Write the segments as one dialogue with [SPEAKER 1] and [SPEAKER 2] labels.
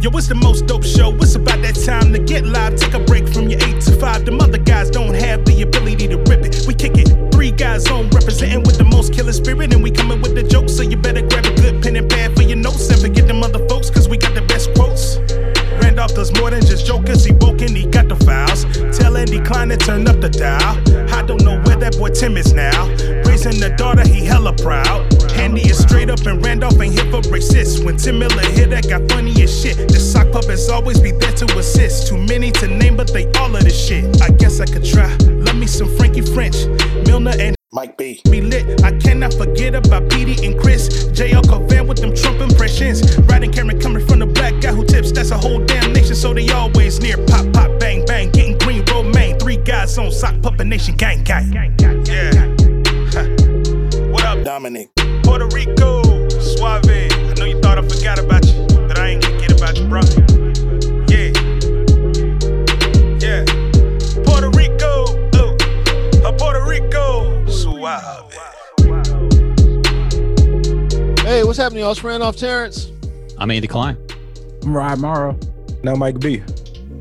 [SPEAKER 1] Yo, it's the most dope show. It's about that time to get live. Take a break from your 8 to 5. Them other guys don't have the ability to rip it. We kick it. Three guys on representing with the most killer spirit. And we coming with the jokes. So you better grab a good pen and pad for your notes. And forget them other folks, cause we got the best quotes. Randolph does more than just jokers. He woke and he got the files. Tell Andy Klein to turn up the dial. I don't know where that boy Tim is now. Raising the daughter, he hella proud. Andy is straight up and Randolph ain't here for racist. When Tim Miller hit, that got funny as shit. The sock puppets always be there to assist. Too many to name, but they all of this shit. I guess I could try. Love me some Frankie French, Milner and
[SPEAKER 2] Mike B.
[SPEAKER 1] be lit. I cannot forget about Petey and Chris. JL Covan with them Trump impressions. Riding camera coming from the black guy who tips. That's a whole damn nation, so they always near. Pop, pop, bang, bang. Getting green, romaine. Three guys on sock puppet nation, gang, gang. Yeah. Huh. What up,
[SPEAKER 2] Dominic.
[SPEAKER 1] Puerto Rico? Suave. I know you thought I forgot about you, but I ain't gonna get about you, bro. Yeah. Yeah. Puerto Rico. Oh. Uh, Puerto Rico. Suave.
[SPEAKER 3] Hey, what's happening, y'all? It's Randolph Terrence,
[SPEAKER 4] I'm Andy Klein.
[SPEAKER 5] I'm Ryan Morrow.
[SPEAKER 6] Now Mike B.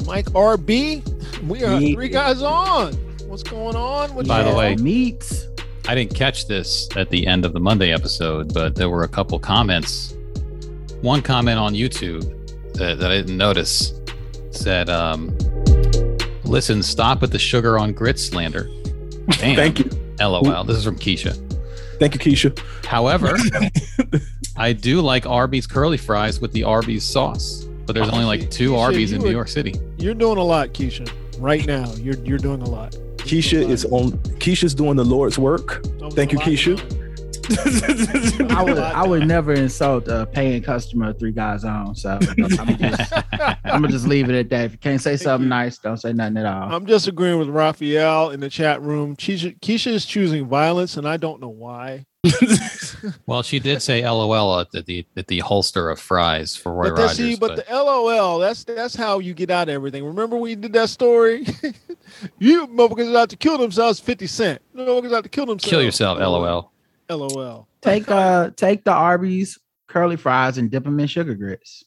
[SPEAKER 3] Mike RB. We are
[SPEAKER 5] Yeah.
[SPEAKER 3] three guys on. What's going on? What
[SPEAKER 4] By the
[SPEAKER 3] y'all-
[SPEAKER 4] way,
[SPEAKER 5] Meats.
[SPEAKER 4] I didn't catch this at the end of the Monday episode, but there were a couple comments. One comment on YouTube that, that I didn't notice said, um, "Listen, stop with the sugar on grit slander." Damn.
[SPEAKER 6] Thank you.
[SPEAKER 4] LOL. This is from Keisha.
[SPEAKER 6] Thank you, Keisha.
[SPEAKER 4] However, I do like Arby's curly fries with the Arby's sauce, but there's only like two
[SPEAKER 3] Keisha,
[SPEAKER 4] Arby's
[SPEAKER 3] you
[SPEAKER 4] in
[SPEAKER 3] were-
[SPEAKER 4] New York City.
[SPEAKER 3] you're doing a lot, Keisha. Right now, you're you're doing a lot.
[SPEAKER 6] Keisha is on Keisha's doing the Lord's work.
[SPEAKER 3] That was
[SPEAKER 6] Thank
[SPEAKER 3] a
[SPEAKER 6] you,
[SPEAKER 3] lot
[SPEAKER 6] Keisha.
[SPEAKER 3] going on.
[SPEAKER 5] I would I would never insult a paying customer of three guys on. So I'm just I'm gonna just leave it at that. If you can't say something nice, don't say nothing at all.
[SPEAKER 3] I'm just agreeing with Raphael in the chat room. Keisha, Keisha is choosing violence, and I don't know why.
[SPEAKER 4] Well, she did say LOL at the at the holster of fries for Roy
[SPEAKER 3] but that's-
[SPEAKER 4] Rogers.
[SPEAKER 3] see, but,
[SPEAKER 4] but-
[SPEAKER 3] the LOL, that's that's how you get out of everything. Remember we did that story? you motherfuckers out to kill themselves, 50 Cent. You motherfuckers out to kill themselves.
[SPEAKER 4] kill yourself, LOL.
[SPEAKER 3] LOL.
[SPEAKER 5] Take uh take the Arby's curly fries and dip them in sugar grits.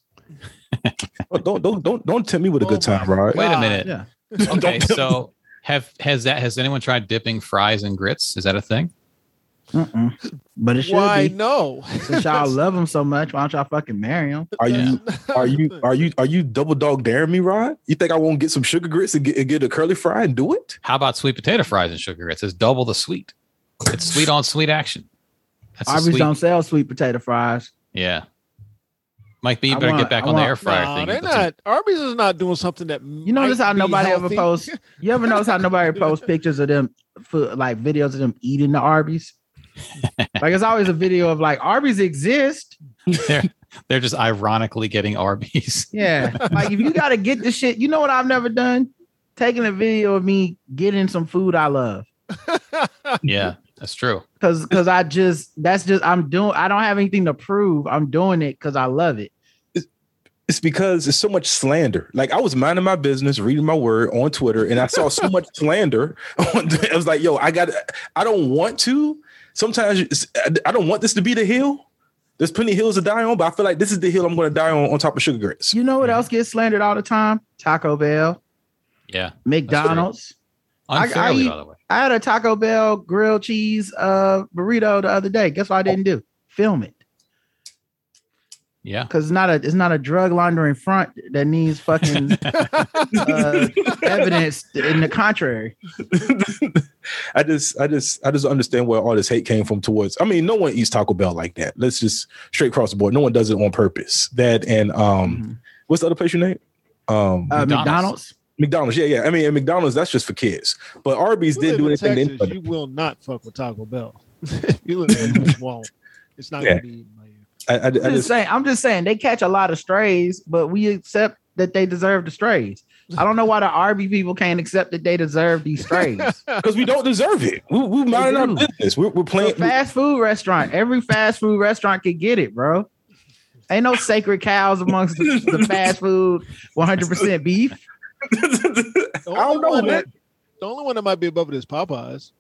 [SPEAKER 6] Oh, don't don't don't don't tempt me with a good
[SPEAKER 3] Oh my
[SPEAKER 6] time, right?
[SPEAKER 4] Wait a
[SPEAKER 3] God.
[SPEAKER 4] minute.
[SPEAKER 5] Yeah.
[SPEAKER 4] Okay,
[SPEAKER 6] Don't-
[SPEAKER 4] so have has that has anyone tried dipping fries and grits? Is that a thing?
[SPEAKER 5] Mm-mm. But it should
[SPEAKER 3] Why
[SPEAKER 5] be.
[SPEAKER 3] no?
[SPEAKER 5] Since y'all love them so much, why don't y'all fucking marry them?
[SPEAKER 6] Are you are you are you are you double dog daring me, Rod? You think I won't get some sugar grits and get, and get a curly fry and do it?
[SPEAKER 4] How about sweet potato fries and sugar grits? It's double the sweet. It's sweet on sweet action. That's a
[SPEAKER 5] Arby's
[SPEAKER 4] sweet.
[SPEAKER 5] don't sell sweet potato fries.
[SPEAKER 4] Yeah. Mike B,
[SPEAKER 5] I
[SPEAKER 4] you better
[SPEAKER 5] want-
[SPEAKER 4] get back
[SPEAKER 5] I
[SPEAKER 4] on the
[SPEAKER 5] want-
[SPEAKER 4] air fryer
[SPEAKER 3] no,
[SPEAKER 4] thing.
[SPEAKER 3] they're
[SPEAKER 4] That's a-
[SPEAKER 3] not. Arby's is not doing something that
[SPEAKER 5] You notice how nobody ever posts. You ever notice how nobody posts pictures of them food, like videos of them eating the Arby's? like it's always a video of like Arby's exist.
[SPEAKER 4] They're just ironically getting Arby's.
[SPEAKER 5] Yeah. Like if you gotta get the shit, you know what I've never done? Taking a video of me getting some food I love.
[SPEAKER 4] yeah, that's true.
[SPEAKER 5] Cause cause I just that's just I'm doing I don't have anything to prove. I'm doing it because I love it.
[SPEAKER 6] It's because it's so much slander. Like I was minding my business, reading my word on Twitter, and I saw so much slander. On the, I was like, "Yo, I got. I don't want to. Sometimes it's- I don't want this to be the hill. There's plenty of hills to die on, but I feel like this is the hill I'm going to die on on top of sugar grits.
[SPEAKER 5] You know what else gets slandered all the time? Taco Bell,
[SPEAKER 4] Yeah.
[SPEAKER 5] McDonald's. I- I
[SPEAKER 4] Unfairly,
[SPEAKER 5] eat-
[SPEAKER 4] by the way.
[SPEAKER 5] I had a Taco Bell grilled cheese uh burrito the other day. Guess what I didn't do? Film it.
[SPEAKER 4] Yeah.
[SPEAKER 5] Cause it's not a it's not a drug laundering front that needs fucking uh, evidence in the contrary.
[SPEAKER 6] I just, I just, I just understand where all this hate came from. Towards, I mean, no one eats Taco Bell like that. Let's just straight across the board. No one does it on purpose. That and
[SPEAKER 5] Mm-hmm.
[SPEAKER 6] um, what's the other place you named? Um,
[SPEAKER 5] Uh,
[SPEAKER 4] McDonald's.
[SPEAKER 5] McDonald's.
[SPEAKER 6] McDonald's. Yeah, yeah. I mean, and McDonald's that's just for kids, but Arby's
[SPEAKER 3] live
[SPEAKER 6] didn't do
[SPEAKER 3] in
[SPEAKER 6] anything. to
[SPEAKER 3] Texas,
[SPEAKER 6] anybody.
[SPEAKER 3] you will not fuck with Taco Bell. you live in this wall. It's not
[SPEAKER 6] Yeah.
[SPEAKER 3] gonna be eaten by you.
[SPEAKER 6] I, I, I
[SPEAKER 5] I'm just
[SPEAKER 6] just,
[SPEAKER 5] saying. I'm just saying they catch a lot of strays, but we accept that they deserve the strays. I don't know why the RB people can't accept that they deserve these strays.
[SPEAKER 6] because we don't deserve it. We, we're minding our
[SPEAKER 5] do.
[SPEAKER 6] business. We're, we're
[SPEAKER 5] A
[SPEAKER 6] playing.
[SPEAKER 5] fast food restaurant. Every fast food restaurant could get it, bro. Ain't no sacred cows amongst the, the fast food 100% beef.
[SPEAKER 3] The
[SPEAKER 6] I don't
[SPEAKER 3] only
[SPEAKER 6] know,
[SPEAKER 3] one
[SPEAKER 6] man.
[SPEAKER 3] that- The only one that might be above it is Popeyes.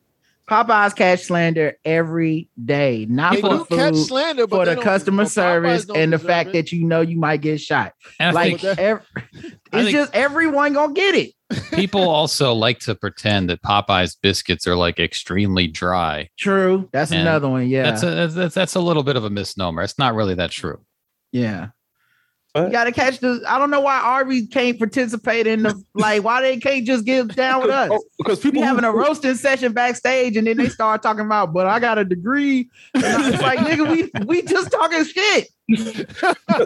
[SPEAKER 5] Popeyes catch slander every day, not
[SPEAKER 3] They
[SPEAKER 5] for
[SPEAKER 3] do
[SPEAKER 5] food,
[SPEAKER 3] catch slander, but
[SPEAKER 5] for
[SPEAKER 3] they
[SPEAKER 5] the
[SPEAKER 3] don't-
[SPEAKER 5] customer
[SPEAKER 3] but Popeyes
[SPEAKER 5] service
[SPEAKER 3] don't
[SPEAKER 5] and the
[SPEAKER 3] deserve
[SPEAKER 5] fact
[SPEAKER 3] it.
[SPEAKER 5] that you know you might get shot.
[SPEAKER 4] And I
[SPEAKER 5] like
[SPEAKER 4] think
[SPEAKER 5] ev- it's
[SPEAKER 4] think-
[SPEAKER 5] just everyone gonna get it.
[SPEAKER 4] people also like to pretend that Popeye's biscuits are like extremely dry.
[SPEAKER 5] True, that's
[SPEAKER 4] And
[SPEAKER 5] another one. Yeah,
[SPEAKER 4] That's a that's, that's a little bit of a misnomer. It's not really that true.
[SPEAKER 5] yeah.
[SPEAKER 6] What?
[SPEAKER 5] You gotta catch the. I don't know why Arby's can't participate in the like. Why they can't just get down with us?
[SPEAKER 6] Oh, because
[SPEAKER 5] We
[SPEAKER 6] people
[SPEAKER 5] having
[SPEAKER 6] who-
[SPEAKER 5] a roasting session backstage, and then they start talking about, but I got a degree. And I was like, nigga, we we just talking shit.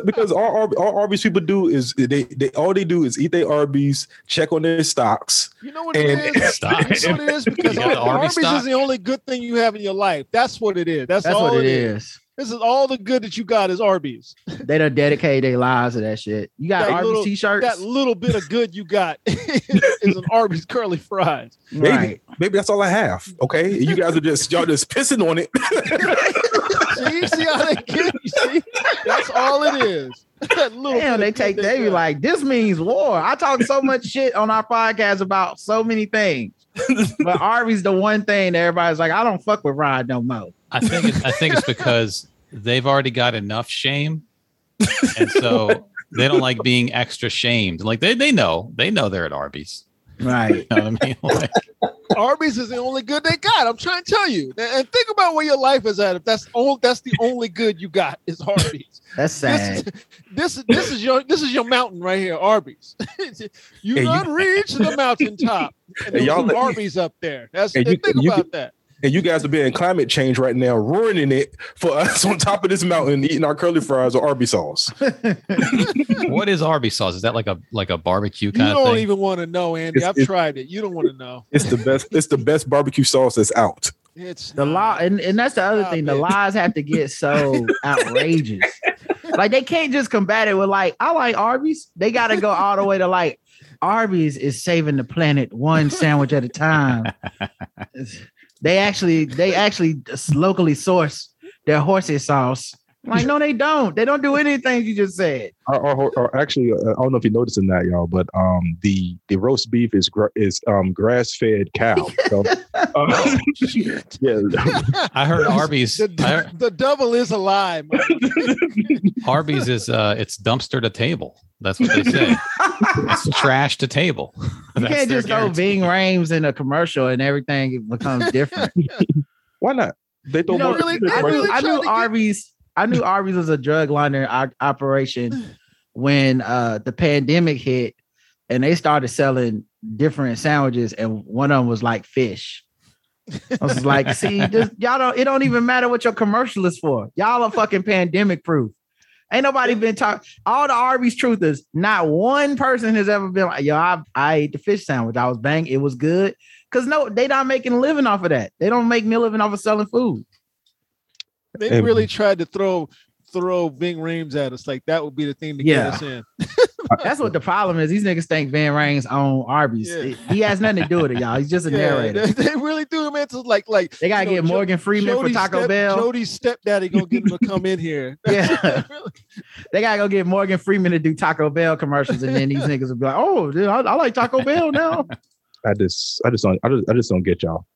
[SPEAKER 6] because all, all, all Arby's people do is they, they all they do is eat their Arby's, check on their stocks.
[SPEAKER 3] You know what it
[SPEAKER 6] And-
[SPEAKER 3] is?
[SPEAKER 4] Stop.
[SPEAKER 3] You know what it is because
[SPEAKER 4] You got the Arby's
[SPEAKER 3] Arby's
[SPEAKER 4] stock.
[SPEAKER 3] is the only good thing you have in your life. That's what it is. That's,
[SPEAKER 5] That's
[SPEAKER 3] all
[SPEAKER 5] what it is.
[SPEAKER 3] This is all the good that you got is Arby's.
[SPEAKER 5] They done dedicate their lives to that shit. You got
[SPEAKER 3] That
[SPEAKER 5] Arby's
[SPEAKER 3] little-
[SPEAKER 5] t-shirts,
[SPEAKER 3] That little bit of good you got is an Arby's curly fries.
[SPEAKER 6] Maybe,
[SPEAKER 5] right?
[SPEAKER 6] maybe that's all I have. Okay, you guys are just y'all just pissing on it.
[SPEAKER 3] See, see how they get you. See, that's all it is. That little.
[SPEAKER 5] Damn,
[SPEAKER 3] bit
[SPEAKER 5] they
[SPEAKER 3] of
[SPEAKER 5] take.
[SPEAKER 3] good
[SPEAKER 5] They be
[SPEAKER 3] got.
[SPEAKER 5] like, this means war. I talk so much shit on our podcast about so many things, but Arby's the one thing that everybody's like, I don't fuck with Rod no more.
[SPEAKER 4] I think it, I think it's because they've already got enough shame, and so they don't like being extra shamed. Like they they know they know they're at Arby's.
[SPEAKER 5] Right.
[SPEAKER 4] You know what I mean? Like,
[SPEAKER 3] Arby's is the only good they got. I'm trying to tell you. And- And think about where your life is at. If that's all, that's the only good you got is Arby's.
[SPEAKER 5] That's
[SPEAKER 3] This is,
[SPEAKER 5] sad.
[SPEAKER 3] this, this is your this is your mountain right here, Arby's. you
[SPEAKER 6] Hey, you-
[SPEAKER 3] done reached the mountaintop. And
[SPEAKER 6] Hey,
[SPEAKER 3] there's
[SPEAKER 6] y'all-
[SPEAKER 3] some Arby's up there. That's
[SPEAKER 6] Hey,
[SPEAKER 3] and
[SPEAKER 6] you-
[SPEAKER 3] think
[SPEAKER 6] you-
[SPEAKER 3] about that.
[SPEAKER 6] and you guys are being climate change right now, ruining it for us on top of this mountain eating our curly fries or Arby's sauce.
[SPEAKER 4] what is Arby's sauce? Is that like a like a barbecue
[SPEAKER 3] You
[SPEAKER 4] kind of
[SPEAKER 3] don't
[SPEAKER 4] thing?
[SPEAKER 3] even want to know, Andy.
[SPEAKER 6] It's-
[SPEAKER 3] I've
[SPEAKER 6] it's-
[SPEAKER 3] tried it. You don't want to know.
[SPEAKER 6] It's the best. It's the best barbecue sauce that's out.
[SPEAKER 3] It's
[SPEAKER 5] The law,
[SPEAKER 3] not.
[SPEAKER 5] and, and that's the other
[SPEAKER 3] Stop
[SPEAKER 5] thing. The
[SPEAKER 3] it.
[SPEAKER 5] lies have to get so outrageous. like they can't just combat it with like, I like Arby's. They gotta go all the way to like Arby's is saving the planet one sandwich at a time. they actually they actually locally source their horses sauce. I'm Like, no, they don't. They don't do anything you just said.
[SPEAKER 6] Or, or- or actually, uh, I don't know if you noticed or not, y'all, but um, the the roast beef is gra- is um, grass fed cow. So, uh, yeah,
[SPEAKER 4] I heard Arby's.
[SPEAKER 3] The,
[SPEAKER 4] I heard-
[SPEAKER 3] the devil is a lie. Mike.
[SPEAKER 4] Arby's is uh, it's dumpster to table. That's what they say. it's trash to table.
[SPEAKER 5] You can't just throw Ving Rames in a commercial and everything becomes different.
[SPEAKER 6] why not? They throw
[SPEAKER 5] You know,
[SPEAKER 6] more-
[SPEAKER 3] really-
[SPEAKER 6] they
[SPEAKER 5] I
[SPEAKER 6] throw-
[SPEAKER 5] knew,
[SPEAKER 3] Really
[SPEAKER 5] I
[SPEAKER 3] trying
[SPEAKER 5] knew
[SPEAKER 3] to get-
[SPEAKER 5] Arby's. I knew Arby's was a drug laundering o-
[SPEAKER 3] Mm.
[SPEAKER 5] operation when uh, the pandemic hit, and they started selling different sandwiches, and one of them was like fish. I was like, see, this, y'all don't. It don't even matter what your commercial is for. Y'all are fucking pandemic proof. Ain't nobody been talking. All the Arby's truthers. Not one person has ever been like, yo, I, I ate the fish sandwich. I was bang. It was good. Cause no, they not making a living off of that. They don't make me a living off of selling food.
[SPEAKER 3] They
[SPEAKER 6] Hey,
[SPEAKER 3] really tried to throw throw Bing Rames at us. Like that would be the thing to
[SPEAKER 5] Yeah.
[SPEAKER 3] get us in.
[SPEAKER 5] That's what the problem is. These niggas think Van Rang's own Arby's.
[SPEAKER 3] Yeah.
[SPEAKER 5] It- he has nothing to do with it, y'all. He's just a
[SPEAKER 3] Yeah,
[SPEAKER 5] narrator.
[SPEAKER 3] they, they really do, man. It's like like
[SPEAKER 5] They gotta
[SPEAKER 3] you know,
[SPEAKER 5] get
[SPEAKER 3] Jo-
[SPEAKER 5] Morgan Freeman for
[SPEAKER 3] Jody's
[SPEAKER 5] Taco
[SPEAKER 3] step-
[SPEAKER 5] Bell.
[SPEAKER 3] Jody's stepdaddy gonna get him to come in here.
[SPEAKER 5] Yeah, they gotta go get Morgan Freeman to do Taco Bell commercials, and then these niggas will be like, "Oh, dude, I, I like Taco Bell now."
[SPEAKER 6] I just, I just don't, I just, I just don't get y'all.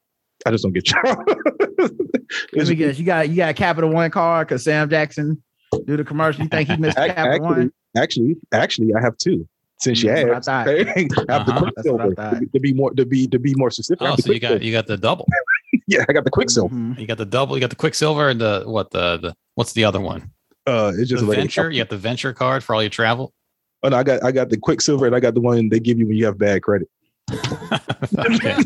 [SPEAKER 6] I just don't get y'all.
[SPEAKER 5] Let
[SPEAKER 6] It's-
[SPEAKER 5] me guess, you got you got a Capital One card because Sam Jackson do the commercial. You think he missed
[SPEAKER 6] Ac-
[SPEAKER 5] Capital One?
[SPEAKER 6] actually, actually, actually, I have two. Since you
[SPEAKER 5] That's what I
[SPEAKER 6] asked,
[SPEAKER 5] thought.
[SPEAKER 6] I have the
[SPEAKER 4] Uh-huh.
[SPEAKER 5] That's what I
[SPEAKER 6] Quicksilver.
[SPEAKER 5] thought.
[SPEAKER 6] To be more, to be, to be more specific. I
[SPEAKER 4] Oh,
[SPEAKER 6] have the
[SPEAKER 4] so you got
[SPEAKER 6] Quicksilver.
[SPEAKER 4] you got the double.
[SPEAKER 6] yeah, I got the Quicksilver.
[SPEAKER 5] Mhm.
[SPEAKER 4] You got the double. You got the Quicksilver and the what the the what's the other one?
[SPEAKER 6] Uh, it's just
[SPEAKER 4] the
[SPEAKER 6] like
[SPEAKER 4] venture. You got the venture card for all your travel.
[SPEAKER 6] Oh, no, I got, I got the Quicksilver, and I got the one they give you when you have bad credit.
[SPEAKER 4] Okay.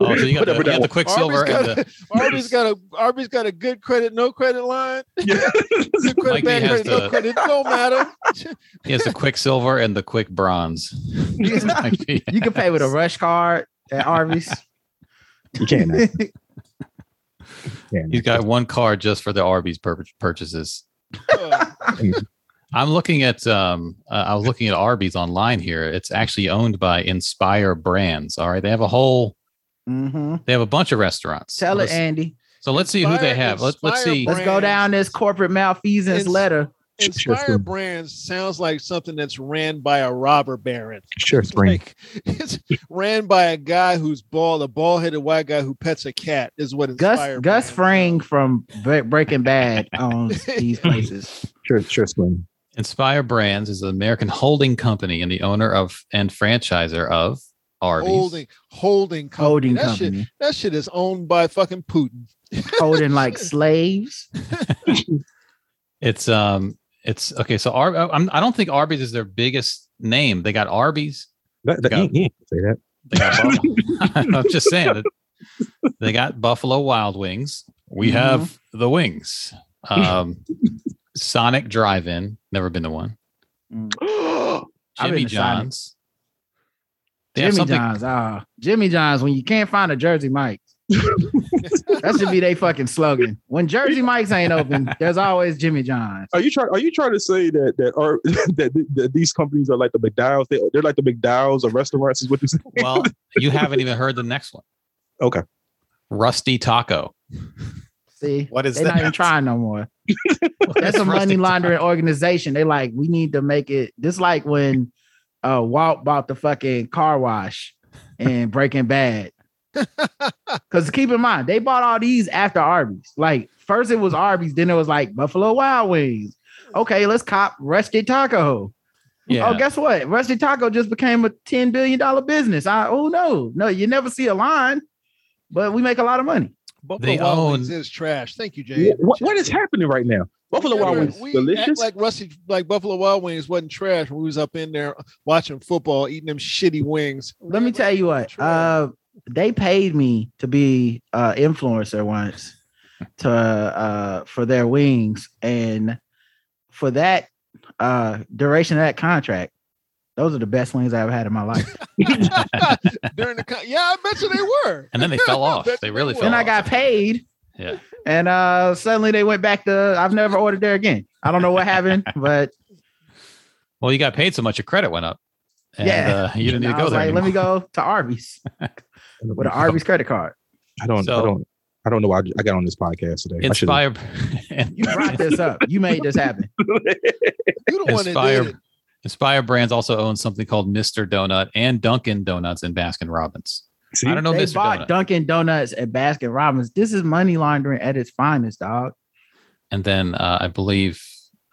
[SPEAKER 4] Oh, so you got the, you
[SPEAKER 6] Whatever
[SPEAKER 4] got the
[SPEAKER 6] that
[SPEAKER 4] Quicksilver
[SPEAKER 3] Arby's got,
[SPEAKER 4] and the
[SPEAKER 3] Arby's got a Arby's got a good credit, no credit line. Good credit,
[SPEAKER 4] Mike B
[SPEAKER 3] bad
[SPEAKER 4] has
[SPEAKER 3] credit,
[SPEAKER 4] the-
[SPEAKER 3] no credit, no matter.
[SPEAKER 4] he has the Quicksilver and the Quick Bronze.
[SPEAKER 5] You can pay with a rush card at Arby's.
[SPEAKER 6] You can't. you can't.
[SPEAKER 4] He's got one card just for the Arby's pur- purchases.
[SPEAKER 3] Uh,
[SPEAKER 4] I'm looking at um uh, I was looking at Arby's online here. It's actually owned by Inspire Brands. All right, they have a whole
[SPEAKER 5] hmm
[SPEAKER 4] they have a bunch of restaurants.
[SPEAKER 5] Tell it,
[SPEAKER 4] Let's-
[SPEAKER 5] Andy.
[SPEAKER 4] So let's see who they
[SPEAKER 3] Inspire-
[SPEAKER 4] have. Let's let's
[SPEAKER 3] Inspire
[SPEAKER 4] see.
[SPEAKER 5] Let's go
[SPEAKER 3] Brands.
[SPEAKER 5] down this corporate malfeasance
[SPEAKER 3] It's-
[SPEAKER 5] letter.
[SPEAKER 2] Sure,
[SPEAKER 3] Inspire
[SPEAKER 2] sure.
[SPEAKER 3] Brands sounds like something that's ran by a robber baron.
[SPEAKER 2] Sure,
[SPEAKER 3] It's
[SPEAKER 2] spring.
[SPEAKER 3] Like, it's ran by a guy who's bald, a bald headed white guy who pets a cat is what
[SPEAKER 5] Gus
[SPEAKER 3] Inspire
[SPEAKER 5] Gus
[SPEAKER 3] Brands
[SPEAKER 5] Fring from Bre- Breaking Bad owns these places.
[SPEAKER 2] Sure, sure, spring.
[SPEAKER 4] Inspire Brands is an American holding company and the owner of and franchiser of Arby's.
[SPEAKER 3] Holding holding company.
[SPEAKER 5] Holding
[SPEAKER 3] that Shit,
[SPEAKER 5] company.
[SPEAKER 3] that shit is owned by fucking Putin.
[SPEAKER 5] Holding like slaves.
[SPEAKER 4] It's um, it's okay. So Ar- I'm, I don't think Arby's is their biggest name. They got Arby's.
[SPEAKER 2] That, that,
[SPEAKER 4] Go.
[SPEAKER 2] you, you can't say that.
[SPEAKER 4] They got Buffalo. I'm just saying that they got Buffalo Wild Wings. We
[SPEAKER 5] Mhm.
[SPEAKER 4] have the wings. Um, Sonic Drive-In. Never been to one.
[SPEAKER 5] I've been
[SPEAKER 4] Jimmy
[SPEAKER 5] to Sonic.
[SPEAKER 4] John's. They have
[SPEAKER 5] Jimmy
[SPEAKER 4] something.
[SPEAKER 5] John's. Ah, Jimmy John's. When you can't find a Jersey Mike, that should be they fucking slogan. When Jersey Mike's ain't open, there's always Jimmy John's.
[SPEAKER 6] Are you trying? Are you trying to say that that are that, th- that these companies are like the McDowell's? They, they're like the McDowell's of restaurants, is what you say?
[SPEAKER 4] Well, you haven't even heard the next one.
[SPEAKER 6] Okay.
[SPEAKER 4] Rusty Taco.
[SPEAKER 5] See,
[SPEAKER 6] What is
[SPEAKER 5] they're not even trying no more. That's a money
[SPEAKER 4] Rusty
[SPEAKER 5] laundering organization. They like we need to make it. This like when uh Walt bought the fucking car wash and Breaking Bad. Because keep in mind, they bought all these after Arby's. Like first it was Arby's, then it was like Buffalo Wild Wings. Okay, let's cop Rusty Taco.
[SPEAKER 4] Yeah.
[SPEAKER 5] Oh, guess what? Rusty Taco just became a ten billion dollar business. I oh no, no, you never see a line, but we make a lot of money.
[SPEAKER 3] Buffalo
[SPEAKER 4] They
[SPEAKER 3] Wild Wings
[SPEAKER 4] own-
[SPEAKER 3] is trash. Thank you, Jay.
[SPEAKER 6] Wha- what, what is happening right now? Buffalo Wild Wings,
[SPEAKER 3] we
[SPEAKER 6] delicious.
[SPEAKER 3] Act like Rusty, like Buffalo Wild Wings wasn't trash when we was up in there watching football, eating them shitty wings.
[SPEAKER 5] Let me tell you what.
[SPEAKER 3] True.
[SPEAKER 5] Uh, they paid me to be uh influencer once to uh for their wings and for that uh duration of that contract. Those are the best wings I ever had in my life.
[SPEAKER 3] during the con- yeah, I bet you they were.
[SPEAKER 4] And then they fell off.
[SPEAKER 3] Bet
[SPEAKER 4] They
[SPEAKER 3] you
[SPEAKER 4] really
[SPEAKER 3] were.
[SPEAKER 4] fell
[SPEAKER 5] then I
[SPEAKER 4] off.
[SPEAKER 5] got paid.
[SPEAKER 4] Oh. Yeah.
[SPEAKER 5] And uh suddenly they went back to I've never ordered there again. I don't know what happened, but
[SPEAKER 4] Well, you got paid so much, your credit went up. And,
[SPEAKER 5] Yeah.
[SPEAKER 4] Uh, you didn't need to
[SPEAKER 5] I
[SPEAKER 4] go
[SPEAKER 5] was
[SPEAKER 4] there.
[SPEAKER 5] like, let
[SPEAKER 4] anymore.
[SPEAKER 5] me go to Arby's with an Arby's credit card.
[SPEAKER 6] I don't. I
[SPEAKER 4] So-
[SPEAKER 6] don't. I don't know why I I got on this podcast today. I should.
[SPEAKER 4] Inspire.
[SPEAKER 5] You brought this up. You made this happen.
[SPEAKER 3] You the one that
[SPEAKER 4] Inspire.
[SPEAKER 3] did it.
[SPEAKER 4] Inspire Brands also owns something called Mr. Donut and Dunkin' Donuts in Baskin Robbins.
[SPEAKER 6] See?
[SPEAKER 4] I don't know
[SPEAKER 5] they
[SPEAKER 4] Mr.
[SPEAKER 5] bought
[SPEAKER 4] Donut.
[SPEAKER 5] Dunkin' Donuts and Baskin Robbins. This is money laundering at its finest, dog.
[SPEAKER 4] and then uh, I believe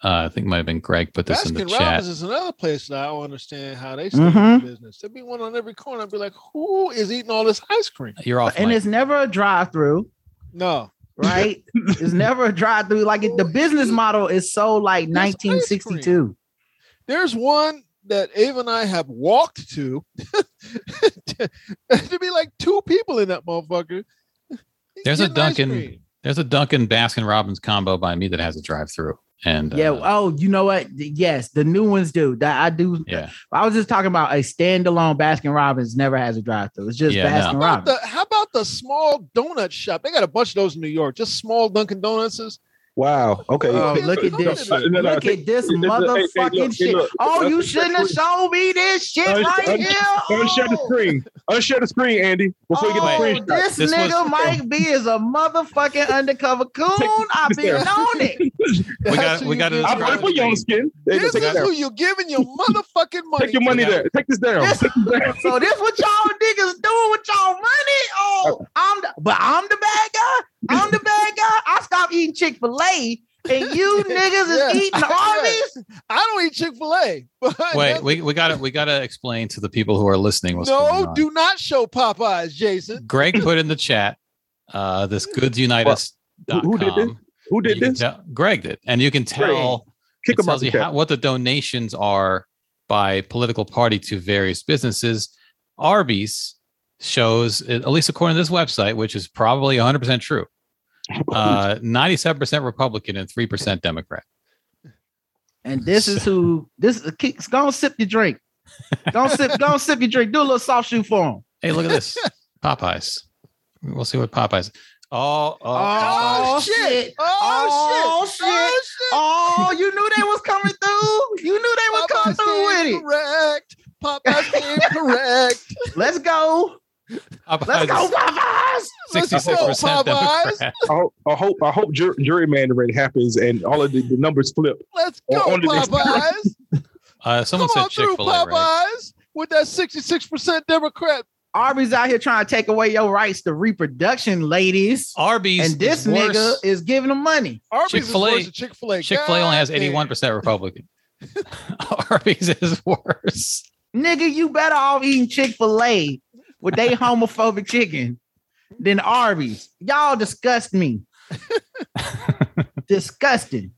[SPEAKER 4] uh, I think it might have been Greg put this in the
[SPEAKER 3] Baskin
[SPEAKER 4] chat.
[SPEAKER 3] Robbins is another place that I don't understand how they stay
[SPEAKER 5] Mhm.
[SPEAKER 3] in business. There'd be one on every corner. I'd be like, who is eating all this ice cream?
[SPEAKER 4] You're off.
[SPEAKER 5] and
[SPEAKER 4] Mike.
[SPEAKER 5] it's never a drive-through,
[SPEAKER 3] No,
[SPEAKER 5] right? it's never a drive-through. Like it, the business model is so like
[SPEAKER 3] It's ice cream.
[SPEAKER 5] 1962.
[SPEAKER 3] there's one that Ava and I have walked to. There'd be like two people in that motherfucker.
[SPEAKER 4] There's a
[SPEAKER 3] getting ice
[SPEAKER 4] Dunkin'.
[SPEAKER 3] cream.
[SPEAKER 4] There's a Dunkin' Baskin Robbins combo by me that has a drive through. And
[SPEAKER 5] Yeah.
[SPEAKER 4] uh,
[SPEAKER 5] Oh, you know what? Yes, the new ones do. That I do.
[SPEAKER 4] yeah,
[SPEAKER 5] I was just talking about a standalone Baskin Robbins never has a drive-through. It's just
[SPEAKER 4] Yeah, no.
[SPEAKER 5] Baskin
[SPEAKER 3] How about,
[SPEAKER 5] Robbins.
[SPEAKER 3] the, how about the small donut shop? They got a bunch of those in New York. Just small Dunkin' Donutses.
[SPEAKER 6] Wow. Okay.
[SPEAKER 5] Oh,
[SPEAKER 3] Hey,
[SPEAKER 5] look at
[SPEAKER 3] hey,
[SPEAKER 5] this!
[SPEAKER 3] no,
[SPEAKER 5] shit. Look at this motherfucking shit! Oh, you shouldn't have shown me this shit
[SPEAKER 6] No, it's-
[SPEAKER 5] right
[SPEAKER 6] I'm-
[SPEAKER 5] here!
[SPEAKER 6] Unshare the
[SPEAKER 5] Oh!
[SPEAKER 6] screen. Unshare the screen, Andy. Before you
[SPEAKER 5] Oh,
[SPEAKER 6] get the screenshot.
[SPEAKER 5] this,
[SPEAKER 4] This
[SPEAKER 5] nigga
[SPEAKER 4] was-
[SPEAKER 5] Mike B is a motherfucking undercover coon. I've been on it.
[SPEAKER 4] We got-
[SPEAKER 3] That's who
[SPEAKER 4] we
[SPEAKER 3] you
[SPEAKER 4] got
[SPEAKER 3] give
[SPEAKER 4] it.
[SPEAKER 6] I
[SPEAKER 3] your
[SPEAKER 4] Subscribe
[SPEAKER 6] voted for
[SPEAKER 3] money.
[SPEAKER 4] to the
[SPEAKER 6] Young Skin. There you go.
[SPEAKER 3] This
[SPEAKER 6] Take it
[SPEAKER 3] is
[SPEAKER 6] down.
[SPEAKER 3] who you're giving your motherfucking money.
[SPEAKER 6] Take your money
[SPEAKER 4] got-
[SPEAKER 6] there. Take this down.
[SPEAKER 5] This-
[SPEAKER 6] Take this down.
[SPEAKER 5] So this what y'all niggas doing with y'all money? Oh, I'm the, but I'm the bad guy. I'm the bad guy. I stopped eating Chick Fil A, and you niggas
[SPEAKER 3] Yeah.
[SPEAKER 5] is eating Arby's.
[SPEAKER 3] I don't eat Chick Fil A.
[SPEAKER 4] wait, we we got to we got to explain to the people who are listening what's going
[SPEAKER 3] no,
[SPEAKER 4] on.
[SPEAKER 3] do not show Popeyes, Jason.
[SPEAKER 4] Greg put in the chat uh, this goods unite
[SPEAKER 6] Well,
[SPEAKER 4] us.
[SPEAKER 6] who- who did this? Who did this?
[SPEAKER 4] Greg did, and you can tell
[SPEAKER 6] Kick
[SPEAKER 4] it
[SPEAKER 6] him out
[SPEAKER 4] tells
[SPEAKER 6] the
[SPEAKER 4] you
[SPEAKER 6] chat.
[SPEAKER 4] how, what the donations are by political party to various businesses. Arby's shows, at least according to this website, which is probably 100% true, uh, 97% Republican and 3% Democrat.
[SPEAKER 5] And this is who this is. Keep, go sip your drink. Go sip. Go sip your drink. Do a little soft shoe for him.
[SPEAKER 4] Hey, look at this Popeyes. We'll see what Popeyes. Oh, oh,
[SPEAKER 5] Oh,
[SPEAKER 4] Popeyes.
[SPEAKER 5] shit.
[SPEAKER 3] Oh,
[SPEAKER 5] Oh,
[SPEAKER 3] shit.
[SPEAKER 5] shit.
[SPEAKER 3] Oh shit.
[SPEAKER 5] Oh, you knew they was coming through. You knew they would come through with
[SPEAKER 3] Popeyes
[SPEAKER 5] it.
[SPEAKER 3] incorrect. Popeyes incorrect.
[SPEAKER 5] Let's go.
[SPEAKER 4] Popeyes
[SPEAKER 5] Let's go,
[SPEAKER 4] is-
[SPEAKER 5] Popeyes.
[SPEAKER 3] Let's go,
[SPEAKER 4] 66%
[SPEAKER 3] Popeyes.
[SPEAKER 4] Democrat.
[SPEAKER 6] I hope I hope I hope jury, jury mandate happens and all of the, the numbers flip.
[SPEAKER 3] Let's
[SPEAKER 6] Or
[SPEAKER 3] go,
[SPEAKER 6] on the next-
[SPEAKER 3] Popeyes.
[SPEAKER 4] Uh,
[SPEAKER 3] Come
[SPEAKER 4] someone
[SPEAKER 3] on
[SPEAKER 4] said
[SPEAKER 3] through,
[SPEAKER 4] Chick fil A,
[SPEAKER 3] Popeyes,
[SPEAKER 4] right?
[SPEAKER 3] with that 66% Democrat.
[SPEAKER 5] Arby's out here trying to take away your rights to reproduction, ladies.
[SPEAKER 4] Arby's.
[SPEAKER 5] and this
[SPEAKER 4] is worse.
[SPEAKER 5] nigga is giving them money.
[SPEAKER 3] Arby's
[SPEAKER 4] Chick-fil-A-
[SPEAKER 3] is worse than Chick-fil-A.
[SPEAKER 4] Chick-fil-A only has
[SPEAKER 3] God damn.
[SPEAKER 4] 81% Republican. Arby's is worse.
[SPEAKER 5] Nigga, you better off eating Chick fil A with they homophobic chicken than Arby's. Y'all disgust me. Disgusting.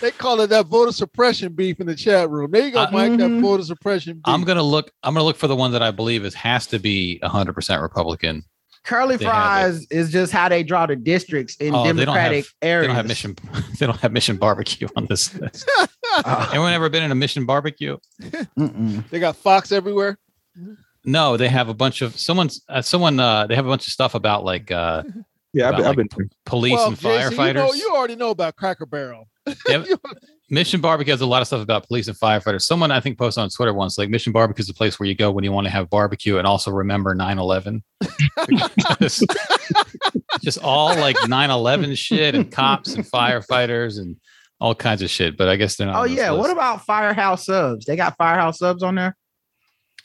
[SPEAKER 3] They call it that voter suppression beef in the chat room. There you go,
[SPEAKER 4] Uh,
[SPEAKER 3] Mike. That
[SPEAKER 5] mhm.
[SPEAKER 3] voter suppression beef.
[SPEAKER 4] I'm gonna look. I'm gonna look for the one that I believe is has to be 100 percent Republican.
[SPEAKER 5] Curly
[SPEAKER 4] They have
[SPEAKER 5] fries is just how they draw the districts in
[SPEAKER 4] Oh, they don't have-
[SPEAKER 5] democratic
[SPEAKER 4] They
[SPEAKER 5] areas.
[SPEAKER 4] don't have mission. They don't have mission barbecue on this list.
[SPEAKER 5] Uh,
[SPEAKER 4] Anyone ever been in a mission barbecue?
[SPEAKER 5] mm-mm.
[SPEAKER 3] they got Fox everywhere.
[SPEAKER 4] No, they have a bunch of someone's. Uh, someone. Uh, they have a bunch of stuff about like uh,
[SPEAKER 6] Yeah, I've been,
[SPEAKER 4] About
[SPEAKER 6] I've been
[SPEAKER 4] police
[SPEAKER 3] well,
[SPEAKER 4] and
[SPEAKER 3] Jason,
[SPEAKER 4] firefighters.
[SPEAKER 3] You, know, you already know about Cracker Barrel.
[SPEAKER 4] Mission Barbecue has a lot of stuff about police and firefighters. Someone I think posted on Twitter once, like Mission Barbecue is a place where you go when you want to have barbecue and also remember 9-11. Because- just all like 9-11 shit and cops and firefighters and all kinds of shit. But I guess they're not.
[SPEAKER 5] Oh
[SPEAKER 4] on this
[SPEAKER 5] yeah, what
[SPEAKER 4] list.
[SPEAKER 5] about Firehouse Subs? They got Firehouse Subs on there.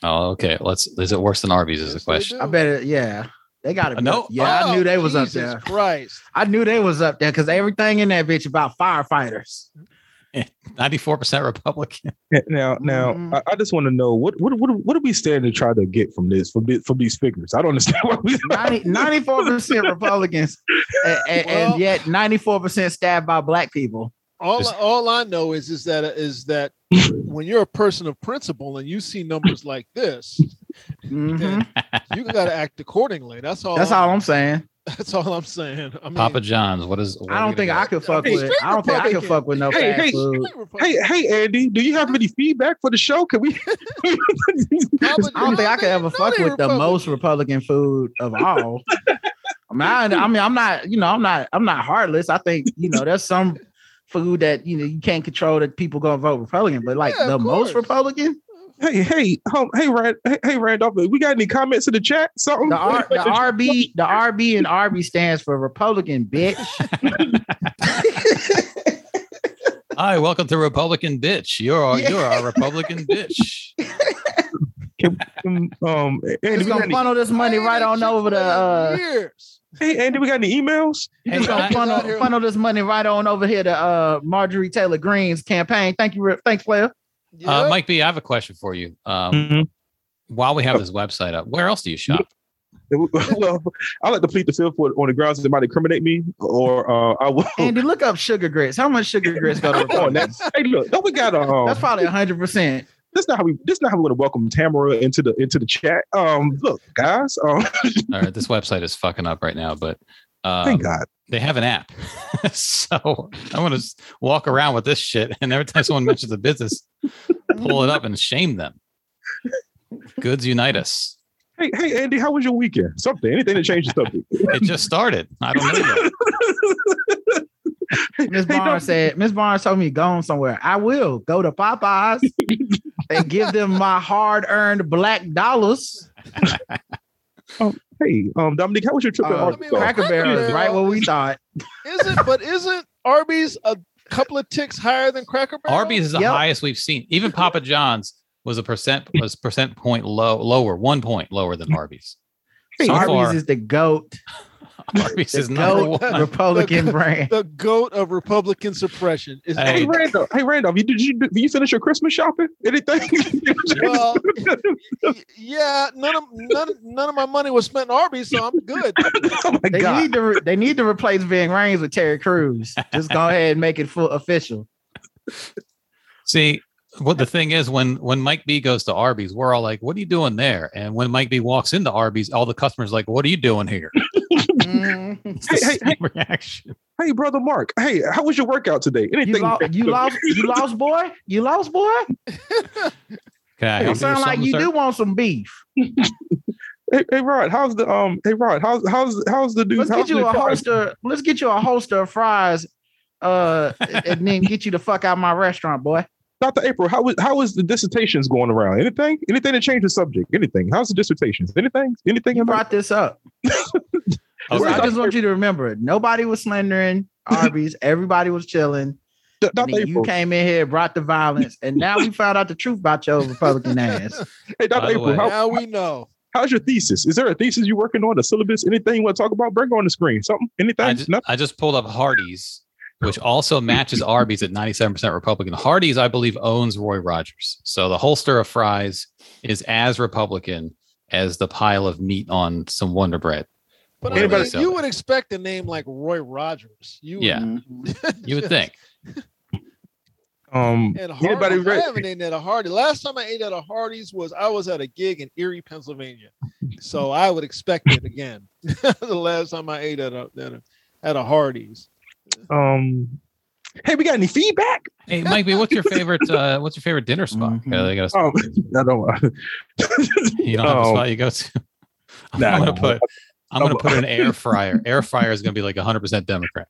[SPEAKER 4] oh, okay. Let's is it worse than Arby's
[SPEAKER 3] Yes,
[SPEAKER 4] is the
[SPEAKER 3] they
[SPEAKER 4] question.
[SPEAKER 5] I
[SPEAKER 3] do.
[SPEAKER 5] bet. It, yeah, they got
[SPEAKER 4] Uh,
[SPEAKER 5] it.
[SPEAKER 4] no.
[SPEAKER 5] yeah, I
[SPEAKER 3] Oh,
[SPEAKER 5] knew they was up
[SPEAKER 3] Jesus
[SPEAKER 5] there.
[SPEAKER 3] Christ.
[SPEAKER 5] I knew they was up there because everything in that bitch about firefighters.
[SPEAKER 4] 94% Republican.
[SPEAKER 6] now. Now,
[SPEAKER 5] Mhm.
[SPEAKER 6] I, I just want to know what what what what do we stand to try to get from this from this, from these figures? I don't understand what we.
[SPEAKER 5] 94 percent Republicans, and, and,
[SPEAKER 3] Well-
[SPEAKER 5] and yet ninety four percent stabbed by black people.
[SPEAKER 3] All,
[SPEAKER 4] Just-
[SPEAKER 3] all I know is is that is that when you're a person of principle and you see numbers like this, Mm-hmm.
[SPEAKER 5] Mhm.
[SPEAKER 3] you got to act accordingly. That's all.
[SPEAKER 5] That's all I'm saying.
[SPEAKER 3] That's all I'm saying. I mean,
[SPEAKER 4] Papa John's. What is what
[SPEAKER 5] Mm. I
[SPEAKER 4] are
[SPEAKER 5] don't
[SPEAKER 4] we
[SPEAKER 5] think
[SPEAKER 4] gonna
[SPEAKER 5] I
[SPEAKER 4] get?
[SPEAKER 5] could fuck
[SPEAKER 6] Hey,
[SPEAKER 5] with.
[SPEAKER 3] straight
[SPEAKER 5] I don't think I could
[SPEAKER 3] Republican.
[SPEAKER 5] fuck with no
[SPEAKER 6] Hey,
[SPEAKER 5] fast
[SPEAKER 6] hey,
[SPEAKER 5] food.
[SPEAKER 6] Hey, hey, Andy, do you have any feedback for the show? Can we?
[SPEAKER 5] I don't think I could ever fuck with the most Republican food of all. I mean, I, I mean, I'm not, you know, I'm not, I'm not heartless. I think, you know, there's some food that you know you can't control that people gonna vote Republican, but like
[SPEAKER 3] Yeah,
[SPEAKER 5] the
[SPEAKER 3] of
[SPEAKER 5] most
[SPEAKER 3] course.
[SPEAKER 5] Republican,
[SPEAKER 6] hey, hey, um, hey, Rand, hey, hey, Randolph, we got any comments in the chat? Something?
[SPEAKER 5] the R, the RB, the RB and RB stands for Republican, bitch.
[SPEAKER 4] Hi, welcome to Republican Bitch. You're our,
[SPEAKER 5] Yeah.
[SPEAKER 4] you're our Republican bitch.
[SPEAKER 6] um, um, Andy,
[SPEAKER 5] It's
[SPEAKER 6] we got
[SPEAKER 5] gonna
[SPEAKER 6] any,
[SPEAKER 5] funnel this money right on over to uh,
[SPEAKER 3] years.
[SPEAKER 6] hey, Andy, we got any emails?
[SPEAKER 4] Hey,
[SPEAKER 5] it's
[SPEAKER 4] I- uh,
[SPEAKER 5] gonna
[SPEAKER 3] Out
[SPEAKER 5] funnel,
[SPEAKER 3] here.
[SPEAKER 5] funnel this money right on over here to uh Marjorie Taylor Greene's campaign. Thank you, Re- thanks, player.
[SPEAKER 4] Uh,
[SPEAKER 3] Yep.
[SPEAKER 4] Mike B, I have a question for you. Um,
[SPEAKER 6] Mm-hmm.
[SPEAKER 4] While we have this website up, where else do you shop?
[SPEAKER 6] well, I like to plead the fifth for, on the grounds that it might incriminate me, or uh, I will.
[SPEAKER 5] Andy, look up sugar grits. How much sugar grits go to
[SPEAKER 6] Come on,
[SPEAKER 5] Republicans?
[SPEAKER 6] that's, hey, look, don't we got um,
[SPEAKER 5] That's probably hundred percent.
[SPEAKER 6] that's not how we that's not how we want to welcome Tamara into the into the chat. Um, look, guys, um,
[SPEAKER 4] All right, this website is fucking up right now, but um,
[SPEAKER 6] thank God.
[SPEAKER 4] they have an app. so I want to walk around with this shit, and every time someone mentions a business, pull it up and shame them. Goods unite us.
[SPEAKER 6] Hey, hey, Andy, how was your weekend? Something, anything to change the subject.
[SPEAKER 4] It just started. I don't know. yet.
[SPEAKER 5] Miss
[SPEAKER 6] Hey, don't-
[SPEAKER 5] Barnes said. Miss Barnes told me go on somewhere. I will go to Popeyes and give them my hard-earned black dollars.
[SPEAKER 6] Hey, um, Dominique, how was your trip to
[SPEAKER 5] Uh,
[SPEAKER 6] Arkansas?
[SPEAKER 5] Cracker Barrel is right where we thought.
[SPEAKER 3] Isn't but isn't Arby's a couple of ticks higher than Cracker Barrel?
[SPEAKER 4] Arby's is the
[SPEAKER 5] Yep.
[SPEAKER 4] highest we've seen. Even Papa John's was a percent was percent point low lower one point lower than Arby's. So
[SPEAKER 5] Arby's
[SPEAKER 4] far,
[SPEAKER 5] is the goat,
[SPEAKER 4] Arby's
[SPEAKER 5] the
[SPEAKER 4] is number
[SPEAKER 5] goat
[SPEAKER 4] one.
[SPEAKER 5] Republican
[SPEAKER 3] The-
[SPEAKER 5] brand.
[SPEAKER 3] the goat of Republican suppression. Is
[SPEAKER 4] Hey,
[SPEAKER 6] Hey Randolph, hey Randolph, you, did you did you finish your Christmas shopping? Anything?
[SPEAKER 3] Well, y- yeah, none of none none of my money was spent in Arby's, so I'm good.
[SPEAKER 6] oh my
[SPEAKER 5] They
[SPEAKER 6] God!
[SPEAKER 5] need to re- they need to replace Van Reigns with Terry Crews. Just go ahead and make it full official.
[SPEAKER 4] See, what the thing is, when when Mike B goes to Arby's, we're all like, "What are you doing there?" And when Mike B walks into Arby's, all the customers are like, "What are you doing here?"
[SPEAKER 5] Mhm.
[SPEAKER 4] It's the
[SPEAKER 6] Hey, hey,
[SPEAKER 4] same reaction.
[SPEAKER 6] Hey, brother Mark. Hey, how was your workout today?
[SPEAKER 5] You,
[SPEAKER 6] Anything?
[SPEAKER 5] lo- you lost, you lost, boy. You lost, boy.
[SPEAKER 4] Can I
[SPEAKER 6] Hey,
[SPEAKER 4] help you
[SPEAKER 5] You
[SPEAKER 4] with
[SPEAKER 5] sound like
[SPEAKER 4] something,
[SPEAKER 5] you
[SPEAKER 4] sir?
[SPEAKER 5] do want some beef.
[SPEAKER 6] Hey, hey, Rod, how's the um? Hey, Rod, how's how's how's the dude?
[SPEAKER 5] Let's
[SPEAKER 6] how's
[SPEAKER 5] get you
[SPEAKER 6] the
[SPEAKER 5] a
[SPEAKER 6] price?
[SPEAKER 5] holster. Let's get you a holster of fries, uh, and then get you the fuck out of my restaurant, boy.
[SPEAKER 6] Dr. April, how was how is the dissertations going around? Anything? Anything to change the subject? Anything? How's the dissertations? Anything? Anything?
[SPEAKER 5] You
[SPEAKER 6] about-
[SPEAKER 5] brought this up. Just-
[SPEAKER 6] Okay.
[SPEAKER 5] I just want you to remember, nobody was slandering Arby's. Everybody was chilling.
[SPEAKER 6] Dr.
[SPEAKER 5] And then you
[SPEAKER 6] April.
[SPEAKER 5] came in here, brought the violence, and now we found out the truth about your Republican ass.
[SPEAKER 4] By
[SPEAKER 6] Hey, Dr.
[SPEAKER 4] the way-
[SPEAKER 6] April, how,
[SPEAKER 3] Now we know.
[SPEAKER 6] how's your thesis? Is there a thesis you're working on, a syllabus, anything you want to talk about? Bring it on the screen. Something, anything?
[SPEAKER 4] I just,
[SPEAKER 6] Nothing?
[SPEAKER 4] I just pulled up Hardee's, which also matches Arby's at 97% Republican. Hardee's, I believe, owns Roy Rogers. So the holster of fries is as Republican as the pile of meat on some Wonder Bread.
[SPEAKER 3] But
[SPEAKER 4] Whatever
[SPEAKER 3] I
[SPEAKER 4] they
[SPEAKER 3] mean,
[SPEAKER 4] sell.
[SPEAKER 3] you would expect a name like Roy Rogers. You would-
[SPEAKER 4] Yeah. You would think.
[SPEAKER 6] Um,
[SPEAKER 3] And Hardy,
[SPEAKER 6] anybody
[SPEAKER 3] I
[SPEAKER 6] read?
[SPEAKER 3] haven't eaten at a Hardy. Last time I ate at a Hardy's was I was at a gig in Erie, Pennsylvania. So I would expect it again. the last time I ate at a at a, at a Hardy's.
[SPEAKER 6] Um, hey, we got any feedback?
[SPEAKER 4] Hey, Mike, B, what's your favorite? Uh, what's your favorite dinner spot?
[SPEAKER 5] Mhm.
[SPEAKER 4] Uh, they got a-
[SPEAKER 6] Um, I don't.
[SPEAKER 4] you don't have a
[SPEAKER 6] oh.
[SPEAKER 4] spot you go to. I'm
[SPEAKER 6] Nah,
[SPEAKER 4] gonna
[SPEAKER 6] nah.
[SPEAKER 4] put. I'm
[SPEAKER 6] Oh,
[SPEAKER 4] gonna
[SPEAKER 6] but-
[SPEAKER 4] put an air fryer. Air fryer is gonna be like 100 percent Democrat.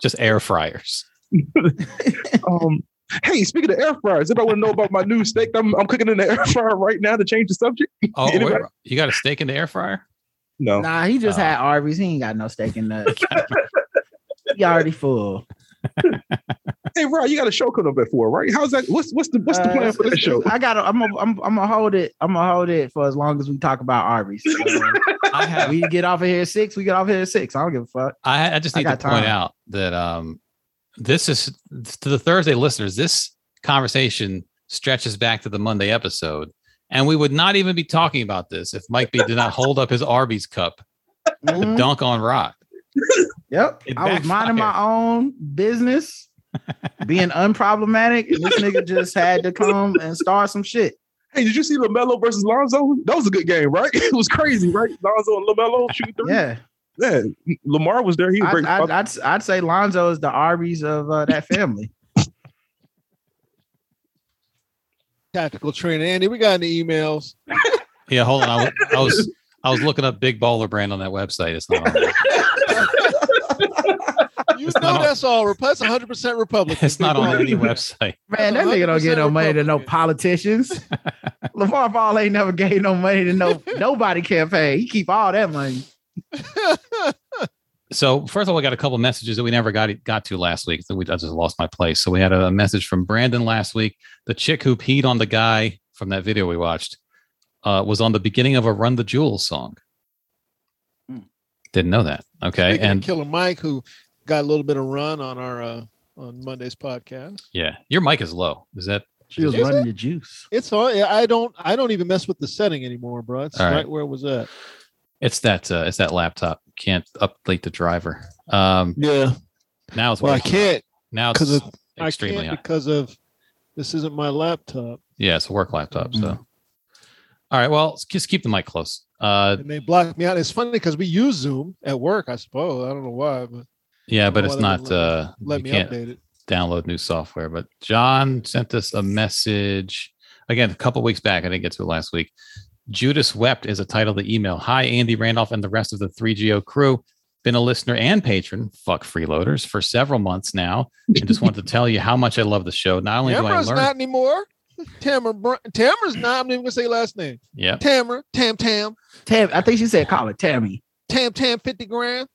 [SPEAKER 4] Just air fryers.
[SPEAKER 6] um, hey, speaking of air fryers, anybody want to know about my new steak? I'm, I'm cooking in the air fryer right now to change the subject.
[SPEAKER 4] Oh, wait,
[SPEAKER 6] Anybody-
[SPEAKER 4] you got a steak in the air fryer?
[SPEAKER 6] No,
[SPEAKER 5] Nah, he just
[SPEAKER 4] Oh.
[SPEAKER 5] had Arby's. He ain't got no steak in that. he already full.
[SPEAKER 6] hey, Rod, you got a show coming up at four, right? How's that? What's what's the what's the
[SPEAKER 5] Uh,
[SPEAKER 6] plan for that show?
[SPEAKER 5] I got. I'm. gonna- I'm. I'm gonna hold it. I'm gonna hold it for as long as we talk about Arby's. So,
[SPEAKER 4] I have.
[SPEAKER 5] we get off of here at six. We get off here at six. I don't give a fuck.
[SPEAKER 4] I, I just
[SPEAKER 5] I
[SPEAKER 4] need to
[SPEAKER 5] got
[SPEAKER 4] point
[SPEAKER 5] time.
[SPEAKER 4] out that um, this is to the Thursday listeners. This conversation stretches back to the Monday episode, and we would not even be talking about this if Mike B did not hold up his Arby's cup to
[SPEAKER 5] Mhm.
[SPEAKER 4] dunk on Rod.
[SPEAKER 5] Yep.
[SPEAKER 4] It
[SPEAKER 5] I was minding my
[SPEAKER 4] backfired.
[SPEAKER 5] own business, being unproblematic, and this nigga just had to come and start some shit.
[SPEAKER 6] Hey, did you see Lamelo versus Lonzo? That was a good game, right? It was crazy, right? Lonzo and Lamelo shooting three.
[SPEAKER 5] Yeah.
[SPEAKER 6] Yeah, Lamar was there. He was
[SPEAKER 5] I,
[SPEAKER 6] great.
[SPEAKER 5] I, I'd, I'd say Lonzo is the Arby's of uh, that family.
[SPEAKER 3] Tactical training. Andy, we got any emails.
[SPEAKER 4] Yeah, hold on. I was, I was I was looking up Big Baller Brand on that website. It's not on there.
[SPEAKER 3] You
[SPEAKER 4] It's not
[SPEAKER 3] know
[SPEAKER 4] on-
[SPEAKER 3] that's all Rep- that's 100 percent Republican.
[SPEAKER 4] It's not on any website.
[SPEAKER 5] Man, that nigga don't
[SPEAKER 3] 100%
[SPEAKER 5] give no money to no
[SPEAKER 3] Republican.
[SPEAKER 5] politicians. Lamar Ball ain't never gave no money to no nobody campaign. He keep all that money.
[SPEAKER 4] So first of all, we got a couple messages that we never got got to last week. So we, I just lost my place. So we had a message from Brandon last week. The chick who peed on the guy from that video we watched uh, was on the beginning of a "Run the Jewels" song.
[SPEAKER 5] Hmm.
[SPEAKER 4] Didn't know that. Okay,
[SPEAKER 3] Speaking of
[SPEAKER 4] and
[SPEAKER 3] Killer Mike, who got a little bit of run on our uh, on Monday's podcast.
[SPEAKER 4] yeah, your mic is low. Is that
[SPEAKER 5] She was
[SPEAKER 3] Is
[SPEAKER 5] running the juice.
[SPEAKER 3] It's all yeah, I don't I don't even mess with the setting anymore, bro. It's
[SPEAKER 4] All
[SPEAKER 3] right.
[SPEAKER 4] right.
[SPEAKER 3] where it was at.
[SPEAKER 4] it's that uh, it's that laptop can't update the driver. Um,
[SPEAKER 3] Yeah.
[SPEAKER 4] now it's
[SPEAKER 3] Well, I
[SPEAKER 4] working.
[SPEAKER 3] can't
[SPEAKER 4] Now it's
[SPEAKER 3] 'cause of- I
[SPEAKER 4] extremely
[SPEAKER 3] can't
[SPEAKER 4] high.
[SPEAKER 3] because of this isn't my laptop
[SPEAKER 4] Yeah, it's a work laptop.
[SPEAKER 3] Mm-hmm.
[SPEAKER 4] So, all right. Well, s- just keep the mic close. Uh,
[SPEAKER 3] and they blocked me out. It's funny because we use Zoom at work, I suppose. I don't know why, but
[SPEAKER 4] yeah, but
[SPEAKER 3] Well,
[SPEAKER 4] it's
[SPEAKER 3] they
[SPEAKER 4] not.
[SPEAKER 3] wouldn't let
[SPEAKER 4] Uh,
[SPEAKER 3] let
[SPEAKER 4] you
[SPEAKER 3] me
[SPEAKER 4] can't
[SPEAKER 3] update it.
[SPEAKER 4] download new software. But John sent us a message again a couple weeks back. I didn't get to it last week. Judas wept is a title of the email. Hi, Andy Randolph and the rest of the 3GO crew. Been a listener and patron, fuck freeloaders, for several months now, and just wanted to tell you how much I love the show. Not only do I
[SPEAKER 3] Tamara's
[SPEAKER 4] learn,
[SPEAKER 3] not anymore. Tamara, Br- Tamara's not. I'm not even gonna say her last name.
[SPEAKER 4] yeah,
[SPEAKER 3] Tamara, Tam Tam,
[SPEAKER 5] Tam, I think she said call it Tammy.
[SPEAKER 3] Tam Tam, fifty grand.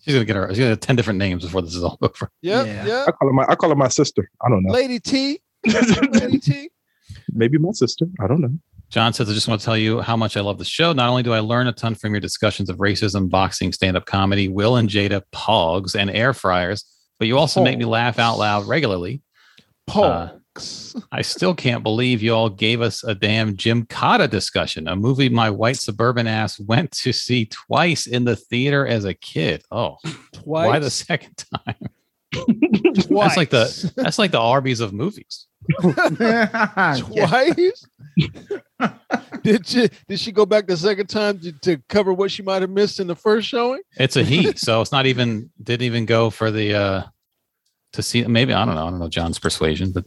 [SPEAKER 4] she's gonna get her. She's gonna have ten different names before this is all over.
[SPEAKER 3] Yep,
[SPEAKER 5] Yeah.
[SPEAKER 3] yeah.
[SPEAKER 6] I call her my I call her my sister. I don't know.
[SPEAKER 3] Lady T, Lady T.
[SPEAKER 6] Maybe my sister. I don't know.
[SPEAKER 4] John says, I just want to tell you how much I love the show. Not only do I learn a ton from your discussions of racism, boxing, stand up comedy, Will and Jada, Pogs, and air fryers, but you also
[SPEAKER 3] Oh.
[SPEAKER 4] make me laugh out loud regularly. Uh,
[SPEAKER 3] Parks.
[SPEAKER 4] I still can't believe you all gave us a damn Jim Cotta discussion, a movie my white suburban ass went to see twice in the theater as a kid. Oh,
[SPEAKER 3] twice.
[SPEAKER 4] why the second time?
[SPEAKER 3] twice.
[SPEAKER 4] like the- That's like the Arby's of movies.
[SPEAKER 5] Yeah.
[SPEAKER 3] twice. did she did she go back the second time to, to cover what she might have missed in the first showing?
[SPEAKER 4] It's a he, so it's not even didn't even go for the uh to see. Maybe I don't know. I don't know John's persuasion, but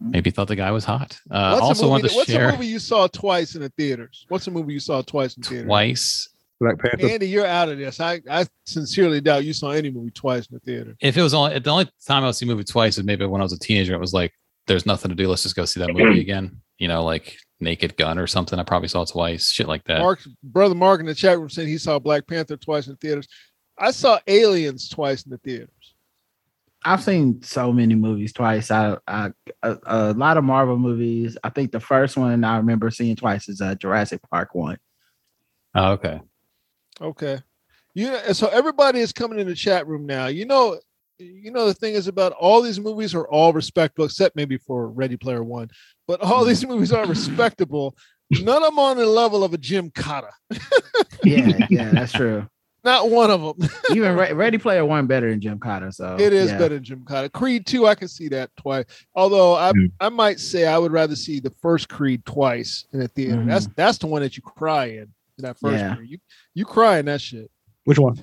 [SPEAKER 4] maybe thought the guy was hot. Uh,
[SPEAKER 3] What's a
[SPEAKER 4] also
[SPEAKER 3] movie
[SPEAKER 4] want to
[SPEAKER 3] that- what's a
[SPEAKER 4] share
[SPEAKER 3] movie you saw twice in the theaters? What's a movie you saw twice in theaters?
[SPEAKER 4] twice.
[SPEAKER 6] Black Panther.
[SPEAKER 3] Andy, you're out of this. I, I sincerely doubt you saw any movie twice in the theater.
[SPEAKER 4] If it was only the only time I would see a movie twice is maybe when I was a teenager. It was like there's nothing to do. Let's just go see that movie again. You know, like Naked Gun or something. I probably saw it twice. Shit like that.
[SPEAKER 3] Mark, brother Mark in the chat room said he saw Black Panther twice in the theaters. I saw Aliens twice in the theaters.
[SPEAKER 5] I've seen so many movies twice. I, I a, a lot of Marvel movies. I think the first one I remember seeing twice is uh, Jurassic Park one.
[SPEAKER 4] Oh, okay.
[SPEAKER 3] Okay. You know, so everybody is coming in the chat room now. You know, you know the thing is about all these movies are all respectable, except maybe for Ready Player One, but all these
[SPEAKER 6] Mm.
[SPEAKER 3] movies are respectable. None of them on the level of a Jim Cotta.
[SPEAKER 5] Yeah, yeah, that's true.
[SPEAKER 3] Not one of them.
[SPEAKER 5] Even Re- Ready Player One better than Jim Cotter.
[SPEAKER 6] Oh,
[SPEAKER 5] So
[SPEAKER 3] It is
[SPEAKER 5] yeah.
[SPEAKER 3] better than Jim Cotta. Creed 2, I can see that twice. Although I
[SPEAKER 6] Mm.
[SPEAKER 3] I might say I would rather see the first Creed twice in a theater.
[SPEAKER 6] Mm.
[SPEAKER 3] That's that's the one that you cry in. That first
[SPEAKER 5] Yeah.
[SPEAKER 3] Creed. You you cry in that shit.
[SPEAKER 2] Which one?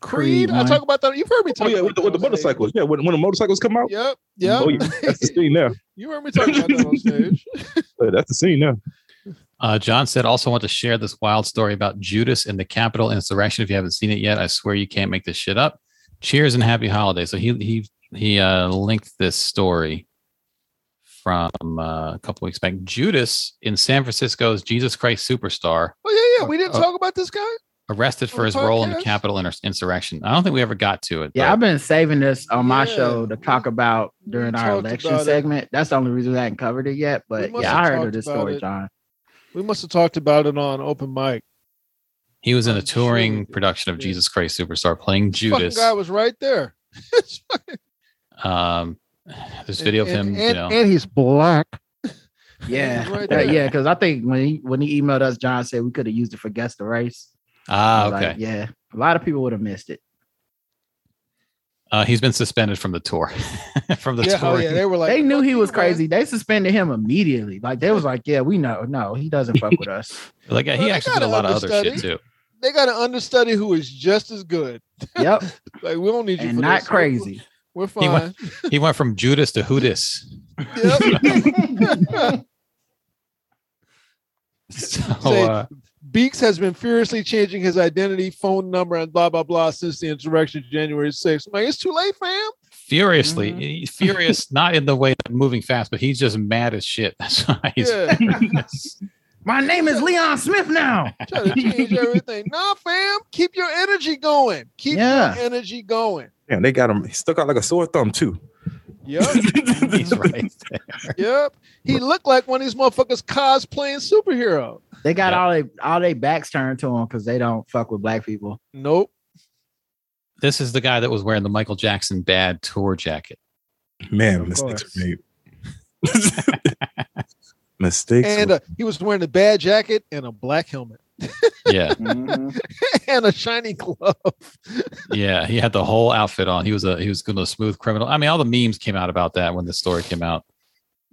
[SPEAKER 3] Creed,
[SPEAKER 5] Creed
[SPEAKER 3] I
[SPEAKER 5] one.
[SPEAKER 3] talk about that. You've heard me
[SPEAKER 6] Oh
[SPEAKER 3] talk
[SPEAKER 6] yeah,
[SPEAKER 3] about
[SPEAKER 6] with the, with the
[SPEAKER 3] that on stage.
[SPEAKER 6] motorcycles. Yeah, when, when the motorcycles come out.
[SPEAKER 3] Yep. Yep.
[SPEAKER 6] Oh yeah, that's the scene now.
[SPEAKER 3] You heard me talking about that on stage.
[SPEAKER 6] Yeah, That's the scene now.
[SPEAKER 4] Uh, John said, also want to share this wild story about Judas and the Capitol insurrection. If you haven't seen it yet, I swear you can't make this shit up. Cheers and happy holidays. So he he he uh, linked this story from uh, a couple weeks back. Judas in San Francisco's Jesus Christ Superstar
[SPEAKER 3] Oh yeah, yeah. We didn't
[SPEAKER 4] Uh,
[SPEAKER 3] talk about this guy.
[SPEAKER 4] arrested
[SPEAKER 3] Oh,
[SPEAKER 4] for his role in the
[SPEAKER 3] podcast?
[SPEAKER 4] Capitol inter- insurrection. I don't think we ever got to it.
[SPEAKER 5] Yeah,
[SPEAKER 4] but-
[SPEAKER 5] I've been saving this on my
[SPEAKER 3] Yeah,
[SPEAKER 5] show to talk about during
[SPEAKER 3] we
[SPEAKER 5] our
[SPEAKER 3] talked
[SPEAKER 5] election
[SPEAKER 3] about it.
[SPEAKER 5] segment. That's the only reason I haven't covered it yet. But
[SPEAKER 3] must
[SPEAKER 5] yeah,
[SPEAKER 3] have
[SPEAKER 5] I heard of
[SPEAKER 3] talked
[SPEAKER 5] this
[SPEAKER 3] about
[SPEAKER 5] story,
[SPEAKER 3] it.
[SPEAKER 5] John.
[SPEAKER 3] We must have talked about it on open mic.
[SPEAKER 4] he was in a
[SPEAKER 3] I'm sure we
[SPEAKER 4] touring
[SPEAKER 3] did.
[SPEAKER 4] production of
[SPEAKER 3] Yeah.
[SPEAKER 4] Jesus Christ Superstar
[SPEAKER 3] Fucking
[SPEAKER 4] playing Judas.
[SPEAKER 3] guy was right there.
[SPEAKER 4] Um, there's video of him.
[SPEAKER 3] And,
[SPEAKER 4] you
[SPEAKER 3] and,
[SPEAKER 4] know,
[SPEAKER 3] and he's black.
[SPEAKER 5] Yeah,
[SPEAKER 3] Right
[SPEAKER 5] Uh,
[SPEAKER 3] there.
[SPEAKER 5] yeah, because I think when he when he emailed us, John said we could have used it for guess the race. I
[SPEAKER 4] ah,
[SPEAKER 5] was
[SPEAKER 4] okay.
[SPEAKER 5] like, yeah, a lot of people would have missed it.
[SPEAKER 4] Uh, he's been suspended from the tour. from the
[SPEAKER 3] yeah,
[SPEAKER 4] tour.
[SPEAKER 3] oh, yeah, they were like
[SPEAKER 5] they knew
[SPEAKER 3] "Fuck
[SPEAKER 5] he
[SPEAKER 3] you,
[SPEAKER 5] was
[SPEAKER 3] man."
[SPEAKER 5] crazy. They suspended him immediately. Like they was like, yeah, we know, no, he doesn't fuck with us.
[SPEAKER 4] Like yeah,
[SPEAKER 3] Well,
[SPEAKER 4] he
[SPEAKER 3] they
[SPEAKER 4] actually
[SPEAKER 3] got
[SPEAKER 4] did a
[SPEAKER 3] an
[SPEAKER 4] lot of other shit
[SPEAKER 3] understudy.
[SPEAKER 4] too.
[SPEAKER 3] They got an understudy who is just as good.
[SPEAKER 5] Yep,
[SPEAKER 3] Like we don't need you
[SPEAKER 5] and
[SPEAKER 3] for
[SPEAKER 5] not
[SPEAKER 3] this. We're-
[SPEAKER 5] crazy.
[SPEAKER 3] We're
[SPEAKER 4] He
[SPEAKER 3] fine.
[SPEAKER 4] He went from Judas to Hootis.
[SPEAKER 3] Yep.
[SPEAKER 4] So
[SPEAKER 3] Say-
[SPEAKER 4] uh,
[SPEAKER 3] Beeks has been furiously changing his identity, phone number, and blah blah blah since the insurrection January 6th. I'm like, it's too late, fam.
[SPEAKER 4] furiously, he- furious, not in the way of moving fast, but he's just mad as shit. That's why he's
[SPEAKER 3] Yeah.
[SPEAKER 5] My name is Leon Smith now.
[SPEAKER 3] Try to change everything. Nah, fam. Keep your energy going. Keep
[SPEAKER 5] Yeah.
[SPEAKER 3] your energy going.
[SPEAKER 6] Yeah, they got him he stuck out like a sore thumb too.
[SPEAKER 3] Yep.
[SPEAKER 4] he's right. there.
[SPEAKER 3] Yep. He looked like one of these motherfuckers cosplaying superhero.
[SPEAKER 5] They got
[SPEAKER 4] Yep.
[SPEAKER 5] all they all they backs turned to him because they don't fuck with black people.
[SPEAKER 3] Nope.
[SPEAKER 4] This is the guy that was wearing the Michael Jackson bad tour jacket.
[SPEAKER 6] Man,
[SPEAKER 5] Of
[SPEAKER 6] mistakes
[SPEAKER 5] course.
[SPEAKER 6] are made. mistakes.
[SPEAKER 3] And
[SPEAKER 6] were-
[SPEAKER 3] uh, he was wearing a bad jacket and a black helmet
[SPEAKER 4] Yeah,
[SPEAKER 3] and a shiny glove.
[SPEAKER 4] yeah, he had the whole outfit on. He was a he was good, a smooth criminal. I mean, all the memes came out about that when the story came out.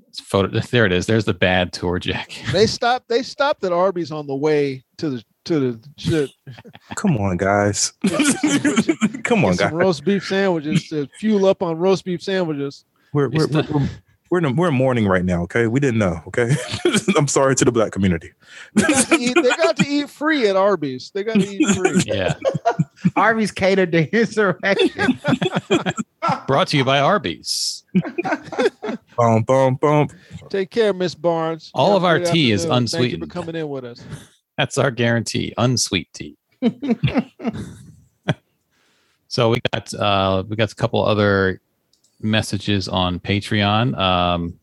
[SPEAKER 4] It's photo. There it is. There's the bad tour jacket.
[SPEAKER 3] They stopped. They stopped at Arby's on the way to the to the shit.
[SPEAKER 6] come on, guys. come on,
[SPEAKER 3] Get
[SPEAKER 6] guys.
[SPEAKER 3] some roast beef sandwiches to fuel up on roast beef sandwiches.
[SPEAKER 6] We're we're, we're, we're, we're, in a, we're in mourning right now. Okay, we didn't know. Okay, I'm sorry to the black community.
[SPEAKER 3] They got, to eat, they got to eat free at Arby's. They got to eat free.
[SPEAKER 4] Yeah.
[SPEAKER 5] Harvey's catered to insurrection.
[SPEAKER 4] Brought to you by Arby's.
[SPEAKER 6] Bum bum bum.
[SPEAKER 3] Take care, Miss Barnes.
[SPEAKER 4] All
[SPEAKER 3] Have a
[SPEAKER 4] of our
[SPEAKER 3] great
[SPEAKER 4] tea is
[SPEAKER 3] afternoon. Thank you
[SPEAKER 4] unsweetened.
[SPEAKER 3] for coming in with us.
[SPEAKER 4] That's our guarantee, unsweet tea. so we got uh we got a couple other messages on Patreon. Um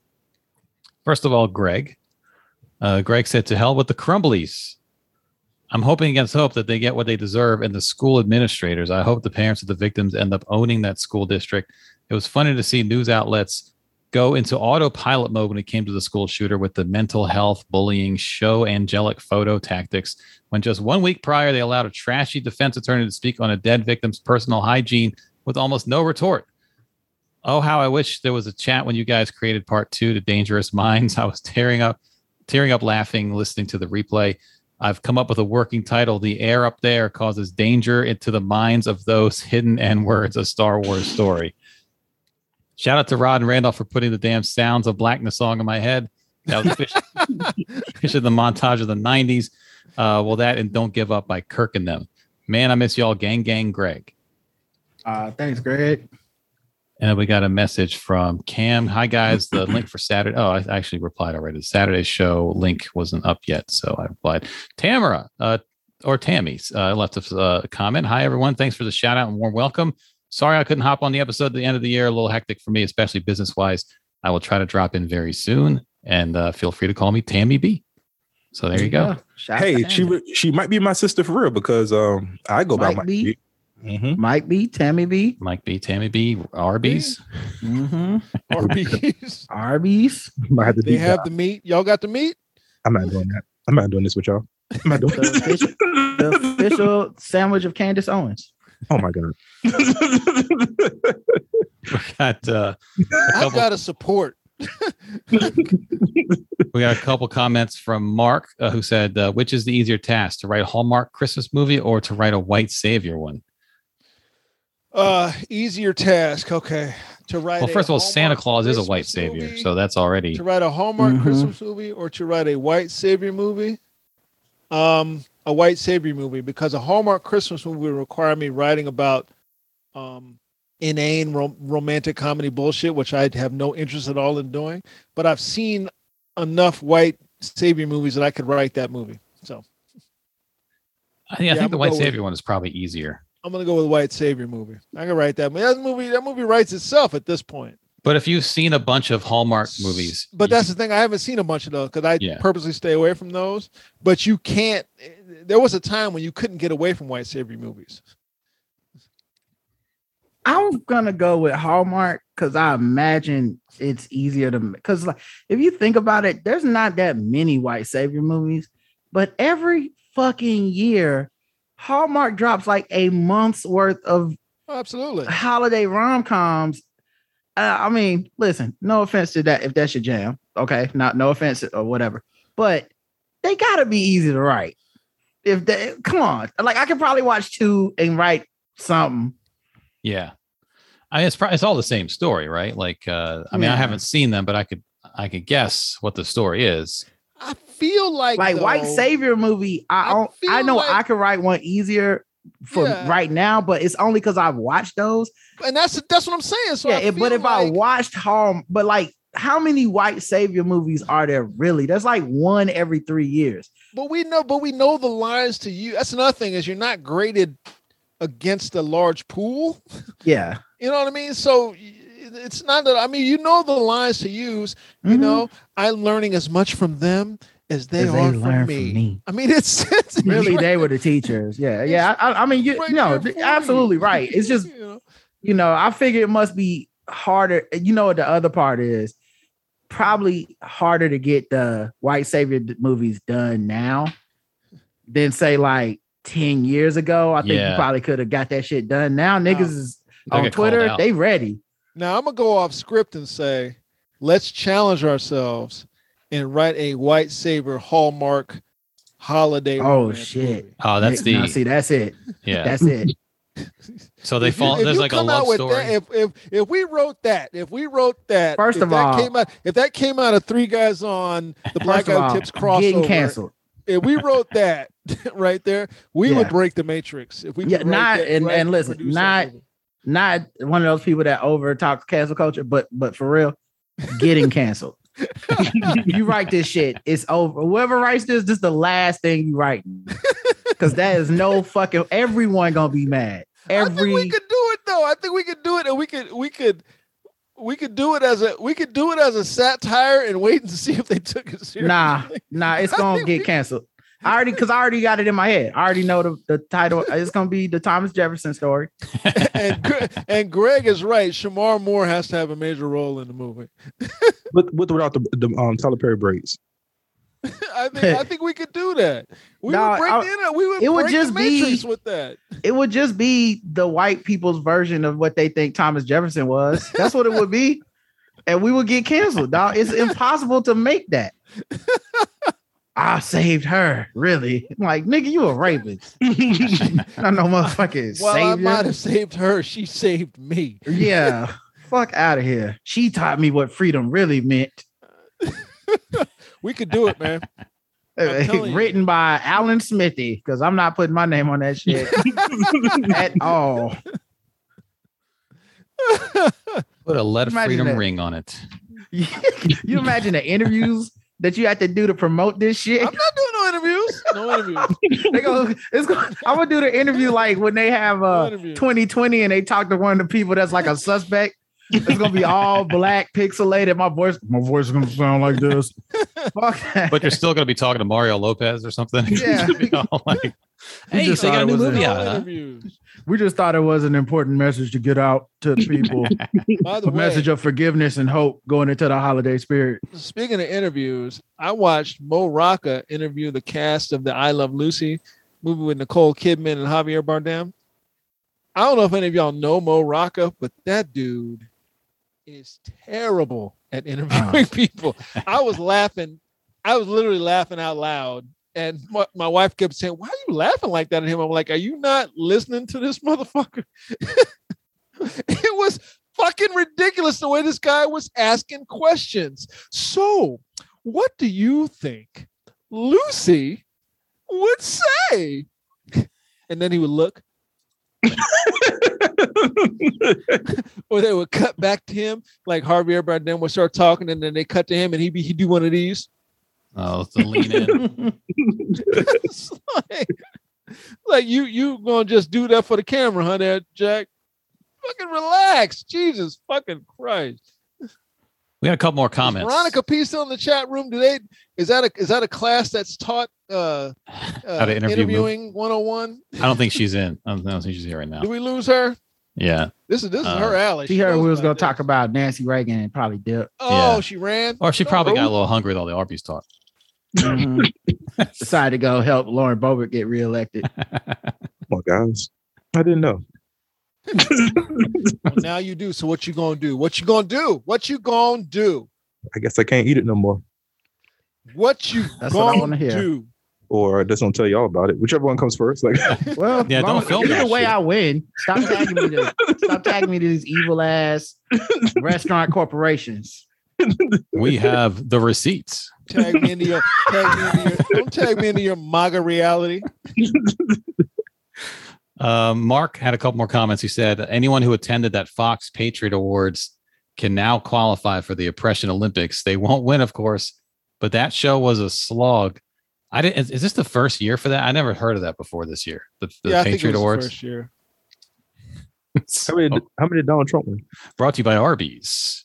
[SPEAKER 4] first of all, Greg. Uh Greg said to hell with the crumblies. I'm hoping against hope that they get what they deserve and the school administrators. I hope the parents of the victims end up owning that school district. It was funny to see news outlets go into autopilot mode when it came to the school shooter with the mental health bullying show angelic photo tactics when just one week prior they allowed a trashy defense attorney to speak on a dead victim's personal hygiene with almost no retort. Oh, how I wish there was a chat when you guys created part two to Dangerous Minds. I was tearing up, tearing up laughing, listening to the replay. I've come up with a working title. The air up there causes danger into the minds of those hidden N words, a Star Wars story. Shout out to Rod and Randolph for putting the damn sounds of blackness song in my head. That was fish, fish in the montage of the 90s. Uh, well, that and Don't Give Up by Kirk and them. Man, I miss y'all, gang, gang, Greg.
[SPEAKER 5] uh, thanks, Greg.
[SPEAKER 4] And then we got a message from Cam. Hi guys, the link for Saturday. Oh, I actually replied already. The Saturday show link wasn't up yet, so I replied. Tamara uh, or Tammy's uh, left us uh, a comment. Hi everyone, thanks for the shout out and warm welcome. Sorry I couldn't hop on the episode at the end of the year. A little hectic for me, especially business wise. I will try to drop in very soon, and uh, feel free to call me Tammy B. So there you go.
[SPEAKER 5] Shout out
[SPEAKER 6] hey,
[SPEAKER 5] to
[SPEAKER 6] she
[SPEAKER 5] Tammy.
[SPEAKER 6] re- she might be my sister for real because um I go by
[SPEAKER 5] Might
[SPEAKER 6] my
[SPEAKER 5] be.
[SPEAKER 6] Mhm.
[SPEAKER 5] Mike B, Tammy B,
[SPEAKER 4] Mike B, Tammy B, Arby's.
[SPEAKER 5] mm-hmm.
[SPEAKER 3] Arby's.
[SPEAKER 5] Arby's.
[SPEAKER 6] I'm gonna have to
[SPEAKER 3] They
[SPEAKER 6] deep dive.
[SPEAKER 3] have the meat. Y'all got the meat?
[SPEAKER 6] I'm not doing that. I'm not doing this with y'all. I'm not doing
[SPEAKER 5] The official, the official sandwich of Candace Owens.
[SPEAKER 6] Oh my god.
[SPEAKER 4] Got uh,
[SPEAKER 3] I
[SPEAKER 4] Double.
[SPEAKER 3] gotta support.
[SPEAKER 4] We got a couple comments from Mark, uh, who said, uh, "Which is the easier task, to write a Hallmark Christmas movie or to write a White Savior one?"
[SPEAKER 3] Uh, easier task. Okay, to write.
[SPEAKER 4] Well,
[SPEAKER 3] a
[SPEAKER 4] first of all, Santa
[SPEAKER 3] Hallmark
[SPEAKER 4] Claus is a White
[SPEAKER 3] Christmas
[SPEAKER 4] Savior,
[SPEAKER 3] movie,
[SPEAKER 4] so that's already
[SPEAKER 3] to write a Hallmark
[SPEAKER 5] Mhm.
[SPEAKER 3] Christmas movie or to write a white savior movie, um, a white savior movie because a Hallmark Christmas movie would require me writing about, um, inane rom- romantic comedy bullshit, which I have no interest at all in doing. But I've seen enough white savior movies that I could write that movie. So
[SPEAKER 4] I think,
[SPEAKER 3] Yeah,
[SPEAKER 4] I
[SPEAKER 3] I'm
[SPEAKER 4] think the
[SPEAKER 3] gonna
[SPEAKER 4] White
[SPEAKER 3] go with-
[SPEAKER 4] Savior one is probably easier.
[SPEAKER 3] I'm gonna go with white savior movie. I can write that. That movie, that movie writes itself at this point.
[SPEAKER 4] But if you've seen a bunch of Hallmark movies,
[SPEAKER 3] But
[SPEAKER 4] you-
[SPEAKER 3] that's the thing. I haven't seen a bunch of those because I
[SPEAKER 4] Yeah.
[SPEAKER 3] purposely stay away from those. But you can't. There was a time when you couldn't get away from white savior movies.
[SPEAKER 5] I'm gonna go with Hallmark because I imagine it's easier to because like if you think about it, there's not that many white savior movies, but every fucking year, Hallmark drops like a month's worth of
[SPEAKER 3] Oh, absolutely.
[SPEAKER 5] holiday rom coms. Uh, I mean, listen, no offense to that if that's your jam, okay? Not no offense or whatever, but they gotta be easy to write. If they come on, like I could probably watch two and write something.
[SPEAKER 4] yeah, I mean, it's probably it's all the same story, right? Like, uh, I mean, I
[SPEAKER 5] Yeah.
[SPEAKER 4] haven't seen them, but I could I could guess what the story is.
[SPEAKER 3] I feel like
[SPEAKER 5] Like white
[SPEAKER 3] though,
[SPEAKER 5] savior movie, I
[SPEAKER 3] I
[SPEAKER 5] don't, I
[SPEAKER 3] feel
[SPEAKER 5] know
[SPEAKER 3] like-
[SPEAKER 5] I could write one easier for
[SPEAKER 3] Yeah.
[SPEAKER 5] right now, but it's only because I've watched those.
[SPEAKER 3] and that's that's what I'm saying. So
[SPEAKER 5] yeah,
[SPEAKER 3] I
[SPEAKER 5] if- but
[SPEAKER 3] feel
[SPEAKER 5] if I
[SPEAKER 3] like-
[SPEAKER 5] watched Home, but like how many white savior movies are there really? There's like one every three years.
[SPEAKER 3] but we know, but we know the lines to you. That's another thing is you're not graded against a large pool.
[SPEAKER 5] Yeah.
[SPEAKER 3] You know what I mean? So y- it's not that I mean you know the lines to use. You
[SPEAKER 5] Mhm.
[SPEAKER 3] know, I'm learning as much from them as they
[SPEAKER 5] As
[SPEAKER 3] are from me. I mean, it's, it's
[SPEAKER 5] Really, they were the teachers. Yeah, yeah. I, I- I mean, you
[SPEAKER 3] Right
[SPEAKER 5] no,
[SPEAKER 3] there for me.
[SPEAKER 5] absolutely right. It's just
[SPEAKER 3] You know?
[SPEAKER 5] you know, I figure it must be harder. You know what the other part is? Probably harder to get the white savior d- movies done now than say like ten years ago. I think
[SPEAKER 4] Yeah.
[SPEAKER 5] you probably could have got that shit done. Now niggas is
[SPEAKER 4] They'll
[SPEAKER 5] on
[SPEAKER 4] get called
[SPEAKER 5] Twitter.
[SPEAKER 4] out.
[SPEAKER 5] They ready.
[SPEAKER 3] Now I'm gonna go off script and say, let's challenge ourselves and write a white savior hallmark holiday.
[SPEAKER 5] Oh,
[SPEAKER 3] romance
[SPEAKER 5] shit.
[SPEAKER 3] movie.
[SPEAKER 4] oh, that's
[SPEAKER 5] Now,
[SPEAKER 4] the
[SPEAKER 5] see, that's it.
[SPEAKER 4] yeah.
[SPEAKER 5] That's it.
[SPEAKER 4] so Oh, they
[SPEAKER 3] If you-
[SPEAKER 4] fall.
[SPEAKER 3] if
[SPEAKER 4] There's
[SPEAKER 3] you
[SPEAKER 4] like a
[SPEAKER 3] come out
[SPEAKER 4] love
[SPEAKER 3] with
[SPEAKER 4] story.
[SPEAKER 3] that- if, if if we wrote that, if we wrote that,
[SPEAKER 5] First
[SPEAKER 3] if
[SPEAKER 5] of
[SPEAKER 3] that
[SPEAKER 5] all-
[SPEAKER 3] came out, if that came out of three guys on the Black
[SPEAKER 5] First of
[SPEAKER 3] Guy
[SPEAKER 5] all,
[SPEAKER 3] Tips crossover,
[SPEAKER 5] getting canceled.
[SPEAKER 3] if we wrote that right there, we would
[SPEAKER 5] Yeah.
[SPEAKER 3] break the matrix. If we
[SPEAKER 5] Yeah,
[SPEAKER 3] could write
[SPEAKER 5] not-
[SPEAKER 3] that,
[SPEAKER 5] and-
[SPEAKER 3] write
[SPEAKER 5] and listen,
[SPEAKER 3] produce that
[SPEAKER 5] not-
[SPEAKER 3] movie.
[SPEAKER 5] Not one of those people that over talks cancel culture, but but for real, getting canceled. you write this shit, it's over. Whoever writes this, this is the last thing you write. Because that is no fucking everyone gonna be mad.
[SPEAKER 3] I think we
[SPEAKER 5] Every
[SPEAKER 3] could do it though. I think we could do it, and we could we could we could do it as a we could do it as a satire and wait and see if they took it seriously.
[SPEAKER 5] nah, nah, it's
[SPEAKER 3] I
[SPEAKER 5] gonna
[SPEAKER 3] think
[SPEAKER 5] get
[SPEAKER 3] we-
[SPEAKER 5] canceled. I already because I already got it in my head. I already know the, the title. It's gonna be the Thomas Jefferson story.
[SPEAKER 3] and Gre- and Greg is right. Shamar Moore has to have a major role in the movie.
[SPEAKER 6] With, with or without the, the um Tyler Perry braids.
[SPEAKER 3] I think I think we could do that. We
[SPEAKER 5] Nah,
[SPEAKER 3] would break
[SPEAKER 5] I-
[SPEAKER 3] the internet. We would
[SPEAKER 5] it would
[SPEAKER 3] break
[SPEAKER 5] just
[SPEAKER 3] the matrix
[SPEAKER 5] be-
[SPEAKER 3] with that.
[SPEAKER 5] It would just be the white people's version of what they think Thomas Jefferson was. That's what it would be. And we would get canceled, dog. It's impossible to make that. I saved her, really. Like, nigga, you a rapist. Not no motherfucking
[SPEAKER 3] Well, I might
[SPEAKER 5] savior.
[SPEAKER 3] have saved her. She saved me.
[SPEAKER 5] Yeah. Fuck out of here. She taught me what freedom really meant.
[SPEAKER 3] We could do it, man. I'm telling you.
[SPEAKER 5] Written by Alan Smithy, because I'm not putting my name on that shit at all.
[SPEAKER 4] Put a let
[SPEAKER 5] Imagine
[SPEAKER 4] freedom
[SPEAKER 5] that.
[SPEAKER 4] ring on it.
[SPEAKER 5] you imagine the interviews that you have to do to promote this shit?
[SPEAKER 3] I'm not doing no interviews. No interviews.
[SPEAKER 5] They go, it's go, I'm gonna do the interview like when they have
[SPEAKER 3] No
[SPEAKER 5] uh
[SPEAKER 3] interviews.
[SPEAKER 5] 2020 and they talk to one of the people that's like a suspect. It's gonna be all black, pixelated. My voice, my voice is gonna sound like this. Fuck that.
[SPEAKER 4] But you're still going to be talking to Mario Lopez or something. It's
[SPEAKER 5] Yeah.
[SPEAKER 4] gonna be all like, hey,
[SPEAKER 5] just
[SPEAKER 4] they
[SPEAKER 5] thought
[SPEAKER 4] got a
[SPEAKER 5] it
[SPEAKER 4] new
[SPEAKER 5] was a-
[SPEAKER 4] movie
[SPEAKER 3] No
[SPEAKER 4] out. Huh?
[SPEAKER 3] interviews.
[SPEAKER 5] we just thought it was an important message to get out to people.
[SPEAKER 3] By the
[SPEAKER 5] a
[SPEAKER 3] way,
[SPEAKER 5] message of forgiveness and hope going into the holiday spirit.
[SPEAKER 3] speaking of interviews, I watched Mo Rocca interview the cast of the I Love Lucy movie with Nicole Kidman and Javier Bardem. I don't know if any of y'all know Mo Rocca, but that dude is terrible at interviewing people. I was laughing. I was literally laughing out loud. And my, my wife kept saying, Why are you laughing like that at him? I'm like, Are you not listening to this motherfucker? it was fucking ridiculous the way this guy was asking questions. So, what do you think Lucy would say? And then he would look, or they would cut back to him, like Harvey Bardem would start talking, and then they cut to him, and he'd be he'd do one of these.
[SPEAKER 4] Oh, it's the lean in.
[SPEAKER 3] It's like, like you you gonna just do that for the camera, huh? There, Jack. Fucking relax, Jesus fucking Christ.
[SPEAKER 4] We had a couple more
[SPEAKER 3] Is
[SPEAKER 4] comments.
[SPEAKER 3] Veronica P still in the chat room. Do they is that a is that a class that's taught uh, uh
[SPEAKER 4] to interview
[SPEAKER 3] interviewing 101?
[SPEAKER 4] I don't think she's in. I don't, I don't think she's here right now.
[SPEAKER 3] Do we lose her?
[SPEAKER 4] Yeah.
[SPEAKER 3] This is this is
[SPEAKER 4] Uh,
[SPEAKER 3] her alley.
[SPEAKER 5] She heard
[SPEAKER 3] knows
[SPEAKER 5] we was gonna
[SPEAKER 3] about
[SPEAKER 5] talk
[SPEAKER 3] this.
[SPEAKER 5] about Nancy Reagan and probably dip.
[SPEAKER 3] Oh,
[SPEAKER 4] Yeah.
[SPEAKER 3] she ran.
[SPEAKER 4] Or she
[SPEAKER 3] No,
[SPEAKER 4] probably got
[SPEAKER 3] bro.
[SPEAKER 4] a little hungry with all the Arby's talk.
[SPEAKER 5] Mhm. Decided to go help Lauren Boebert get reelected.
[SPEAKER 6] on, guys. I didn't know.
[SPEAKER 3] Well, now you do. So what you gonna do? What you gonna do? What you gonna do?
[SPEAKER 6] I guess I can't eat it no more.
[SPEAKER 3] What you
[SPEAKER 5] That's what I
[SPEAKER 3] gonna
[SPEAKER 5] wanna hear.
[SPEAKER 3] do?
[SPEAKER 6] Or I just don't tell y'all about it. Whichever one comes first. Like
[SPEAKER 5] Well,
[SPEAKER 4] Yeah, don't
[SPEAKER 5] long-
[SPEAKER 4] film
[SPEAKER 5] either
[SPEAKER 4] that
[SPEAKER 5] way,
[SPEAKER 4] shit.
[SPEAKER 5] I win. Stop tagging me to stop tagging me to these evil ass restaurant corporations.
[SPEAKER 4] We have the receipts.
[SPEAKER 3] Tag me into your tag me into your don't tag me into your MAGA reality.
[SPEAKER 4] Um, Mark had a couple more comments. He said anyone who attended that Fox Patriot Awards can now qualify for the Oppression Olympics. They won't win, of course, but that show was a slog. I didn't. Is, is this the first year for that? I never heard of that before this year. The, the
[SPEAKER 3] yeah, I think it
[SPEAKER 4] Patriot
[SPEAKER 3] was
[SPEAKER 4] Awards.
[SPEAKER 3] the first year.
[SPEAKER 6] how many
[SPEAKER 3] Oh.
[SPEAKER 6] how many Donald Trump win?
[SPEAKER 4] brought to you by Arby's.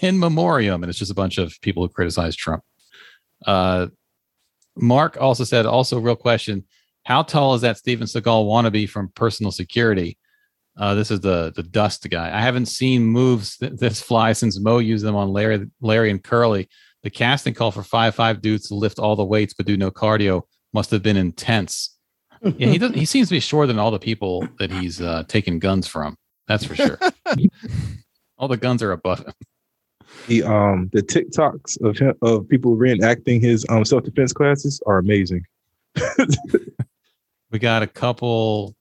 [SPEAKER 4] In memoriam, and it's just a bunch of people who criticize Trump. Uh, Mark also said, also real question: How tall is that Steven Seagal wannabe from Personal Security? Uh, this is the the dust guy. I haven't seen moves th- this fly since Mo used them on Larry, Larry and Curly. The casting call for five five dudes to lift all the weights but do no cardio must have been intense. Yeah, he doesn't. He seems to be shorter than all the people that he's uh, taking guns from. That's for sure. All the guns are above him.
[SPEAKER 6] The um the TikToks of him of people reenacting his um self defense classes are amazing.
[SPEAKER 4] We got a couple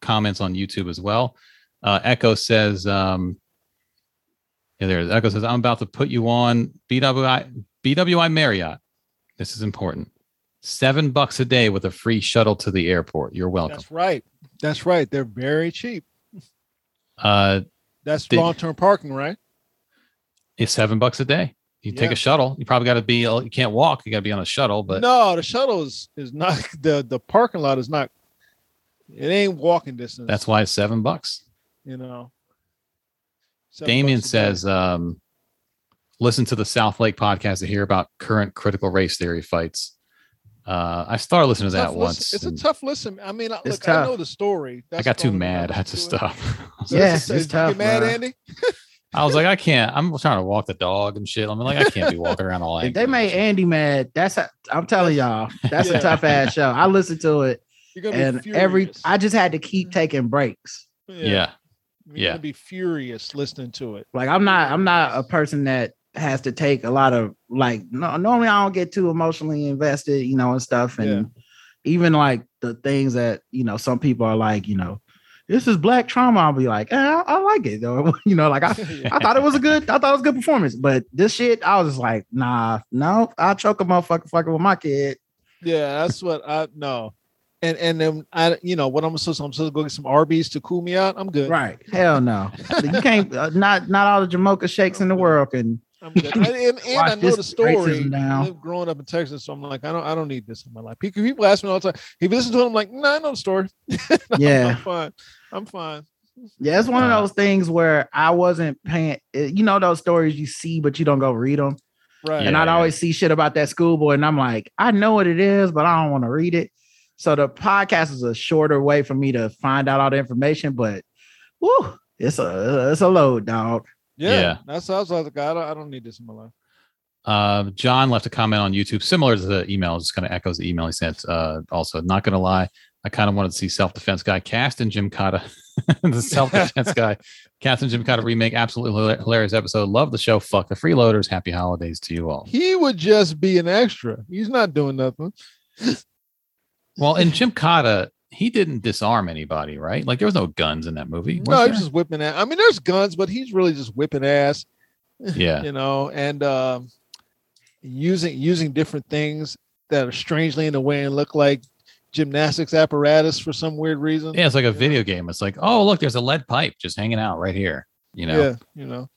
[SPEAKER 4] comments on YouTube as well. Uh, Echo says, um, yeah, there it is. Echo says, I'm about to put you on BWI, BWI Marriott. This is important. Seven bucks a day with a free shuttle to the airport. You're welcome.
[SPEAKER 3] That's right. That's right. They're very cheap.
[SPEAKER 4] Uh,
[SPEAKER 3] That's
[SPEAKER 4] Did-
[SPEAKER 3] long term parking, right?
[SPEAKER 4] it's seven bucks a day. You take
[SPEAKER 3] Yeah.
[SPEAKER 4] a shuttle. You probably got to be, you can't walk. You got to be on a shuttle, but
[SPEAKER 3] no, the shuttle is is not the the parking lot is not. It ain't walking distance.
[SPEAKER 4] that's why it's seven bucks.
[SPEAKER 3] you know. Seven
[SPEAKER 4] Damien
[SPEAKER 3] bucks a day.
[SPEAKER 4] says, um, listen to the South Lake podcast to hear about current critical race theory fights. Uh, I started listening to that
[SPEAKER 3] Tough listen-
[SPEAKER 4] once.
[SPEAKER 3] It's a
[SPEAKER 4] and
[SPEAKER 3] tough listen. I mean, I-
[SPEAKER 5] It's
[SPEAKER 3] look, I
[SPEAKER 5] tough.
[SPEAKER 3] know the story.
[SPEAKER 4] I
[SPEAKER 3] That's
[SPEAKER 4] got
[SPEAKER 3] the
[SPEAKER 4] too
[SPEAKER 3] only thing
[SPEAKER 4] mad. I had to
[SPEAKER 3] can do it.
[SPEAKER 4] stop.
[SPEAKER 3] So
[SPEAKER 5] Yeah,
[SPEAKER 3] just-
[SPEAKER 5] it's
[SPEAKER 3] you
[SPEAKER 5] tough,
[SPEAKER 3] mad,
[SPEAKER 5] bro.
[SPEAKER 3] Andy?
[SPEAKER 4] I was like, I can't. I'm trying to walk the dog and shit. I'm like, I can't be walking around all
[SPEAKER 5] If they
[SPEAKER 4] angry.
[SPEAKER 5] made Andy mad, that's a, I'm telling y'all, that's
[SPEAKER 3] Yeah.
[SPEAKER 5] a tough ass show. I listened to it
[SPEAKER 3] You're gonna
[SPEAKER 5] and
[SPEAKER 3] be furious. Mm-hmm.
[SPEAKER 5] every I just had to keep taking breaks.
[SPEAKER 4] yeah.
[SPEAKER 3] You're
[SPEAKER 4] yeah.
[SPEAKER 3] gonna be furious listening to it.
[SPEAKER 5] Like I'm not I'm not a person that has to take a lot of like no, normally I don't get too emotionally invested, you know, and stuff. And even like the things that you know some people are like, you know, this is black trauma. I'll be like, eh, I, I like it though. you know, like I,
[SPEAKER 3] Yeah.
[SPEAKER 5] I thought it was a good, I thought it was a good performance. But this shit, I was just like, nah, no, I'll choke a motherfucker fucking with my kid.
[SPEAKER 3] Yeah, that's what I no. and and then I you know what I'm supposed to, I'm supposed to go get some Arby's to cool me out. I'm good.
[SPEAKER 5] Right. Hell no. you can't uh, not not all the Jamocha shakes in the world can
[SPEAKER 3] I'm good. I- and and I
[SPEAKER 5] Watch
[SPEAKER 3] know
[SPEAKER 5] this
[SPEAKER 3] the story.
[SPEAKER 5] racism now.
[SPEAKER 3] I lived growing up in Texas, so I'm like, I don't I don't need this in my life. People, people ask me all the time. If you listen to it, I'm like, no, nah, I know the story.
[SPEAKER 5] yeah.
[SPEAKER 3] I'm fine. I'm fine.
[SPEAKER 5] Yeah, it's one of
[SPEAKER 4] Uh,
[SPEAKER 5] those things where I wasn't paying. eh, You know those stories you see, but you don't go read them.
[SPEAKER 3] Right.
[SPEAKER 5] and
[SPEAKER 4] Yeah,
[SPEAKER 5] I'd
[SPEAKER 4] yeah.
[SPEAKER 5] always see shit about that schoolboy, and I'm like, I know what it is, but I don't want to read it. So the podcast is a shorter way for me to find out all the information. But, woo, it's a it's a load, dog.
[SPEAKER 3] Yeah.
[SPEAKER 4] Yeah.
[SPEAKER 3] That's how I was like, I don't, I don't need this in my life.
[SPEAKER 4] Uh, John left a comment on YouTube, similar to the email, just kind of echoes the email he sent. Uh, also, not going to lie, I kind of wanted to see self defense guy cast in Jim Cotta, the self defense guy, cast in Jim Cotta remake. Absolutely hila- hilarious episode. Love the show. Fuck the freeloaders. Happy holidays to you all.
[SPEAKER 3] He would just be an extra. He's not doing nothing.
[SPEAKER 4] Well, in Jim Cotta, he didn't disarm anybody, right? Like there was no guns in that movie. was
[SPEAKER 3] no,
[SPEAKER 4] there?
[SPEAKER 3] he's just whipping ass. I mean, there's guns, but he's really just whipping ass.
[SPEAKER 4] yeah,
[SPEAKER 3] you know, and um, using using different things that are strangely in the way and look like gymnastics apparatus for some weird reason.
[SPEAKER 4] yeah. It's like a video game. It's like, oh look, there's a lead pipe just hanging out right here. You know.
[SPEAKER 3] yeah, you know.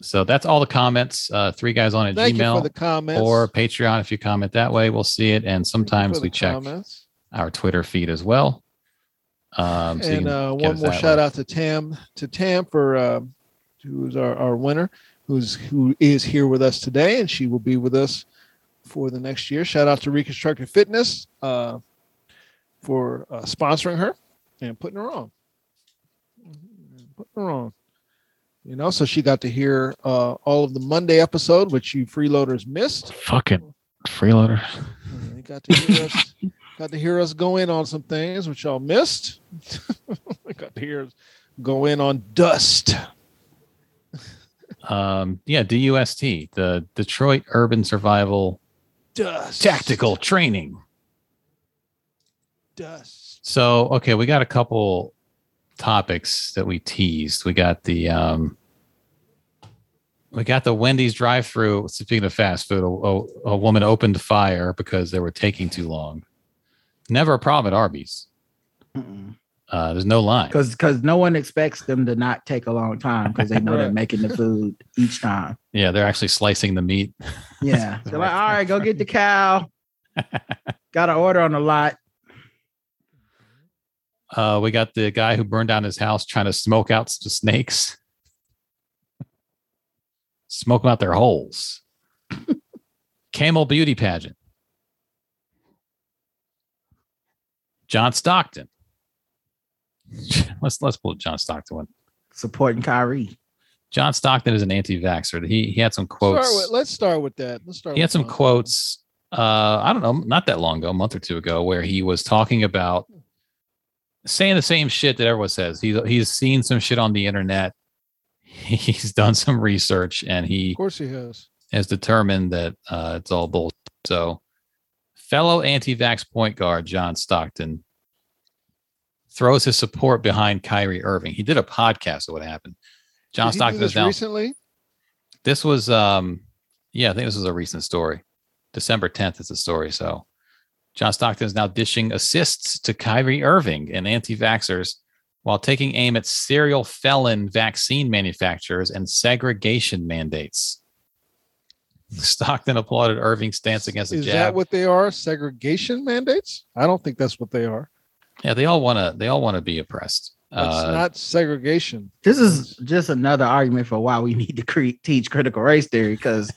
[SPEAKER 4] So that's all the comments. Uh, three guys on a
[SPEAKER 3] Thank you
[SPEAKER 4] Gmail.
[SPEAKER 3] for the comments.
[SPEAKER 4] or
[SPEAKER 3] Thank
[SPEAKER 4] Patreon if you comment that way. We'll see it, and
[SPEAKER 3] you
[SPEAKER 4] sometimes
[SPEAKER 3] for
[SPEAKER 4] we
[SPEAKER 3] the
[SPEAKER 4] check
[SPEAKER 3] comments.
[SPEAKER 4] our Twitter feed as well. Um, so you
[SPEAKER 3] and
[SPEAKER 4] can
[SPEAKER 3] uh,
[SPEAKER 4] get
[SPEAKER 3] one
[SPEAKER 4] us
[SPEAKER 3] more
[SPEAKER 4] that
[SPEAKER 3] shout
[SPEAKER 4] way.
[SPEAKER 3] out to Tam to Tam for um, who's our, our winner, who's who is here with us today, and she will be with us for the next year. Shout out to Reconstructive Fitness uh, for uh, sponsoring her and putting her on, putting her on. You know, so she got to hear uh, all of the Monday episode, which you freeloaders missed.
[SPEAKER 4] Fucking freeloader.
[SPEAKER 3] Uh, You got to hear us, got to hear us go in on some things which y'all missed. got to hear us go in on dust.
[SPEAKER 4] Um, yeah, DUST, the Detroit Urban Survival
[SPEAKER 3] Dust.
[SPEAKER 4] Tactical Training.
[SPEAKER 3] Dust.
[SPEAKER 4] So, okay, we got a couple topics that we teased. We got the um we got the Wendy's drive-through. Speaking of fast food, a, a, a woman opened fire because they were taking too long. Never a problem at Arby's.
[SPEAKER 5] Because
[SPEAKER 4] Uh, there's no line.
[SPEAKER 5] because no one expects them to not take a long time because they know they're
[SPEAKER 3] Right.
[SPEAKER 5] making the food each time.
[SPEAKER 4] Yeah, they're actually slicing the meat.
[SPEAKER 5] Yeah, they're like, all right, go get the cow. Got an order on the lot.
[SPEAKER 4] Uh, we got the guy who burned down his house trying to smoke out the snakes, smoke 'em out their holes. Camel beauty pageant. John Stockton. let's let's pull John Stockton one.
[SPEAKER 5] Supporting Kyrie.
[SPEAKER 4] John Stockton is an anti-vaxxer. He he had some
[SPEAKER 3] Start
[SPEAKER 4] quotes.
[SPEAKER 3] with, let's start with that. Let's start.
[SPEAKER 4] he had
[SPEAKER 3] with
[SPEAKER 4] some
[SPEAKER 3] that.
[SPEAKER 4] quotes uh i don't know not that long ago a month or two ago where he was talking about saying the same shit that everyone says he's he's seen some shit on the internet he's done some research and
[SPEAKER 3] Of
[SPEAKER 4] he
[SPEAKER 3] course he has.
[SPEAKER 4] has determined that uh it's all bull so fellow anti-vax point guard john stockton throws his support behind kyrie irving he did a podcast of what happened john
[SPEAKER 3] Did he do
[SPEAKER 4] stockton is
[SPEAKER 3] this
[SPEAKER 4] now
[SPEAKER 3] recently.
[SPEAKER 4] this was um yeah i think this was a recent story december 10th is the story so john stockton is now dishing assists to kyrie irving and anti-vaxxers while taking aim at serial felon vaccine manufacturers and segregation mandates stockton applauded irving's stance against the
[SPEAKER 3] Is that
[SPEAKER 4] jab
[SPEAKER 3] what they are? Segregation mandates? I don't think that's what they are.
[SPEAKER 4] yeah they all want to they all want to be oppressed
[SPEAKER 3] That's
[SPEAKER 4] Uh,
[SPEAKER 3] not segregation.
[SPEAKER 5] This is just another argument for why we need to cre- teach critical race theory because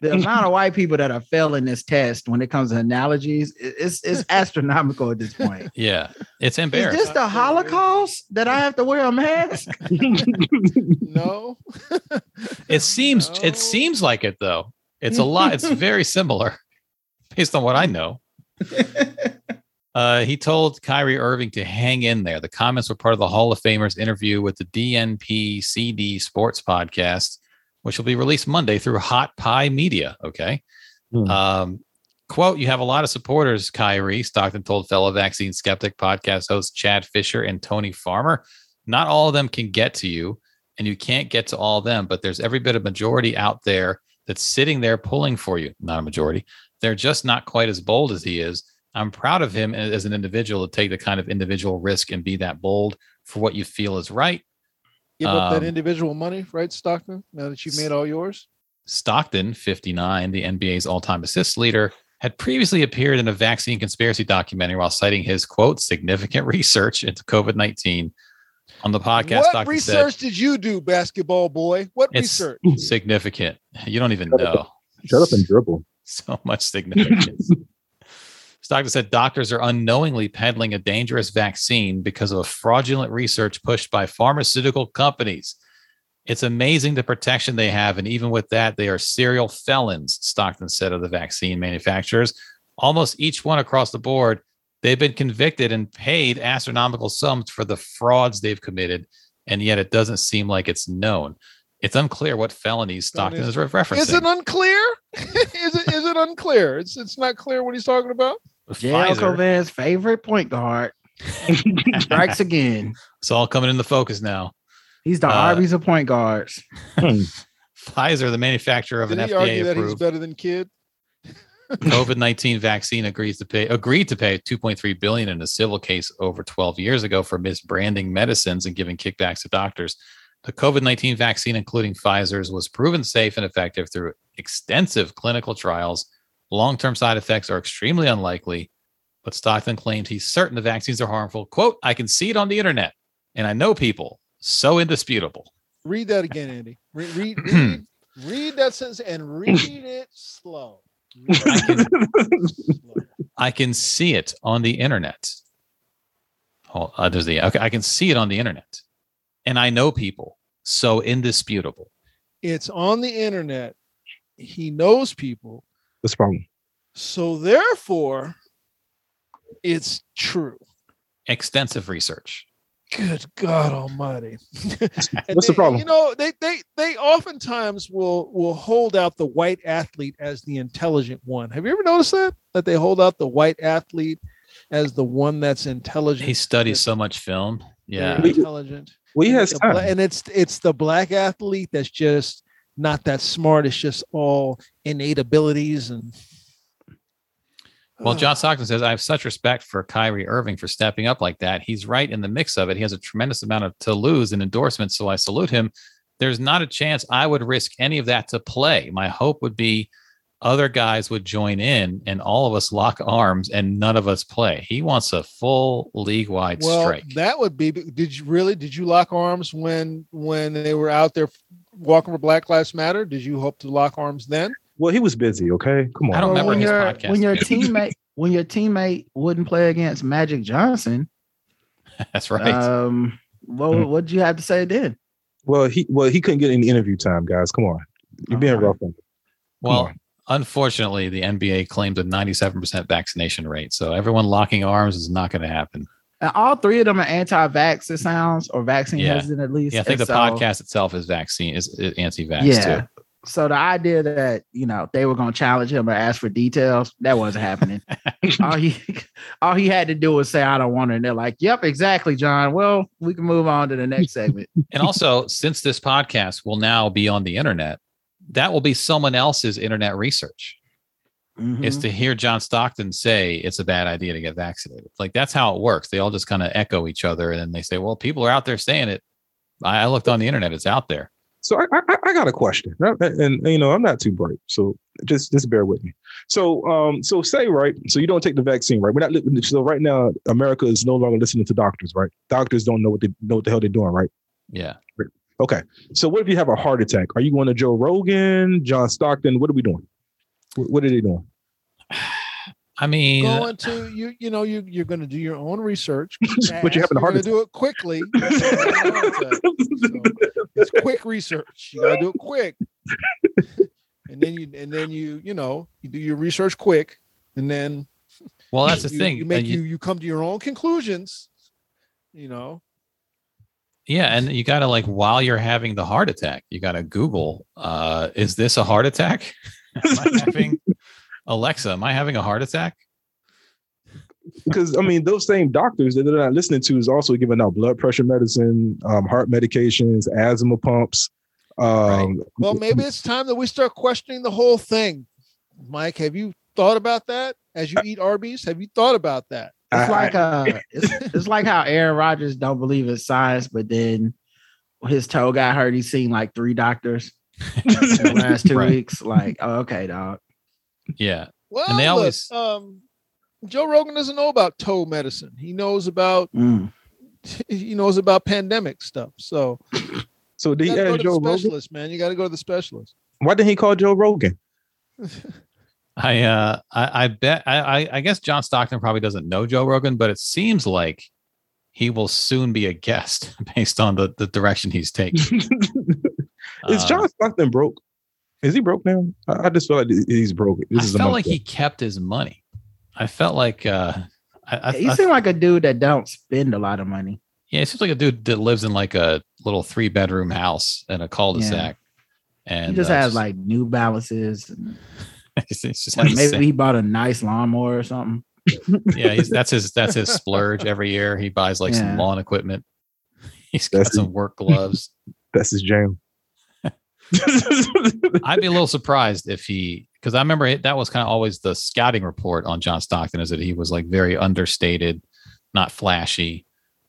[SPEAKER 5] the amount of white people that are failing this test when it comes to analogies i- it's it's astronomical at this point.
[SPEAKER 4] yeah it's
[SPEAKER 5] Is
[SPEAKER 4] embarrassing
[SPEAKER 5] this the Holocaust that I have to wear a mask?
[SPEAKER 3] No.
[SPEAKER 4] It seems
[SPEAKER 3] No.
[SPEAKER 4] it seems like it though. It's a lot. It's very similar, based on what I know. uh, he told Kyrie Irving to hang in there. The comments were part of the Hall of Famers interview with the DNP CD Sports Podcast, which will be released Monday through Hot Pie Media. Okay.
[SPEAKER 6] Hmm.
[SPEAKER 4] Um, quote: You have a lot of supporters, Kyrie. Stockton told fellow vaccine skeptic podcast hosts Chad Fisher and Tony Farmer. Not all of them can get to you and you can't get to all of them, but there's every bit of majority out there that's sitting there pulling for you. Not a majority. They're just not quite as bold as he is. I'm proud of him as an individual to take the kind of individual risk and be that bold for what you feel is right.
[SPEAKER 3] Give up that
[SPEAKER 4] Um,
[SPEAKER 3] individual money, right, Stockton? Now that you've made all yours,
[SPEAKER 4] Stockton, 59, the NBA's all time assists leader, had previously appeared in a vaccine conspiracy documentary while citing his quote, significant research into COVID 19 on the podcast.
[SPEAKER 3] what
[SPEAKER 4] Stockton
[SPEAKER 3] research did you do, basketball boy? What
[SPEAKER 4] It's-
[SPEAKER 3] research?
[SPEAKER 4] said, significant. You don't even know.
[SPEAKER 6] Shut up and dribble.
[SPEAKER 4] so much significance. Stockton said doctors are unknowingly peddling a dangerous vaccine because of a fraudulent research pushed by pharmaceutical companies. It's amazing the protection they have, and even with that, they are serial felons, Stockton said of the vaccine manufacturers. Almost each one across the board, they've been convicted and paid astronomical sums for the frauds they've committed, and yet it doesn't seem like it's known. It's unclear what felonies Stockton is re- referencing.
[SPEAKER 3] Is it unclear? is it is it unclear? It's it's not clear what he's talking about.
[SPEAKER 5] JL
[SPEAKER 4] Pfizer.
[SPEAKER 5] Covan's favorite point guard strikes again.
[SPEAKER 4] It's all coming into focus now.
[SPEAKER 5] He's the
[SPEAKER 4] Uh,
[SPEAKER 5] Arby's of point guards.
[SPEAKER 4] Pfizer, the manufacturer of
[SPEAKER 3] Did
[SPEAKER 4] an
[SPEAKER 3] he argue
[SPEAKER 4] FDA
[SPEAKER 3] that he's
[SPEAKER 4] approved
[SPEAKER 3] better than Kid?
[SPEAKER 4] COVID 19 vaccine, agrees to pay agreed to pay 2.3 billion in a civil case over 12 years ago for misbranding medicines and giving kickbacks to doctors. The COVID 19 vaccine, including Pfizer's, was proven safe and effective through extensive clinical trials. Long term side effects are extremely unlikely, but Stockton claimed he's certain the vaccines are harmful. Quote, I can see it on the internet and I know people. So indisputable.
[SPEAKER 3] Read that again, Andy. Read read read, read that sentence and read it slow. Read it slow.
[SPEAKER 4] I can see it on the internet. Oh, uh, there's the okay. I can see it on the internet, and I know people, so indisputable.
[SPEAKER 3] It's on the internet. He knows people,
[SPEAKER 6] What's the problem?
[SPEAKER 3] so therefore, it's true.
[SPEAKER 4] Extensive research.
[SPEAKER 3] Good God Almighty! And
[SPEAKER 6] What's the
[SPEAKER 3] they-
[SPEAKER 6] problem?
[SPEAKER 3] You know, they they they oftentimes will will hold out the white athlete as the intelligent one. Have you ever noticed that that they hold out the white athlete as the one that's intelligent?
[SPEAKER 4] He studies so much film.
[SPEAKER 3] they're
[SPEAKER 4] Yeah,
[SPEAKER 3] intelligent.
[SPEAKER 6] Well, he
[SPEAKER 3] And
[SPEAKER 6] has
[SPEAKER 3] it's a bla-
[SPEAKER 6] time.
[SPEAKER 3] and it's it's the black athlete that's just not that smart. It's just all innate abilities and. uh,
[SPEAKER 4] Well,
[SPEAKER 3] Ugh.
[SPEAKER 4] John Stockton says, I have such respect for Kyrie Irving for stepping up like that. He's right in the mix of it. He has a tremendous amount of to lose in endorsements, so I salute him. There's not a chance I would risk any of that to play. My hope would be other guys would join in and all of us lock arms and none of us play. He wants a full league wide
[SPEAKER 3] well,
[SPEAKER 4] strike.
[SPEAKER 3] that would be. Did you really? Did you lock arms when when they were out there walking for Black Lives Matter? Did you hope to lock arms then?
[SPEAKER 6] Well, he was busy. Okay, come on.
[SPEAKER 4] I don't
[SPEAKER 5] Well,
[SPEAKER 4] remember
[SPEAKER 5] when
[SPEAKER 4] his
[SPEAKER 5] your
[SPEAKER 4] podcast.
[SPEAKER 5] when your teammate when your teammate wouldn't play against Magic Johnson.
[SPEAKER 4] That's right. Mm-hmm.
[SPEAKER 5] Um, what
[SPEAKER 6] Mhm.
[SPEAKER 5] what'd you have to say then?
[SPEAKER 6] Well, he well he couldn't get any interview time, guys. Come on, you're being
[SPEAKER 5] All right.
[SPEAKER 6] rough on. him. Come
[SPEAKER 4] well,
[SPEAKER 6] on.
[SPEAKER 4] unfortunately, the NBA claims a 97% vaccination rate. So everyone locking arms is not going to happen.
[SPEAKER 5] And all three of them are anti-vax. It sounds or vaccine
[SPEAKER 4] Yeah.
[SPEAKER 5] hesitant at least.
[SPEAKER 4] Yeah, I think the
[SPEAKER 5] And so-
[SPEAKER 4] podcast itself is vaccine is is anti-vax
[SPEAKER 5] Yeah.
[SPEAKER 4] too.
[SPEAKER 5] So the idea that you know they were going to challenge him or ask for details that wasn't happening. all he all he had to do was say I don't want it, and they're like, "Yep, exactly, John. Well, we can move on to the next segment."
[SPEAKER 4] And also, since this podcast will now be on the internet, that will be someone else's internet research. Is
[SPEAKER 3] Mm-hmm.
[SPEAKER 5] Mhm.
[SPEAKER 4] to hear John Stockton say it's a bad idea to get vaccinated. Like that's how it works. They all just kind of echo each other, and then they say, "Well, people are out there saying it." I I looked on the internet; it's out there.
[SPEAKER 6] So I, I I got a question, and, and, you know I'm not too bright, so just just bear with me. So um so say right, so you don't take the vaccine, right? We're not li- so right now America is no longer listening to doctors, right? Doctors don't know what they know what the hell they're doing, right?
[SPEAKER 4] Yeah,
[SPEAKER 6] Okay, so what if you have a heart attack? Are you going to Joe Rogan, John Stockton? What are we doing? Wh- What are they doing?
[SPEAKER 4] I mean,
[SPEAKER 3] Going to you, you know, you you're going to do your own research,
[SPEAKER 6] But you're having a heart
[SPEAKER 3] to do it quickly. So, it's quick research. You got to do it quick, and then you and then you you know you do your research quick, and then
[SPEAKER 4] well, that's the
[SPEAKER 3] you,
[SPEAKER 4] thing.
[SPEAKER 3] You
[SPEAKER 4] and
[SPEAKER 3] make
[SPEAKER 4] you-
[SPEAKER 3] you, you come to your own conclusions. You know,
[SPEAKER 4] Yeah, and you gotta like while you're having the heart attack, you gotta Google, uh, is this a heart attack? am I having Alexa, am I having a heart attack?
[SPEAKER 6] because I mean, those same doctors that they're not listening to is also giving out blood pressure medicine, um, heart medications, asthma pumps. Um,
[SPEAKER 3] well, maybe it's time that we start questioning the whole thing. Mike, have you thought about that? as you eat Arby's? Have you thought about that?
[SPEAKER 5] It's
[SPEAKER 6] I-
[SPEAKER 5] like uh, it's, it's like how Aaron Rodgers don't believe in science, but then his toe got hurt. He's seen like three doctors in the last two
[SPEAKER 4] Right.
[SPEAKER 5] weeks. Like, oh, okay, dog.
[SPEAKER 4] Yeah.
[SPEAKER 3] Well,
[SPEAKER 4] And they
[SPEAKER 3] look,
[SPEAKER 4] always-
[SPEAKER 3] um, Joe Rogan doesn't know about toe medicine. He knows about
[SPEAKER 5] Mm.
[SPEAKER 3] he knows about pandemic stuff. So
[SPEAKER 6] so did
[SPEAKER 3] you
[SPEAKER 6] he
[SPEAKER 3] gotta go to
[SPEAKER 6] ask
[SPEAKER 3] the
[SPEAKER 6] Joe Rogan?
[SPEAKER 3] specialist, man. You got to go to the specialist.
[SPEAKER 6] Why didn't he call Joe Rogan?
[SPEAKER 4] I uh I, I bet I, I I guess John Stockton probably doesn't know Joe Rogan, but it seems like he will soon be a guest based on the, the direction he's taking.
[SPEAKER 6] Is
[SPEAKER 4] Uh,
[SPEAKER 6] John Stockton broke? Is he broke now? I, I just feel like he's broke. This is
[SPEAKER 4] I
[SPEAKER 6] a
[SPEAKER 4] felt
[SPEAKER 6] month
[SPEAKER 4] like
[SPEAKER 6] ago.
[SPEAKER 4] he kept his money. I felt like uh I, I,
[SPEAKER 5] He
[SPEAKER 4] I-
[SPEAKER 5] seemed like a dude that don't spend a lot of money.
[SPEAKER 4] yeah, it seems like a dude that lives in like a little three bedroom house in a cul-de-sac. And
[SPEAKER 5] he just
[SPEAKER 4] uh,
[SPEAKER 5] has like New Balances. and,
[SPEAKER 4] it's, it's just
[SPEAKER 5] like
[SPEAKER 4] insane.
[SPEAKER 5] maybe he bought a nice lawnmower or something.
[SPEAKER 4] yeah, he's, that's his that's his splurge every year. He buys like some
[SPEAKER 5] Yeah.
[SPEAKER 4] lawn equipment. He's got
[SPEAKER 6] That's it.
[SPEAKER 4] some work gloves.
[SPEAKER 6] That's his jam.
[SPEAKER 4] I'd be a little surprised if he because I remember it, that was kind of always the scouting report on John Stockton is that he was like very understated, not flashy,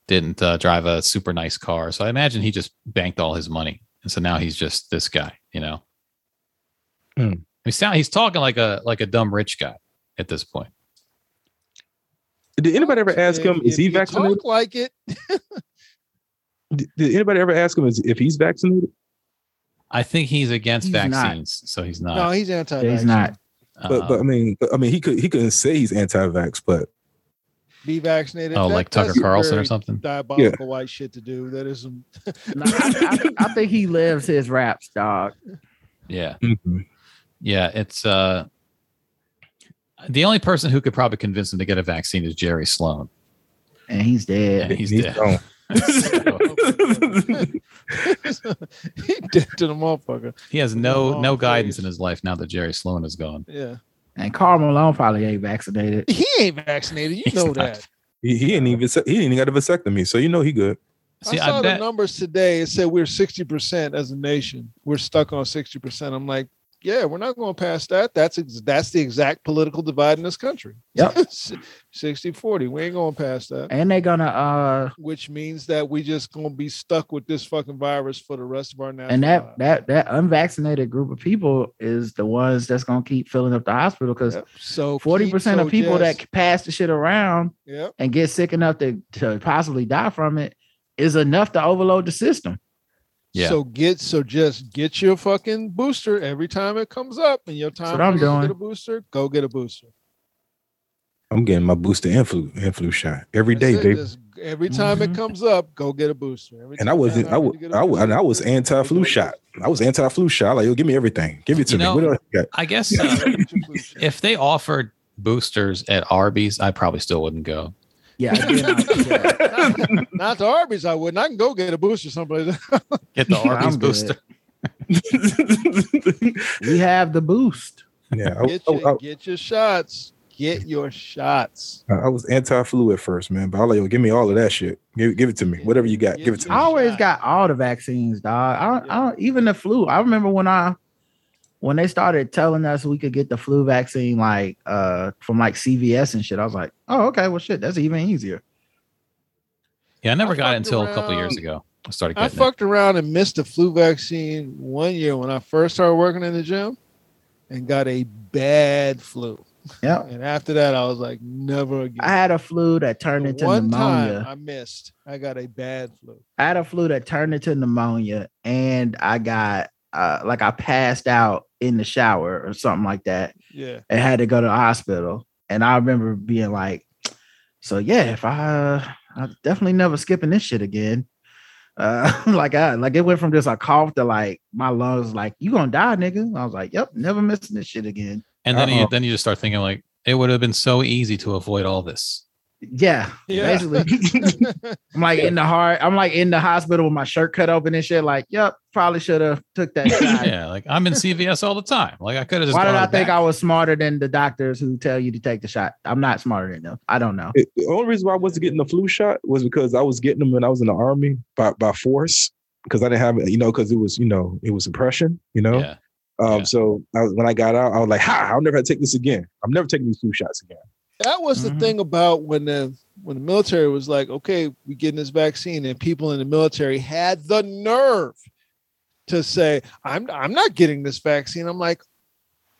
[SPEAKER 4] didn't uh, drive a super nice car. So I imagine he just banked all his money, and so now he's just this guy, you know.
[SPEAKER 6] Hmm.
[SPEAKER 4] He sound he's talking like a like a dumb rich guy at this point.
[SPEAKER 6] Did anybody ever ask him?
[SPEAKER 3] If-
[SPEAKER 6] Is he
[SPEAKER 3] if you
[SPEAKER 6] vaccinated?
[SPEAKER 3] Talk like it.
[SPEAKER 6] Did did anybody ever ask him is- if he's vaccinated?
[SPEAKER 4] I think he's against
[SPEAKER 5] He's not.
[SPEAKER 4] vaccines, so he's not.
[SPEAKER 3] No, he's anti.
[SPEAKER 5] He's not.
[SPEAKER 6] But, but I
[SPEAKER 4] um,
[SPEAKER 6] mean, but, I mean, he could he couldn't say he's anti-vax, but
[SPEAKER 3] Be vaccinated.
[SPEAKER 4] oh,
[SPEAKER 3] That-
[SPEAKER 4] like Tucker
[SPEAKER 3] that's
[SPEAKER 4] Carlson or
[SPEAKER 3] very
[SPEAKER 4] something.
[SPEAKER 3] Diabolical white shit to do. That is some
[SPEAKER 5] No, I, I- I think he lives his raps, dog.
[SPEAKER 4] Yeah.
[SPEAKER 6] Mhm.
[SPEAKER 4] Yeah, it's uh the only person who could probably convince him to get a vaccine is Jerry Sloan.
[SPEAKER 5] And he's
[SPEAKER 4] And
[SPEAKER 5] dead.
[SPEAKER 4] he's
[SPEAKER 6] he's
[SPEAKER 4] dead.
[SPEAKER 6] gone.
[SPEAKER 4] So
[SPEAKER 3] he did to the motherfucker.
[SPEAKER 4] he has no
[SPEAKER 3] Long
[SPEAKER 4] no guidance
[SPEAKER 3] face.
[SPEAKER 4] in his life now that Jerry Sloan is gone.
[SPEAKER 3] Yeah,
[SPEAKER 5] And Carl Malone probably ain't vaccinated.
[SPEAKER 3] he ain't vaccinated. You
[SPEAKER 4] He's
[SPEAKER 3] know
[SPEAKER 4] not.
[SPEAKER 3] that.
[SPEAKER 6] He, he ain't even he ain't even got a vasectomy, so you know he good.
[SPEAKER 4] See,
[SPEAKER 3] I
[SPEAKER 4] I,
[SPEAKER 3] saw the
[SPEAKER 4] bet
[SPEAKER 3] numbers today. It said we're 60% as a nation. We're stuck on 60%. I'm like, yeah, we're not going past that. That's ex- that's the exact political divide in this country.
[SPEAKER 5] Yep.
[SPEAKER 3] 60 40. We ain't going past that.
[SPEAKER 5] And they're gonna uh
[SPEAKER 3] Which means that we just going to be stuck with this fucking virus for the rest of our natural
[SPEAKER 5] and
[SPEAKER 3] lives.
[SPEAKER 5] that that that unvaccinated group of people is the ones that's gonna keep filling up the hospital because
[SPEAKER 3] Yep.
[SPEAKER 4] Oh,
[SPEAKER 3] So
[SPEAKER 5] forty percent of
[SPEAKER 3] keto,
[SPEAKER 5] people
[SPEAKER 3] yes.
[SPEAKER 5] that pass the shit around
[SPEAKER 3] Yep.
[SPEAKER 5] and get sick enough to, to possibly die from it is enough to overload the system.
[SPEAKER 4] Yeah.
[SPEAKER 3] So get so just get your fucking booster every time it comes up, and your time
[SPEAKER 5] what I'm
[SPEAKER 3] comes to
[SPEAKER 5] doing.
[SPEAKER 3] get a booster. Go get a booster.
[SPEAKER 6] I'm getting my booster and flu and flu shot every
[SPEAKER 3] That's
[SPEAKER 6] day,
[SPEAKER 3] it.
[SPEAKER 6] baby.
[SPEAKER 3] Just every time it
[SPEAKER 5] Mhm.
[SPEAKER 3] comes up, go get a booster. Every
[SPEAKER 6] And
[SPEAKER 3] time
[SPEAKER 6] I wasn't.
[SPEAKER 3] have
[SPEAKER 6] I
[SPEAKER 3] to
[SPEAKER 6] was.
[SPEAKER 3] get a
[SPEAKER 6] I was.
[SPEAKER 3] booster,
[SPEAKER 6] And I was
[SPEAKER 3] go get a
[SPEAKER 6] anti-flu
[SPEAKER 3] booster.
[SPEAKER 6] shot. I was anti-flu shot. Like, yo, give me everything. Give it to
[SPEAKER 4] You
[SPEAKER 6] me.
[SPEAKER 4] know-
[SPEAKER 6] what else you got?
[SPEAKER 4] I guess
[SPEAKER 3] Yeah,
[SPEAKER 4] uh,
[SPEAKER 3] go get your flu shot.
[SPEAKER 4] if they offered boosters at Arby's, I probably still wouldn't go.
[SPEAKER 5] Yeah, again, I-
[SPEAKER 3] Not the Arby's, I wouldn't. I can go get a booster someplace.
[SPEAKER 4] Get the
[SPEAKER 5] I'm
[SPEAKER 4] Arby's
[SPEAKER 5] good.
[SPEAKER 4] booster.
[SPEAKER 5] we have the boost.
[SPEAKER 6] yeah, I,
[SPEAKER 3] Get
[SPEAKER 6] I,
[SPEAKER 3] your,
[SPEAKER 6] I,
[SPEAKER 3] get your shots. Get your shots.
[SPEAKER 6] I was anti-flu at first, man. But I was like, yo, give me all of that shit. Give, give it to me. Whatever you got, give it to me.
[SPEAKER 5] I always got all the vaccines, dog. I don't, I don't even the flu. I remember when I when they started telling us we could get the flu vaccine like uh from like CVS and shit. I was like, oh okay, well shit, that's even easier.
[SPEAKER 4] Yeah, I never
[SPEAKER 3] I
[SPEAKER 4] got it
[SPEAKER 3] fucked
[SPEAKER 4] until a couple years
[SPEAKER 3] around.
[SPEAKER 4] ago. I started
[SPEAKER 3] I
[SPEAKER 4] getting it.
[SPEAKER 3] fucked around and missed the flu vaccine one year when I first started working in the gym and got a bad flu.
[SPEAKER 5] Yeah,
[SPEAKER 3] And after that, I was like, never again.
[SPEAKER 5] I had a flu that turned
[SPEAKER 3] The
[SPEAKER 5] into
[SPEAKER 3] one
[SPEAKER 5] pneumonia.
[SPEAKER 3] time I missed. I got a bad flu.
[SPEAKER 5] I had a flu that turned into pneumonia, and I got uh like I passed out in the shower or something like that.
[SPEAKER 3] Yeah.
[SPEAKER 5] and had to go to the hospital. And I remember being like, so yeah, if I, I'm definitely never skipping this shit again. Uh, like I, like it went from just a cough to like my lungs was like you gonna die, nigga. And I was like, yep, never missing this shit again.
[SPEAKER 4] And then you
[SPEAKER 6] Uh-oh.
[SPEAKER 4] then you just start thinking like it would have been so easy to avoid all this.
[SPEAKER 5] Yeah,
[SPEAKER 3] Yeah.
[SPEAKER 5] basically. I'm like in the heart. I'm like in the hospital with my shirt cut open and shit. Like, yep, probably should have took that shot.
[SPEAKER 4] Yeah, like I'm in CVS all the time. Like I could have just.
[SPEAKER 5] Why did
[SPEAKER 4] gone
[SPEAKER 5] I
[SPEAKER 4] to the
[SPEAKER 5] think
[SPEAKER 4] back.
[SPEAKER 5] I was smarter than the doctors who tell you to take the shot? I'm not smarter than them. I don't know.
[SPEAKER 6] It- the only reason why I wasn't getting the flu shot was because I was getting them when I was in the army by by force because I didn't have it, you know, because it was you know it was oppression, you know.
[SPEAKER 4] Yeah.
[SPEAKER 6] Um,
[SPEAKER 4] Yeah.
[SPEAKER 6] So I, was- when I got out, I was like, "Ha! I'll never take this again. I'm never taking these food shots again."
[SPEAKER 3] That was the
[SPEAKER 6] Mm-hmm.
[SPEAKER 5] Mhm.
[SPEAKER 3] thing about when the when the military was like, okay, we getting this vaccine, and people in the military had the nerve to say, I'm I'm not getting this vaccine. I'm like,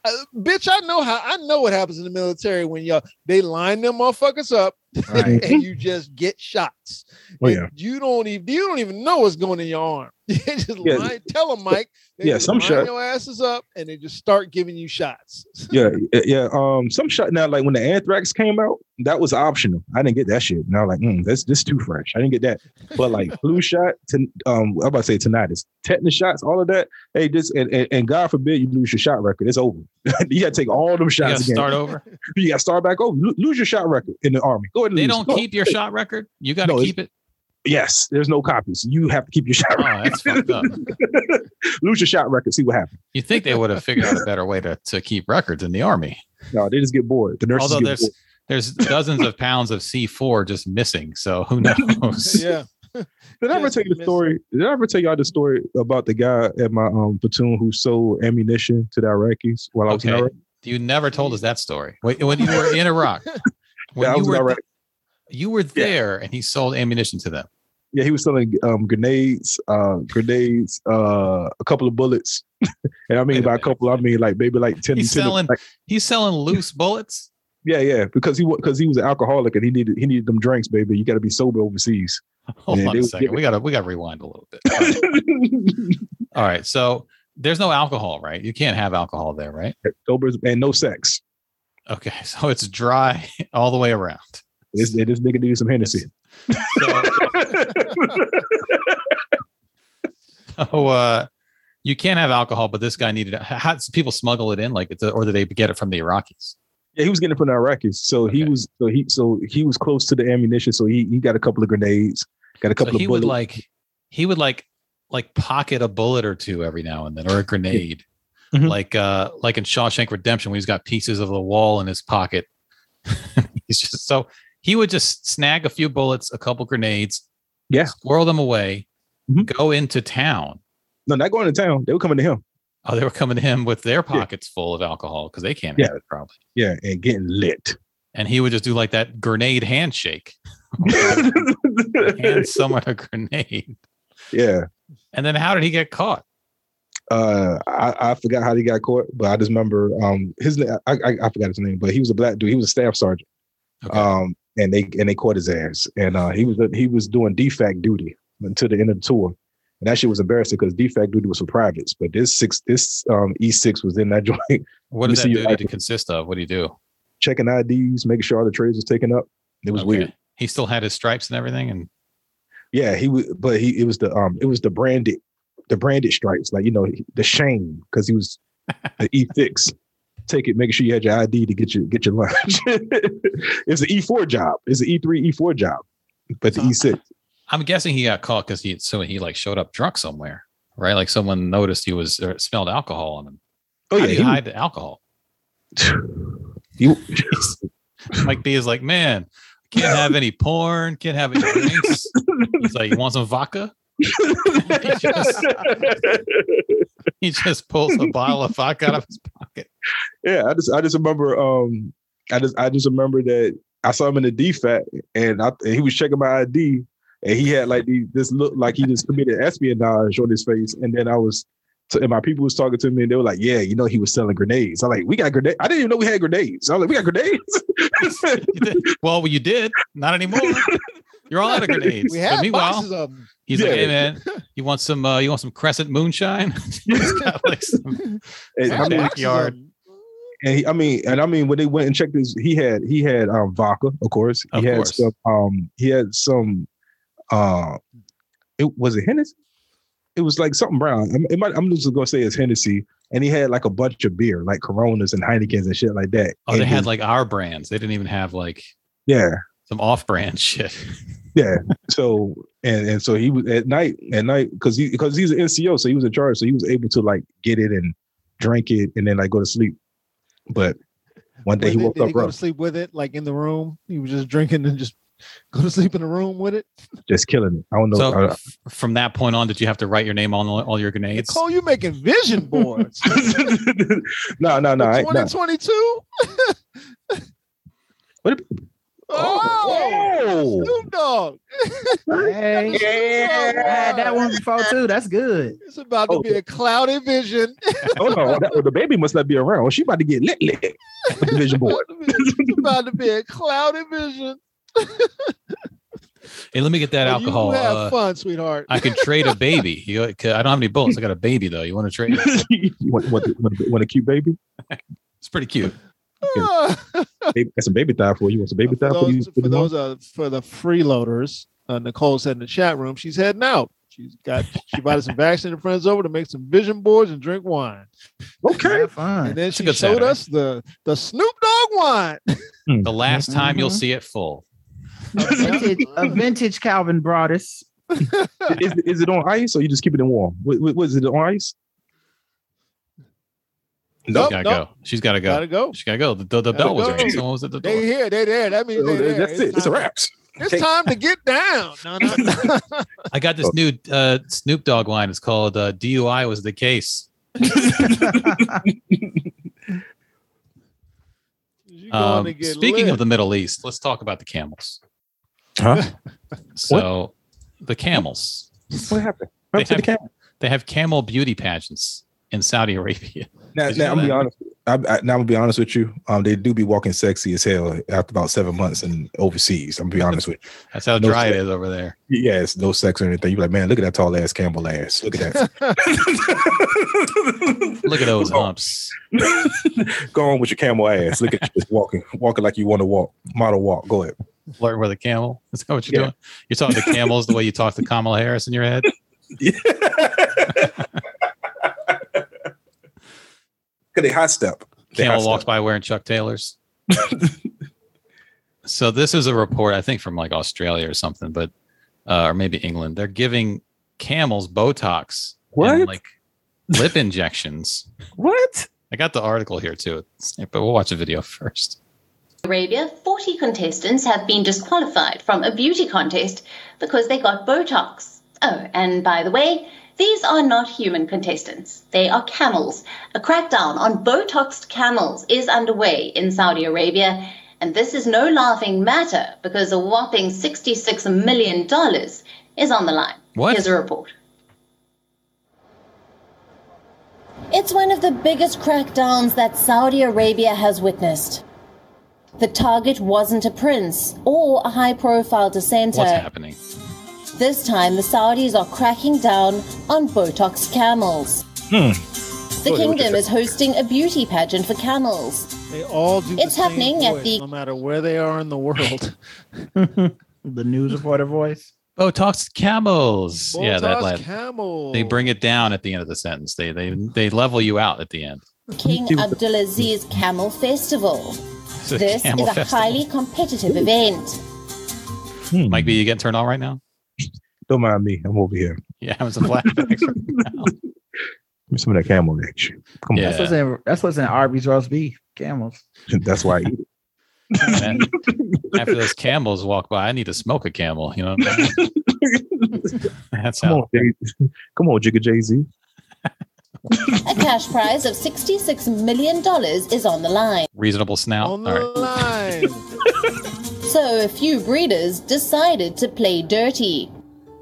[SPEAKER 3] uh, bitch, I know how I know what happens in the military when y'all they line them motherfuckers up
[SPEAKER 5] Right.
[SPEAKER 3] and you just get shots.
[SPEAKER 6] Oh yeah,
[SPEAKER 3] You don't even you don't even know what's going in your arm. You just
[SPEAKER 6] Yeah.
[SPEAKER 3] line, tell them, Mike. They
[SPEAKER 6] Yeah,
[SPEAKER 3] just
[SPEAKER 6] some
[SPEAKER 3] line
[SPEAKER 6] shot-
[SPEAKER 3] your asses up, and they just start giving you shots.
[SPEAKER 6] yeah, yeah, yeah. Um, some shot now, like when the anthrax came out, that was optional. I didn't get that shit. And I was like, mm, "That's this too fresh." I didn't get that. But like flu shot, ten, um, I'm about to say tinnitus, tetanus shots, all of that. Hey, this and, and, and God forbid you lose your shot record. It's over. you got to take all them
[SPEAKER 4] You gotta
[SPEAKER 6] shots again.
[SPEAKER 4] start over.
[SPEAKER 6] you got to start back over. Lo- lose your shot record in the army. Go ahead. And
[SPEAKER 4] They
[SPEAKER 6] lose it.
[SPEAKER 4] don't
[SPEAKER 6] Go-
[SPEAKER 4] keep your shot record. You got to
[SPEAKER 6] No, it's-
[SPEAKER 4] keep it.
[SPEAKER 6] Yes, there's no copies. You have to keep your shot
[SPEAKER 4] Oh,
[SPEAKER 6] record.
[SPEAKER 4] that's fucked up.
[SPEAKER 6] lose your shot record. See what happens.
[SPEAKER 4] You think they would have figured out a better way to, to keep records in the army?
[SPEAKER 6] No, they just get bored. The nurses
[SPEAKER 4] Although
[SPEAKER 6] get
[SPEAKER 4] there's
[SPEAKER 6] bored.
[SPEAKER 4] there's dozens of pounds of C4 just missing, so who knows?
[SPEAKER 3] yeah.
[SPEAKER 6] Did I ever
[SPEAKER 3] just
[SPEAKER 6] tell you the
[SPEAKER 3] miss-
[SPEAKER 6] story? Did I ever tell y'all the story about the guy at my um, platoon who sold ammunition to the Iraqis while I was in
[SPEAKER 4] Okay.
[SPEAKER 6] Iraq?
[SPEAKER 4] You never told us that story. When, when you were in Iraq, when
[SPEAKER 6] Yeah, I
[SPEAKER 4] you,
[SPEAKER 6] was in
[SPEAKER 4] were,
[SPEAKER 6] Iraq.
[SPEAKER 4] you were there, and he sold ammunition to them.
[SPEAKER 6] Yeah, he was selling um, grenades, uh, grenades, uh, a couple of bullets, and I
[SPEAKER 4] Wait
[SPEAKER 6] mean
[SPEAKER 4] a
[SPEAKER 6] by a
[SPEAKER 4] minute.
[SPEAKER 6] couple, I mean like maybe like ten.
[SPEAKER 4] He's
[SPEAKER 6] 10
[SPEAKER 4] selling-
[SPEAKER 6] like-
[SPEAKER 4] He's selling loose bullets.
[SPEAKER 6] yeah, yeah, because he because he was an alcoholic and he needed he needed them drinks, baby. You got to be sober overseas.
[SPEAKER 4] Hold
[SPEAKER 6] Yeah,
[SPEAKER 4] on
[SPEAKER 6] they
[SPEAKER 4] a
[SPEAKER 6] would
[SPEAKER 4] second.
[SPEAKER 6] give it-
[SPEAKER 4] We gotta we gotta rewind a little bit. All right. All right. So there's no alcohol, right? You can't have alcohol there, right?
[SPEAKER 6] sober and no sex.
[SPEAKER 4] Okay. So it's dry all the way around.
[SPEAKER 6] This, this nigga needed some Hennessy.
[SPEAKER 4] So, uh, so uh, you can't have alcohol, but this guy needed it. How, how does people smuggle it in? Like, it's or did they get it from the Iraqis?
[SPEAKER 6] Yeah, he was getting it from the Iraqis. So he
[SPEAKER 4] Okay.
[SPEAKER 6] was so he so he was close to the ammunition. So he, he got a couple of grenades, got a couple
[SPEAKER 4] So
[SPEAKER 6] of
[SPEAKER 4] he
[SPEAKER 6] bullets.
[SPEAKER 4] would like, he would like, like pocket a bullet or two every now and then, or a grenade,
[SPEAKER 6] Mhm.
[SPEAKER 4] like uh, like in Shawshank Redemption, when he's got pieces of the wall in his pocket. he's just so he would just snag a few bullets, a couple grenades,
[SPEAKER 6] Yeah.
[SPEAKER 4] squirrel them away,
[SPEAKER 6] Mhm.
[SPEAKER 4] go into town.
[SPEAKER 6] no, not going to town. They were coming to him.
[SPEAKER 4] Oh, they were coming to him with their pockets full of alcohol because they can't
[SPEAKER 6] Yeah.
[SPEAKER 4] have it probably.
[SPEAKER 6] Yeah, and getting lit.
[SPEAKER 4] and he would just do like that grenade handshake, Oh, hand someone a grenade.
[SPEAKER 6] yeah.
[SPEAKER 4] And then how did he get caught?
[SPEAKER 6] Uh I, I forgot how he got caught, but I just remember um his na- I, I I forgot his name, but he was a black dude, he was a staff sergeant.
[SPEAKER 4] Okay.
[SPEAKER 6] Um and they and they caught his ass. And uh he was he was doing defect duty until the end of the tour. And that shit was embarrassing because defect duty was for privates, but this six this um E6 was in that joint.
[SPEAKER 4] what
[SPEAKER 6] let me
[SPEAKER 4] does that
[SPEAKER 6] see your
[SPEAKER 4] duty to
[SPEAKER 6] ID.
[SPEAKER 4] consist of? What do you do?
[SPEAKER 6] checking IDs, making sure all the trades was taken up. It was
[SPEAKER 4] Okay.
[SPEAKER 6] weird.
[SPEAKER 4] He still had his stripes and everything, and
[SPEAKER 6] Yeah, he was, but he it was the um it was the branded the branded stripes like you know the shame because he was the E six. Take it, making sure you had your ID to get your get your lunch. it's an E four job. It's an E three E four job, but the E six.
[SPEAKER 4] I'm guessing he got caught because he so he like showed up drunk somewhere, right? Like someone noticed he was or smelled alcohol on him.
[SPEAKER 6] Oh
[SPEAKER 4] how
[SPEAKER 6] yeah,
[SPEAKER 4] do you
[SPEAKER 6] he was-
[SPEAKER 4] hide the alcohol?
[SPEAKER 6] you-
[SPEAKER 4] Mike B is like, man, can't have any porn, can't have any drinks. He's like, you want some vodka? he, just, he just pulls a bottle of vodka out of his pocket.
[SPEAKER 6] yeah, I just I just remember um I just I just remember that I saw him in the defect and I and he was checking my ID and he had like the, this look like he just committed espionage on his face and then I was t- and my people was talking to me and they were like yeah you know he was selling grenades I'm like we got grenades I didn't even know we had grenades I'm like we got grenades
[SPEAKER 4] You did- well, you did. Not anymore. You're all out of grenades.
[SPEAKER 3] We
[SPEAKER 4] But
[SPEAKER 3] have
[SPEAKER 4] meanwhile,
[SPEAKER 3] boxes of them.
[SPEAKER 4] he's like,
[SPEAKER 6] Yeah.
[SPEAKER 4] "Hey man, you want some? Uh, you want some Crescent Moonshine?" He's got, like, some-
[SPEAKER 6] and,
[SPEAKER 4] Yeah,
[SPEAKER 6] I mean,
[SPEAKER 4] backyard.
[SPEAKER 6] and he, I mean and I mean when they went and checked his he had he had um vodka of course he
[SPEAKER 4] Of
[SPEAKER 6] had
[SPEAKER 4] course.
[SPEAKER 6] some um he had some uh it was it Hennessy it was like something brown I'm, it might, I'm just gonna say it's Hennessy and he had like a bunch of beer like Coronas and Heinekens and shit like that
[SPEAKER 4] oh, they
[SPEAKER 6] And
[SPEAKER 4] had
[SPEAKER 6] his-
[SPEAKER 4] like our brands. They didn't even have like
[SPEAKER 6] yeah
[SPEAKER 4] some off-brand shit.
[SPEAKER 6] so and and so he was at night at night because he because he's an NCO so he was in charge so he was able to like get it and drink it and then like go to sleep but one day
[SPEAKER 3] Did
[SPEAKER 6] he woke
[SPEAKER 3] did
[SPEAKER 6] up
[SPEAKER 3] he go
[SPEAKER 6] rough.
[SPEAKER 3] to sleep with it, like in the room? He was just drinking and just go to sleep in a room with it.
[SPEAKER 6] Just killing it. I don't know.
[SPEAKER 4] So
[SPEAKER 6] I-
[SPEAKER 4] f- from that point on, did you have to write your name on all all your grenades?
[SPEAKER 3] Nicole, you making vision boards.
[SPEAKER 6] no, no, no. I, no.
[SPEAKER 3] 2022?
[SPEAKER 6] What
[SPEAKER 3] Oh,
[SPEAKER 6] Whoa.
[SPEAKER 3] Snoop Dogg.
[SPEAKER 5] Hey, I had that one before too. That's good.
[SPEAKER 3] It's about to
[SPEAKER 6] Oh.
[SPEAKER 3] be a cloudy vision.
[SPEAKER 6] Hold on. That- the baby must not be around. She about to get lit lit. With the vision board.
[SPEAKER 3] it's about to be a cloudy vision.
[SPEAKER 4] Hey, let me get that
[SPEAKER 3] You
[SPEAKER 4] alcohol.
[SPEAKER 3] have
[SPEAKER 4] Uh,
[SPEAKER 3] fun, sweetheart.
[SPEAKER 4] I could trade a baby. You, I don't have any bullets. I got a baby though. You want to trade?
[SPEAKER 6] you want, want, want, want a cute baby?
[SPEAKER 4] It's pretty cute.
[SPEAKER 3] Ah.
[SPEAKER 6] Baby- That's a baby thigh for you. Want some baby
[SPEAKER 3] for
[SPEAKER 6] thigh for you?
[SPEAKER 3] those, for, those uh, for the freeloaders, uh, Nicole said in the chat room, she's heading out. She's got she invited some vaccinated friends over to make some vision boards and drink wine.
[SPEAKER 6] Okay.
[SPEAKER 5] Have fun.
[SPEAKER 3] And then
[SPEAKER 4] a
[SPEAKER 3] she showed
[SPEAKER 4] good Saturday.
[SPEAKER 3] us the the Snoop Dogg wine.
[SPEAKER 4] The last time you'll
[SPEAKER 5] Mhm.
[SPEAKER 4] see it full.
[SPEAKER 5] A vintage, a vintage Calvin Broadus.
[SPEAKER 6] is, is it on ice or you just keep it in warm? What, what, what is it on ice?
[SPEAKER 3] Nope,
[SPEAKER 4] gotta
[SPEAKER 3] nope.
[SPEAKER 4] go. She's gotta go.
[SPEAKER 3] Gotta go.
[SPEAKER 4] She gotta go. The, the, the
[SPEAKER 3] Gotta
[SPEAKER 4] bell was
[SPEAKER 3] go.
[SPEAKER 4] ringing. Someone was at the
[SPEAKER 3] They
[SPEAKER 4] door.
[SPEAKER 3] here, they there. That means
[SPEAKER 6] So
[SPEAKER 3] they
[SPEAKER 6] Oh, that-
[SPEAKER 3] there.
[SPEAKER 6] that's it. It's a
[SPEAKER 3] time-
[SPEAKER 6] wrap.
[SPEAKER 3] It's time to get down. No, no, no.
[SPEAKER 4] I got
[SPEAKER 3] Oh.
[SPEAKER 4] this new uh, Snoop Dogg line. It's called uh, DUI was the case.
[SPEAKER 3] You going
[SPEAKER 4] Um,
[SPEAKER 3] to get
[SPEAKER 4] speaking
[SPEAKER 3] lit.
[SPEAKER 4] of the Middle East, let's talk about the camels.
[SPEAKER 6] Huh?
[SPEAKER 4] So the camels.
[SPEAKER 6] What happened? What happened to the camera?
[SPEAKER 4] They have camel beauty pageants in Saudi Arabia.
[SPEAKER 6] Now,
[SPEAKER 4] Did you
[SPEAKER 6] now I'm
[SPEAKER 4] know
[SPEAKER 6] gonna be
[SPEAKER 4] that?
[SPEAKER 6] honest. I, I, now I'm gonna be honest with you. Um, they do be walking sexy as hell after about seven months and overseas. I'm gonna be honest with
[SPEAKER 4] That's how
[SPEAKER 6] No
[SPEAKER 4] dry it
[SPEAKER 6] shit.
[SPEAKER 4] is over there.
[SPEAKER 6] you. Yeah, it's no sex or anything. You're like, man, look at that tall ass Campbell ass. Look at that.
[SPEAKER 4] Look at those
[SPEAKER 3] Oh.
[SPEAKER 4] humps.
[SPEAKER 6] Go on with your camel ass. Look at you just walking, walking like you want to walk, model walk. Go ahead.
[SPEAKER 4] Flirt with a camel. Is that what you're
[SPEAKER 6] Yeah.
[SPEAKER 4] doing? You're talking to camels the way you talk to Kamala Harris in your head.
[SPEAKER 6] Cause they high step. They high
[SPEAKER 4] Camel
[SPEAKER 6] step.
[SPEAKER 4] walks by wearing Chuck Taylors. so this is a report, I think, from like Australia or something, but uh, or maybe England. They're giving camels Botox and
[SPEAKER 6] What?
[SPEAKER 4] like lip injections.
[SPEAKER 6] What?
[SPEAKER 4] I got the article here too, but we'll watch the video first.
[SPEAKER 2] Arabia, 40 contestants have been disqualified from a beauty contest because they got Botox. Oh, and by the way, these are not human contestants. They are camels. A crackdown on Botoxed camels is underway in Saudi Arabia, and this is no laughing matter because a whopping $66 million is on the line.
[SPEAKER 4] What?
[SPEAKER 2] Here's a report.
[SPEAKER 7] It's one of the biggest crackdowns that Saudi Arabia has witnessed. The target wasn't a prince or a high profile
[SPEAKER 4] What's
[SPEAKER 7] dissenter.
[SPEAKER 4] happening?
[SPEAKER 7] This time, the Saudis are cracking down on Botox camels.
[SPEAKER 4] Hmm.
[SPEAKER 7] The
[SPEAKER 6] Oh, they look at
[SPEAKER 7] kingdom
[SPEAKER 6] that.
[SPEAKER 7] is hosting a beauty pageant for camels.
[SPEAKER 3] They all do. the
[SPEAKER 7] It's
[SPEAKER 3] same
[SPEAKER 7] happening at
[SPEAKER 3] voice,
[SPEAKER 7] the-
[SPEAKER 3] no matter where they are in the world.
[SPEAKER 5] The news reporter voice.
[SPEAKER 4] Botox camels. yeah, that
[SPEAKER 3] Botox
[SPEAKER 4] lad.
[SPEAKER 3] camel.
[SPEAKER 4] They bring it down at the end of the sentence. They they they level you out at the end.
[SPEAKER 7] King
[SPEAKER 6] Cute.
[SPEAKER 7] Abdulaziz Camel Festival.
[SPEAKER 4] It's a
[SPEAKER 7] This
[SPEAKER 4] camel
[SPEAKER 7] is a
[SPEAKER 4] festival.
[SPEAKER 7] highly competitive event.
[SPEAKER 6] Hmm.
[SPEAKER 4] Mike B, you getting turned on right now?
[SPEAKER 6] Don't mind me. I'm over here.
[SPEAKER 4] Yeah, having some flashbacks. right now.
[SPEAKER 6] Give me some of that camel action. Come
[SPEAKER 4] Yeah.
[SPEAKER 5] That's what's in that's what's in Arby's roast beef. Camels.
[SPEAKER 6] on. That's why I eat it.
[SPEAKER 4] And after those camels walk by, I need to smoke a camel. You know, what I'm saying? that's
[SPEAKER 6] Come
[SPEAKER 4] how.
[SPEAKER 6] on, Jay. Come on, Jigga Jay Z.
[SPEAKER 7] A cash prize of $66 million is on the line.
[SPEAKER 4] Reasonable snout. All
[SPEAKER 3] on the
[SPEAKER 4] right.
[SPEAKER 3] line.
[SPEAKER 7] So a few breeders decided to play dirty.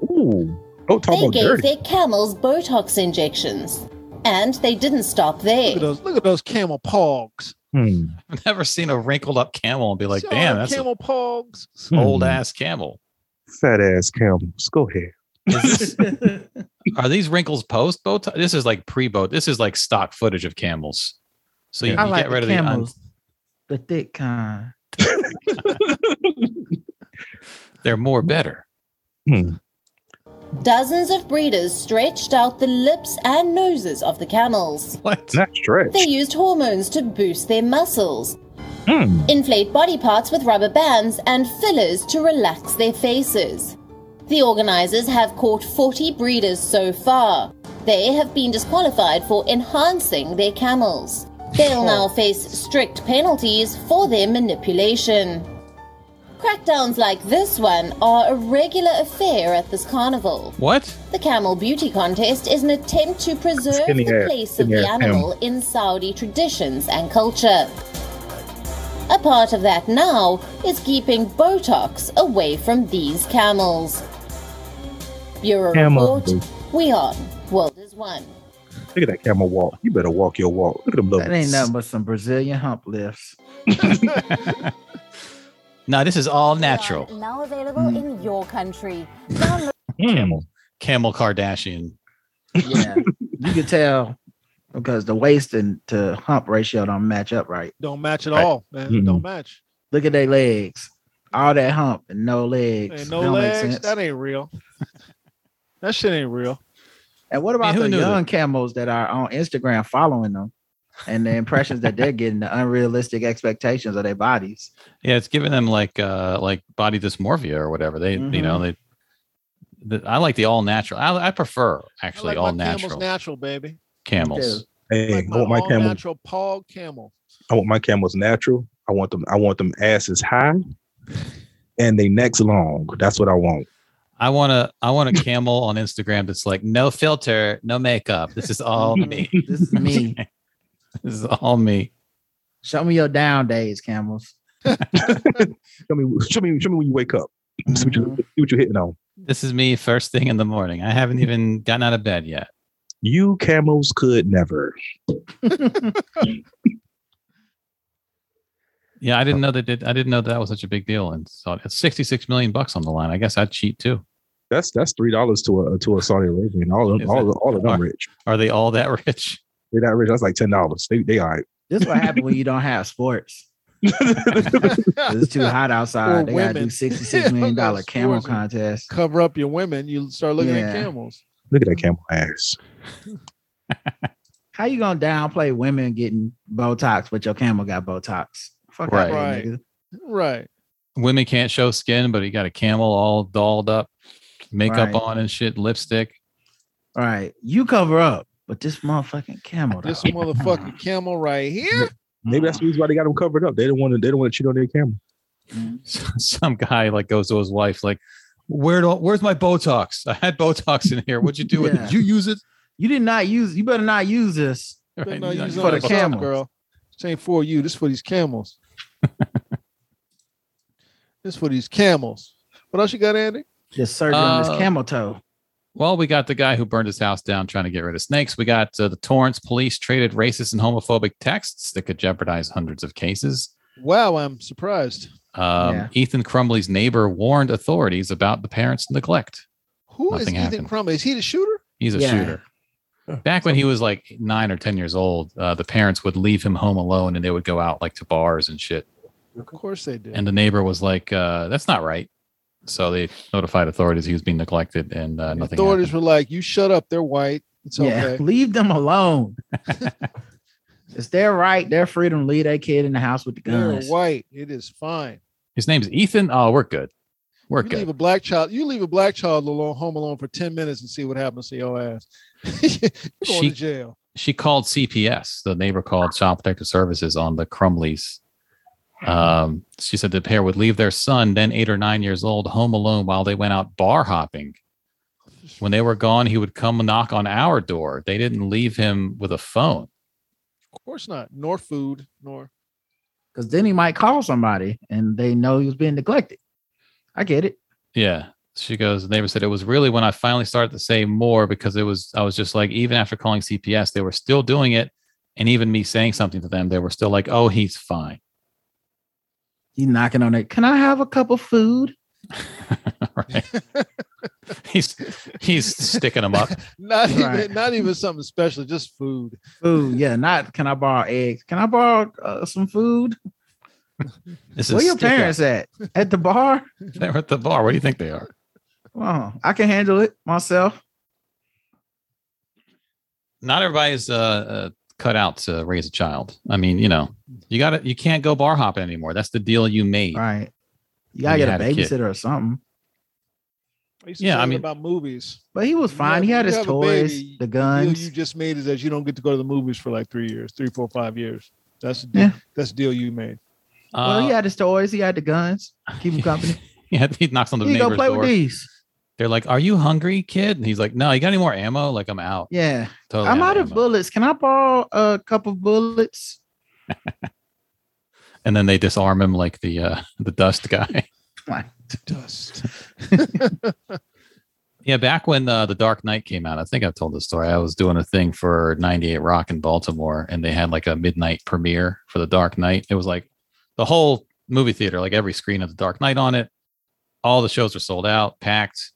[SPEAKER 6] Ooh. Don't talk
[SPEAKER 7] They
[SPEAKER 6] about
[SPEAKER 7] gave
[SPEAKER 6] dirty.
[SPEAKER 7] their camels Botox injections. And they didn't stop
[SPEAKER 3] Look at
[SPEAKER 7] there.
[SPEAKER 3] those. Look at those camel pogs.
[SPEAKER 6] Hmm.
[SPEAKER 4] I've never seen a wrinkled up camel and be like,
[SPEAKER 3] See all
[SPEAKER 4] damn,
[SPEAKER 3] them
[SPEAKER 4] that's an
[SPEAKER 3] camel pogs.
[SPEAKER 4] old
[SPEAKER 6] Hmm.
[SPEAKER 4] ass camel.
[SPEAKER 6] Fat ass camels. Go ahead.
[SPEAKER 4] Is this- are these wrinkles post boat? This is like pre boat. This is like stock footage of camels. So you,
[SPEAKER 5] I
[SPEAKER 4] you
[SPEAKER 5] like
[SPEAKER 4] get rid of
[SPEAKER 5] the
[SPEAKER 4] the un-
[SPEAKER 5] camels. The thick kind.
[SPEAKER 4] they're more better.
[SPEAKER 7] Dozens of breeders stretched out the lips and noses of the camels.
[SPEAKER 4] What?
[SPEAKER 6] Not stretch.
[SPEAKER 7] They used hormones to boost their muscles,
[SPEAKER 6] Hmm.
[SPEAKER 7] inflate body parts with rubber bands, and fillers to relax their faces. The organizers have caught 40 breeders so far. They have been disqualified for enhancing their camels. They'll now face strict penalties for their manipulation. Crackdowns like this one are a regular affair at this carnival.
[SPEAKER 4] What?
[SPEAKER 7] The camel beauty contest is an attempt to preserve
[SPEAKER 6] Skinny
[SPEAKER 7] the
[SPEAKER 6] hair,
[SPEAKER 7] place
[SPEAKER 6] skinny
[SPEAKER 7] of the
[SPEAKER 6] hair,
[SPEAKER 7] animal in Saudi traditions and culture. A part of that now is keeping Botox away from these camels. Bureau
[SPEAKER 6] Camel.
[SPEAKER 7] report. We on. World is one.
[SPEAKER 6] Look at that camel walk. You better walk your walk. Look at them little.
[SPEAKER 5] That ain't nothing but some Brazilian hump lifts.
[SPEAKER 4] No, this is all
[SPEAKER 8] They are
[SPEAKER 4] natural.
[SPEAKER 8] Now available
[SPEAKER 5] Mm.
[SPEAKER 8] in your country. Download
[SPEAKER 6] camel.
[SPEAKER 4] Camel Kardashian.
[SPEAKER 5] Yeah, you could tell because the waist and to hump ratio don't match up right.
[SPEAKER 3] Don't match at
[SPEAKER 6] Right.
[SPEAKER 3] all, man.
[SPEAKER 6] Mm-mm.
[SPEAKER 3] Don't match.
[SPEAKER 5] Look at their legs, all that hump and no legs.
[SPEAKER 3] Ain't no
[SPEAKER 5] Don't make
[SPEAKER 3] legs.
[SPEAKER 5] sense.
[SPEAKER 3] That ain't real. that shit ain't real.
[SPEAKER 5] And what about
[SPEAKER 4] who
[SPEAKER 5] the
[SPEAKER 4] knew
[SPEAKER 5] young camels that are on Instagram following them and the impressions that they're getting, the unrealistic expectations of their bodies?
[SPEAKER 4] Yeah, it's giving them like uh like body dysmorphia or whatever. They you
[SPEAKER 3] Mm-hmm.
[SPEAKER 4] know they. The, I like the all natural. I, I prefer
[SPEAKER 3] I
[SPEAKER 4] actually
[SPEAKER 3] like
[SPEAKER 4] all
[SPEAKER 3] my
[SPEAKER 4] natural
[SPEAKER 3] Camel's natural, baby.
[SPEAKER 4] camels.
[SPEAKER 6] Hmm. Hey,
[SPEAKER 3] like
[SPEAKER 6] I want my
[SPEAKER 3] all
[SPEAKER 6] camel.
[SPEAKER 3] natural Paul Camel.
[SPEAKER 6] I want my camels natural. I want them. I want them asses high, and they necks long. That's what I want.
[SPEAKER 4] I want to. I want a camel on Instagram that's like no filter, no makeup. This is all
[SPEAKER 3] Mm-hmm.
[SPEAKER 4] me.
[SPEAKER 5] This is me.
[SPEAKER 4] This is all me.
[SPEAKER 5] Show me your down days, camels.
[SPEAKER 6] Show me. Show me. Show me when you wake up. See what, you,
[SPEAKER 5] Mhm.
[SPEAKER 6] see what you're hitting on.
[SPEAKER 4] This is me first thing in the morning. I
[SPEAKER 3] Mm-hmm.
[SPEAKER 4] haven't even gotten out of bed yet.
[SPEAKER 6] You camels could never.
[SPEAKER 4] Yeah, I didn't
[SPEAKER 3] Oh.
[SPEAKER 4] know that. Did, I didn't know that, was such a big deal. And so it's sixty-six million bucks on the line. I guess I'd cheat too.
[SPEAKER 6] That's that's three dollars to a to a Saudi Arabian. All of,
[SPEAKER 4] Is
[SPEAKER 6] all
[SPEAKER 4] it?
[SPEAKER 6] of, all of them rich.
[SPEAKER 4] Are they all that rich?
[SPEAKER 6] They're that rich. That's like ten dollars. They they all right.
[SPEAKER 5] This is what happens when you don't have sports. 'Cause It's too hot outside.
[SPEAKER 3] Or
[SPEAKER 5] they gotta
[SPEAKER 3] women.
[SPEAKER 5] do sixty-six million
[SPEAKER 3] Yeah,
[SPEAKER 5] dollar
[SPEAKER 3] that's
[SPEAKER 5] camel
[SPEAKER 3] sports.
[SPEAKER 5] contest.
[SPEAKER 3] Cover up your women. You start looking at
[SPEAKER 5] Yeah.
[SPEAKER 3] camels.
[SPEAKER 6] Look at that camel ass.
[SPEAKER 5] How you gonna downplay women getting Botox, but your camel got Botox? Fuck
[SPEAKER 4] Right.
[SPEAKER 5] outta here,
[SPEAKER 3] Right.
[SPEAKER 5] nigga.
[SPEAKER 3] Right.
[SPEAKER 4] Women can't show skin, but you got a camel all dolled up, makeup
[SPEAKER 5] Right.
[SPEAKER 4] on and shit, lipstick.
[SPEAKER 5] All right, you cover up, but this motherfucking camel.
[SPEAKER 3] This
[SPEAKER 5] dog.
[SPEAKER 3] motherfucking camel right here.
[SPEAKER 6] Maybe that's the reason why they got them covered up. They don't want to. They don't want to cheat on their camel.
[SPEAKER 4] Some guy like goes to his wife like, "Where do, Where's my Botox? I had Botox in here. What'd you do with it?
[SPEAKER 5] Yeah.
[SPEAKER 4] Did you use it?"
[SPEAKER 5] You did not use. You better not use this.
[SPEAKER 4] Right,
[SPEAKER 3] Better not
[SPEAKER 4] you know,
[SPEAKER 3] use
[SPEAKER 4] you
[SPEAKER 3] it
[SPEAKER 5] for
[SPEAKER 3] on
[SPEAKER 5] the
[SPEAKER 4] fucking-
[SPEAKER 3] yourself,
[SPEAKER 5] camels.
[SPEAKER 3] girl. This ain't for you. This for these camels. this for these camels. What else you got, Andy?
[SPEAKER 5] This surgery on
[SPEAKER 4] Uh,
[SPEAKER 5] this camel toe.
[SPEAKER 4] Well, we got the guy who burned his house down trying to get rid of snakes. We got uh, the Torrance police traded racist and homophobic texts that could jeopardize hundreds of cases.
[SPEAKER 3] Wow, I'm surprised.
[SPEAKER 4] Um,
[SPEAKER 5] Yeah.
[SPEAKER 4] Ethan Crumley's neighbor warned authorities about the parents' neglect.
[SPEAKER 3] Who is
[SPEAKER 4] Nothing
[SPEAKER 3] Ethan
[SPEAKER 4] happened.
[SPEAKER 3] Crumley? Is he the shooter?
[SPEAKER 4] He's a
[SPEAKER 5] Yeah.
[SPEAKER 4] shooter. Back when he was like nine or 10 years old, uh, the parents would leave him home alone and they would go out like to bars and shit.
[SPEAKER 3] Of course they did.
[SPEAKER 4] And the neighbor was like, uh, that's not right. So they notified authorities he was being neglected and
[SPEAKER 3] The
[SPEAKER 4] uh, nothing.
[SPEAKER 3] authorities
[SPEAKER 4] happened.
[SPEAKER 3] were like, "You shut up. They're white. It's
[SPEAKER 5] yeah,
[SPEAKER 3] okay."
[SPEAKER 5] leave them alone. it's their right, their freedom. to Leave that kid in the house with the
[SPEAKER 3] They're
[SPEAKER 5] guns.
[SPEAKER 3] white. It is fine.
[SPEAKER 4] His name's Ethan. Oh, we're good. We're
[SPEAKER 3] you
[SPEAKER 4] good.
[SPEAKER 3] leave a black child. You leave a black child alone, home alone for ten minutes and see what happens to your ass. You're going to
[SPEAKER 4] She-
[SPEAKER 3] jail.
[SPEAKER 4] she called CPS. The neighbor called Child Protective Services on the Crumleys. Um, she said the pair would leave their son, then eight or nine years old, home alone while they went out bar hopping. When they were gone, he would come knock on our door. They didn't leave him with a phone.
[SPEAKER 3] Of course not. Nor food. Nor
[SPEAKER 5] Because then he might call somebody and they know he was being neglected. I get it.
[SPEAKER 4] Yeah. She goes, the neighbor said it was really when I finally started to say more because it was, I was just like, even after calling CPS, they were still doing it. And even me saying something to them, they were still like, oh, he's fine.
[SPEAKER 5] He knocking on it. Can I have a cup of food?
[SPEAKER 4] right. he's, he's sticking them up.
[SPEAKER 3] not
[SPEAKER 5] Right.
[SPEAKER 3] even not even something special. Just food.
[SPEAKER 5] Food, yeah. Not can I borrow eggs? Can I borrow uh, some food?
[SPEAKER 4] This
[SPEAKER 5] Where
[SPEAKER 4] is
[SPEAKER 5] your
[SPEAKER 4] stick up.
[SPEAKER 5] parents at? At the bar?
[SPEAKER 4] They're at the bar. Where do you think they are?
[SPEAKER 5] Oh, I can handle it myself.
[SPEAKER 4] Not everybody's uh, uh, cut out to raise a child. I mean, you know, you got to You can't go bar hopping anymore. That's the deal you made.
[SPEAKER 5] Right.
[SPEAKER 4] When
[SPEAKER 5] You gotta
[SPEAKER 4] you
[SPEAKER 5] get a
[SPEAKER 4] had a kid.
[SPEAKER 5] babysitter or something.
[SPEAKER 3] I used to
[SPEAKER 4] Yeah,
[SPEAKER 3] tell
[SPEAKER 4] I
[SPEAKER 3] them
[SPEAKER 4] mean-
[SPEAKER 3] about movies.
[SPEAKER 5] But he was
[SPEAKER 3] You
[SPEAKER 5] fine. He
[SPEAKER 3] have-
[SPEAKER 5] had
[SPEAKER 3] you
[SPEAKER 5] his
[SPEAKER 3] have a
[SPEAKER 5] toys,
[SPEAKER 3] baby,
[SPEAKER 5] the
[SPEAKER 3] The deal
[SPEAKER 5] guns.
[SPEAKER 3] you just made is that you don't get to go to the movies for like three years, three, four, five years. That's the
[SPEAKER 5] Yeah.
[SPEAKER 3] that's the deal you made.
[SPEAKER 5] well,
[SPEAKER 4] Uh,
[SPEAKER 5] he had his toys, he had the guns. Keep him company.
[SPEAKER 4] yeah, he knocks on the
[SPEAKER 5] He go
[SPEAKER 4] neighbor's
[SPEAKER 5] play
[SPEAKER 4] door.
[SPEAKER 5] with these.
[SPEAKER 4] They're like, "Are you hungry, kid?" And he's like, "No, you got any more ammo? Like, I'm out.
[SPEAKER 5] Oh, Yeah,
[SPEAKER 4] Totally
[SPEAKER 5] I'm out of
[SPEAKER 4] ammo."
[SPEAKER 5] bullets. Can I borrow a couple bullets?
[SPEAKER 4] And then they disarm him like the uh, the dust guy.
[SPEAKER 3] Dust.
[SPEAKER 4] yeah, back when uh, the Dark Knight came out, I think I've told this story. I was doing a thing for 98 Rock in Baltimore, and they had like a midnight premiere for the Dark Knight. It was like the whole movie theater, like every screen of the Dark Knight on it. All the shows were sold out, packed,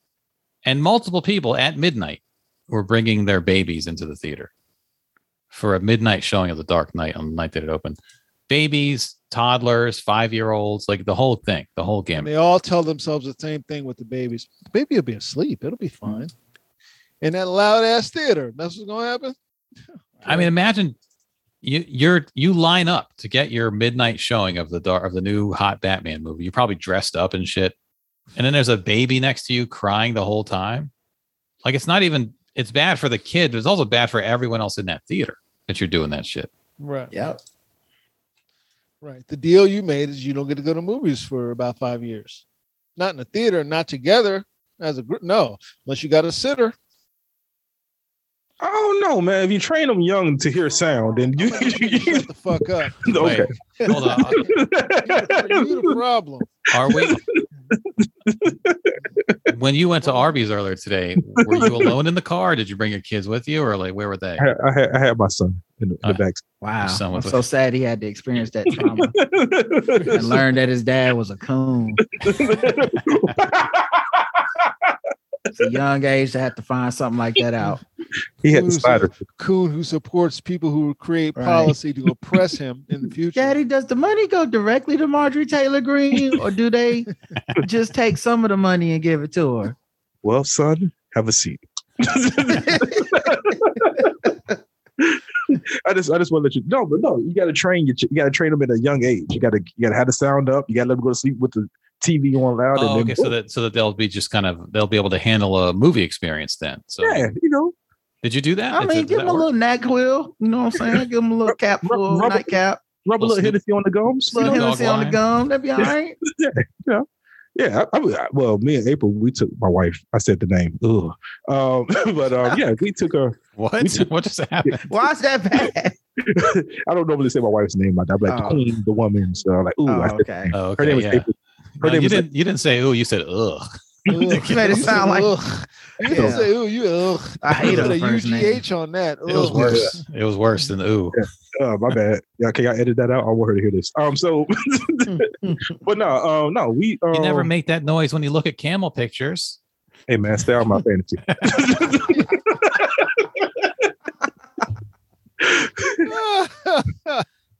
[SPEAKER 4] and multiple people at midnight were bringing their babies into the theater for a midnight showing of the Dark Knight on the night that it opened. Babies, toddlers, five year olds, like the whole thing, the whole
[SPEAKER 3] And
[SPEAKER 4] gamut.
[SPEAKER 3] they all tell themselves the same thing with the babies. The baby will be asleep. It'll be fine. In that loud ass theater. That's what's gonna happen.
[SPEAKER 4] I mean, imagine you you're you line up to get your midnight showing of the dark of the new hot Batman movie. You're probably dressed up and shit, and then there's a baby next to you crying the whole time. Like it's not even it's bad for the kid, but it's also bad for everyone else in that theater that you're doing that shit.
[SPEAKER 3] Right.
[SPEAKER 5] Yep.
[SPEAKER 3] Right. The deal you made is you don't get to go to movies for about five years. Not in the theater, not together as a group. No, unless you got a sitter.
[SPEAKER 6] I don't know, man. If you train them young to hear sound, then you,
[SPEAKER 3] Shut the fuck up.
[SPEAKER 6] okay.
[SPEAKER 4] Wait, hold on.
[SPEAKER 3] You the problem.
[SPEAKER 4] Are we? when you went to Arby's earlier today, were you alone in the car? Did you bring your kids with you, or like where were they?
[SPEAKER 6] I, had- I, had, I had my son in the, in the back.
[SPEAKER 5] Wow.
[SPEAKER 4] Son
[SPEAKER 5] I'm
[SPEAKER 4] was a-
[SPEAKER 5] so sad he had to experience that trauma and learn that his dad was a coon. It's a young age to have to find something like that out.
[SPEAKER 6] he had the
[SPEAKER 3] Who's that?
[SPEAKER 6] slider.
[SPEAKER 3] Coon who supports people who create
[SPEAKER 5] Right.
[SPEAKER 3] policy to oppress him in the future.
[SPEAKER 5] Daddy, does the money go directly to Marjorie Taylor Greene, or do they just take some of the money and give it to her?
[SPEAKER 6] Well, son, have a seat. I just, I just want to let you no, but no, you got to train your, ch- you got to train them at a young age. You got to, you got to have the sound up. You got to let them go to sleep with the TV on loud.
[SPEAKER 4] Oh,
[SPEAKER 6] and
[SPEAKER 4] okay.
[SPEAKER 6] then,
[SPEAKER 4] So that so that they'll be just kind of they'll be able to handle a movie experience then. So
[SPEAKER 6] yeah, you know,
[SPEAKER 4] did you do that?
[SPEAKER 5] I
[SPEAKER 4] Did-
[SPEAKER 5] mean,
[SPEAKER 4] did
[SPEAKER 5] give
[SPEAKER 4] that
[SPEAKER 5] him a
[SPEAKER 4] work?
[SPEAKER 5] little NyQuil. You know what I'm saying? Give him a little cap
[SPEAKER 6] Rub-
[SPEAKER 5] full,
[SPEAKER 6] rub-
[SPEAKER 5] nightcap,
[SPEAKER 6] rub a little
[SPEAKER 4] Listen-
[SPEAKER 6] Hennessy on the gums. you
[SPEAKER 5] little
[SPEAKER 6] know?
[SPEAKER 4] dog
[SPEAKER 5] Hennessy on the
[SPEAKER 4] line.
[SPEAKER 5] gum. That'd be all right.
[SPEAKER 6] Yeah, I, I, was- I- well, me and April, we took my wife. I said the name. Ugh. Um, but um, yeah, we took her.
[SPEAKER 4] What? what just happened?
[SPEAKER 5] Why is that bad?
[SPEAKER 6] I don't normally say my wife's name. like that. I'm like
[SPEAKER 5] Oh.
[SPEAKER 6] the queen, the woman. So I'm like, ooh,
[SPEAKER 5] Oh,
[SPEAKER 6] I said,
[SPEAKER 5] okay.
[SPEAKER 4] Oh,
[SPEAKER 6] her
[SPEAKER 4] okay.
[SPEAKER 6] name is
[SPEAKER 4] yeah.
[SPEAKER 6] April.
[SPEAKER 4] No,
[SPEAKER 6] name
[SPEAKER 4] you
[SPEAKER 6] is-
[SPEAKER 4] didn't. You didn't say. Oh, you said. Ugh.
[SPEAKER 3] Ugh.
[SPEAKER 5] You made it sound like-
[SPEAKER 3] Ugh. You didn't
[SPEAKER 5] Yeah.
[SPEAKER 3] say, ooh, you ugh.
[SPEAKER 5] I hate
[SPEAKER 3] You
[SPEAKER 5] her
[SPEAKER 3] put a
[SPEAKER 5] first name.
[SPEAKER 3] UGH on that.
[SPEAKER 4] It was
[SPEAKER 3] Ugh.
[SPEAKER 4] worse. It was worse than ooh.
[SPEAKER 6] Oh, my bad. Yeah, can y'all edit that out? I want her to hear this. Um, so, but no, um, no, we. Um,
[SPEAKER 4] You
[SPEAKER 5] Oh.
[SPEAKER 4] never make that noise when you look at camel pictures.
[SPEAKER 6] Hey man, stay out of my fantasy.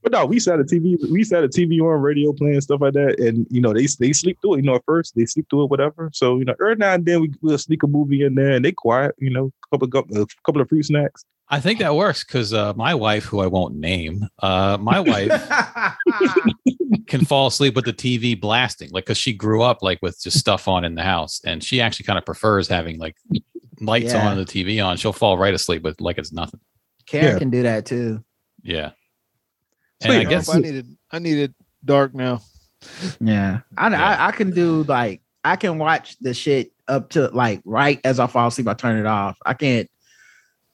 [SPEAKER 6] But no, we sat a TV, we sat a TV on radio playing stuff like that, and you know they they sleep through it. You know at first they sleep through it, whatever. So you know every now and then we will sneak a movie in there, and they quiet. You know, couple of, gu- a couple of free snacks.
[SPEAKER 4] I think that works because uh, my wife, who I won't name, uh, my wife can fall asleep with the TV blasting, like because she grew up like with just stuff on in the house, and she actually kind of prefers having like lights
[SPEAKER 5] Yeah.
[SPEAKER 4] on and the TV on. She'll fall right asleep with like it's nothing.
[SPEAKER 5] Karen
[SPEAKER 6] Yeah.
[SPEAKER 5] can do that too.
[SPEAKER 4] Yeah.
[SPEAKER 6] So,
[SPEAKER 4] And I
[SPEAKER 6] yeah,
[SPEAKER 4] guess
[SPEAKER 3] I needed, I needed dark now.
[SPEAKER 5] Yeah. I,
[SPEAKER 4] Yeah.
[SPEAKER 5] I I can do like I can watch the shit up to like right as I fall asleep, I turn it off. I can't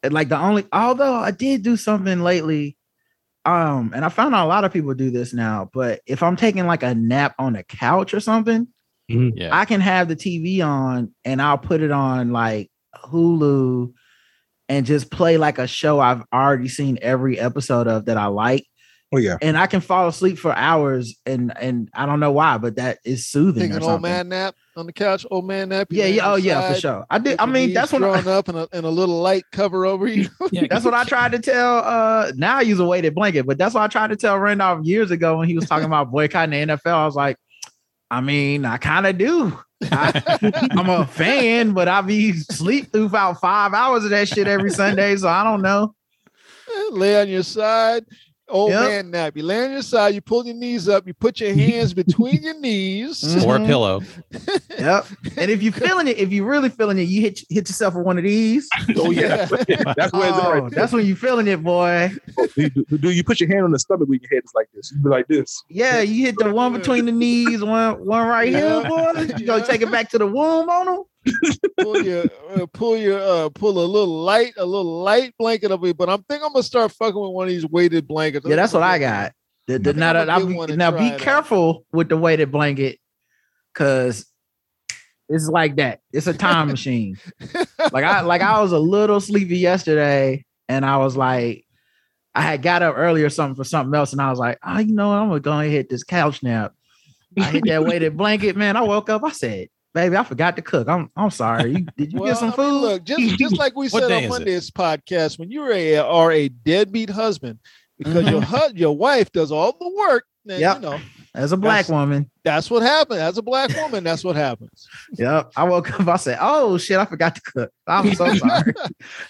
[SPEAKER 5] and, like the only although I did do something lately. Um, and I found out a lot of people do this now, but if I'm taking like a nap on the couch or something,
[SPEAKER 4] yeah.
[SPEAKER 5] I can have the TV on and I'll put it on like Hulu and just play like a show I've already seen every episode of that I like.
[SPEAKER 6] Oh yeah,
[SPEAKER 5] and I can fall asleep for hours and and I don't know why, but that is soothing
[SPEAKER 3] Take
[SPEAKER 5] or
[SPEAKER 3] an
[SPEAKER 5] something.
[SPEAKER 3] old "Oh, man nap on the couch. Old man nap. you
[SPEAKER 5] yeah,
[SPEAKER 3] lay
[SPEAKER 5] yeah,
[SPEAKER 3] on
[SPEAKER 5] oh
[SPEAKER 3] the
[SPEAKER 5] yeah, for
[SPEAKER 3] side,
[SPEAKER 5] sure. I did.
[SPEAKER 3] with
[SPEAKER 5] I
[SPEAKER 3] your
[SPEAKER 5] mean,
[SPEAKER 3] knees
[SPEAKER 5] that's what I,
[SPEAKER 3] drawn up and a, and a little light cover over you.
[SPEAKER 4] Yeah,
[SPEAKER 5] that's what I tried to tell. uh Now I use a weighted blanket, but that's what I tried to tell Randolph years ago when he was talking about boycotting the NFL. I was like, I mean, I kind of do. I, I'm a fan, but I be sleep through about five hours of that shit every Sunday, so I don't know.
[SPEAKER 3] Lay on your side. old
[SPEAKER 5] Yep.
[SPEAKER 3] man nap. You lay on your side, you pull your knees up, you put your hands between your knees.
[SPEAKER 4] or a
[SPEAKER 5] Mhm.
[SPEAKER 4] pillow.
[SPEAKER 5] Yep. And if you're feeling it, if you're really feeling it, you hit hit yourself with one of these.
[SPEAKER 6] Oh yeah, that's where it's
[SPEAKER 5] Oh,
[SPEAKER 6] right.
[SPEAKER 5] that's when you're feeling it, boy.
[SPEAKER 6] do, do, do you put your hand on the stomach with your head is like this? You be like this.
[SPEAKER 5] Yeah, you hit the one between the knees, one one right here,
[SPEAKER 3] Yeah.
[SPEAKER 5] boy. You gonna take it back to the womb on them?
[SPEAKER 3] pull your uh, pull your uh, pull a little light a little light blanket over you. But I'm think I'm gonna start fucking with one of these weighted blankets.
[SPEAKER 5] Yeah, that's what I got. The, the,
[SPEAKER 3] think
[SPEAKER 5] now
[SPEAKER 3] I'm
[SPEAKER 5] that
[SPEAKER 3] gonna
[SPEAKER 5] I
[SPEAKER 3] get
[SPEAKER 5] be,
[SPEAKER 3] one and
[SPEAKER 5] now
[SPEAKER 3] try
[SPEAKER 5] be
[SPEAKER 3] it out.
[SPEAKER 5] careful with the weighted blanket, cause it's like that. It's a time machine. Like I like I was a little sleepy yesterday, and I was like, I had got up early or something for something else, and I was like, oh, you know, what? I'm gonna go ahead and hit this couch nap. I hit that weighted blanket, man. I woke up, I said, baby, I forgot to cook. I'm I'm sorry. You, did you
[SPEAKER 3] Well,
[SPEAKER 5] get some
[SPEAKER 3] I
[SPEAKER 5] food?
[SPEAKER 3] mean, look, just just like we
[SPEAKER 4] What
[SPEAKER 3] said
[SPEAKER 4] day
[SPEAKER 3] on
[SPEAKER 4] is
[SPEAKER 3] Monday's podcast, when you are a, are a deadbeat husband because your hu- your wife does all the work, then
[SPEAKER 5] Mm-hmm. Yep.
[SPEAKER 3] you know
[SPEAKER 5] As a black
[SPEAKER 3] That's-
[SPEAKER 5] woman.
[SPEAKER 3] that's what happened. As a black woman, that's what happens.
[SPEAKER 5] Yep. I woke up. I said, "Oh shit, I forgot to cook. I'm so sorry.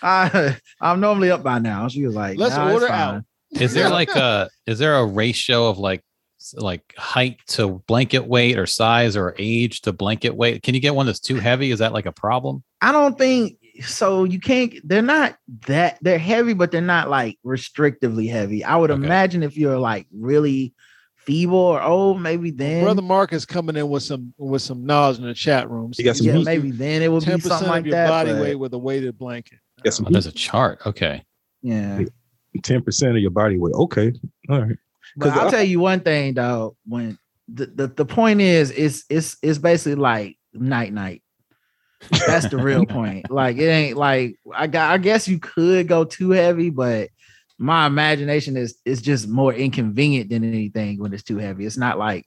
[SPEAKER 5] I, I'm normally up by now." She was like,
[SPEAKER 3] Let's
[SPEAKER 5] "Nah, it's
[SPEAKER 3] order
[SPEAKER 5] fine."
[SPEAKER 3] out.
[SPEAKER 4] Is there like a is there a ratio of like s- like height to blanket weight or size or age to blanket weight? Can you get one that's too heavy? Is that like a problem?
[SPEAKER 5] I don't think so. You can't. They're not that. They're heavy, but they're not like restrictively heavy. I would
[SPEAKER 4] Okay.
[SPEAKER 5] imagine if you're like really feeble or old, maybe then.
[SPEAKER 3] Brother Mark is coming in with some with some knowledge in the chat room.
[SPEAKER 6] He got some
[SPEAKER 5] yeah,
[SPEAKER 6] heat.
[SPEAKER 5] maybe then it would be
[SPEAKER 3] ten percent
[SPEAKER 5] something
[SPEAKER 3] of
[SPEAKER 5] like
[SPEAKER 3] your
[SPEAKER 5] that.
[SPEAKER 3] body
[SPEAKER 5] but-
[SPEAKER 3] weight with a weighted blanket.
[SPEAKER 6] Got some
[SPEAKER 4] Oh, there's a chart. Okay.
[SPEAKER 5] Yeah.
[SPEAKER 6] ten percent of your body weight. Okay, all right.
[SPEAKER 5] But
[SPEAKER 6] 'Cause
[SPEAKER 5] I'll
[SPEAKER 6] I-
[SPEAKER 5] tell you one thing though, when the, the, the point is, it's it's it's basically like night night. That's the real point. Like it ain't like I got. I guess you could go too heavy, but my imagination is is just more inconvenient than anything when it's too heavy. It's not like,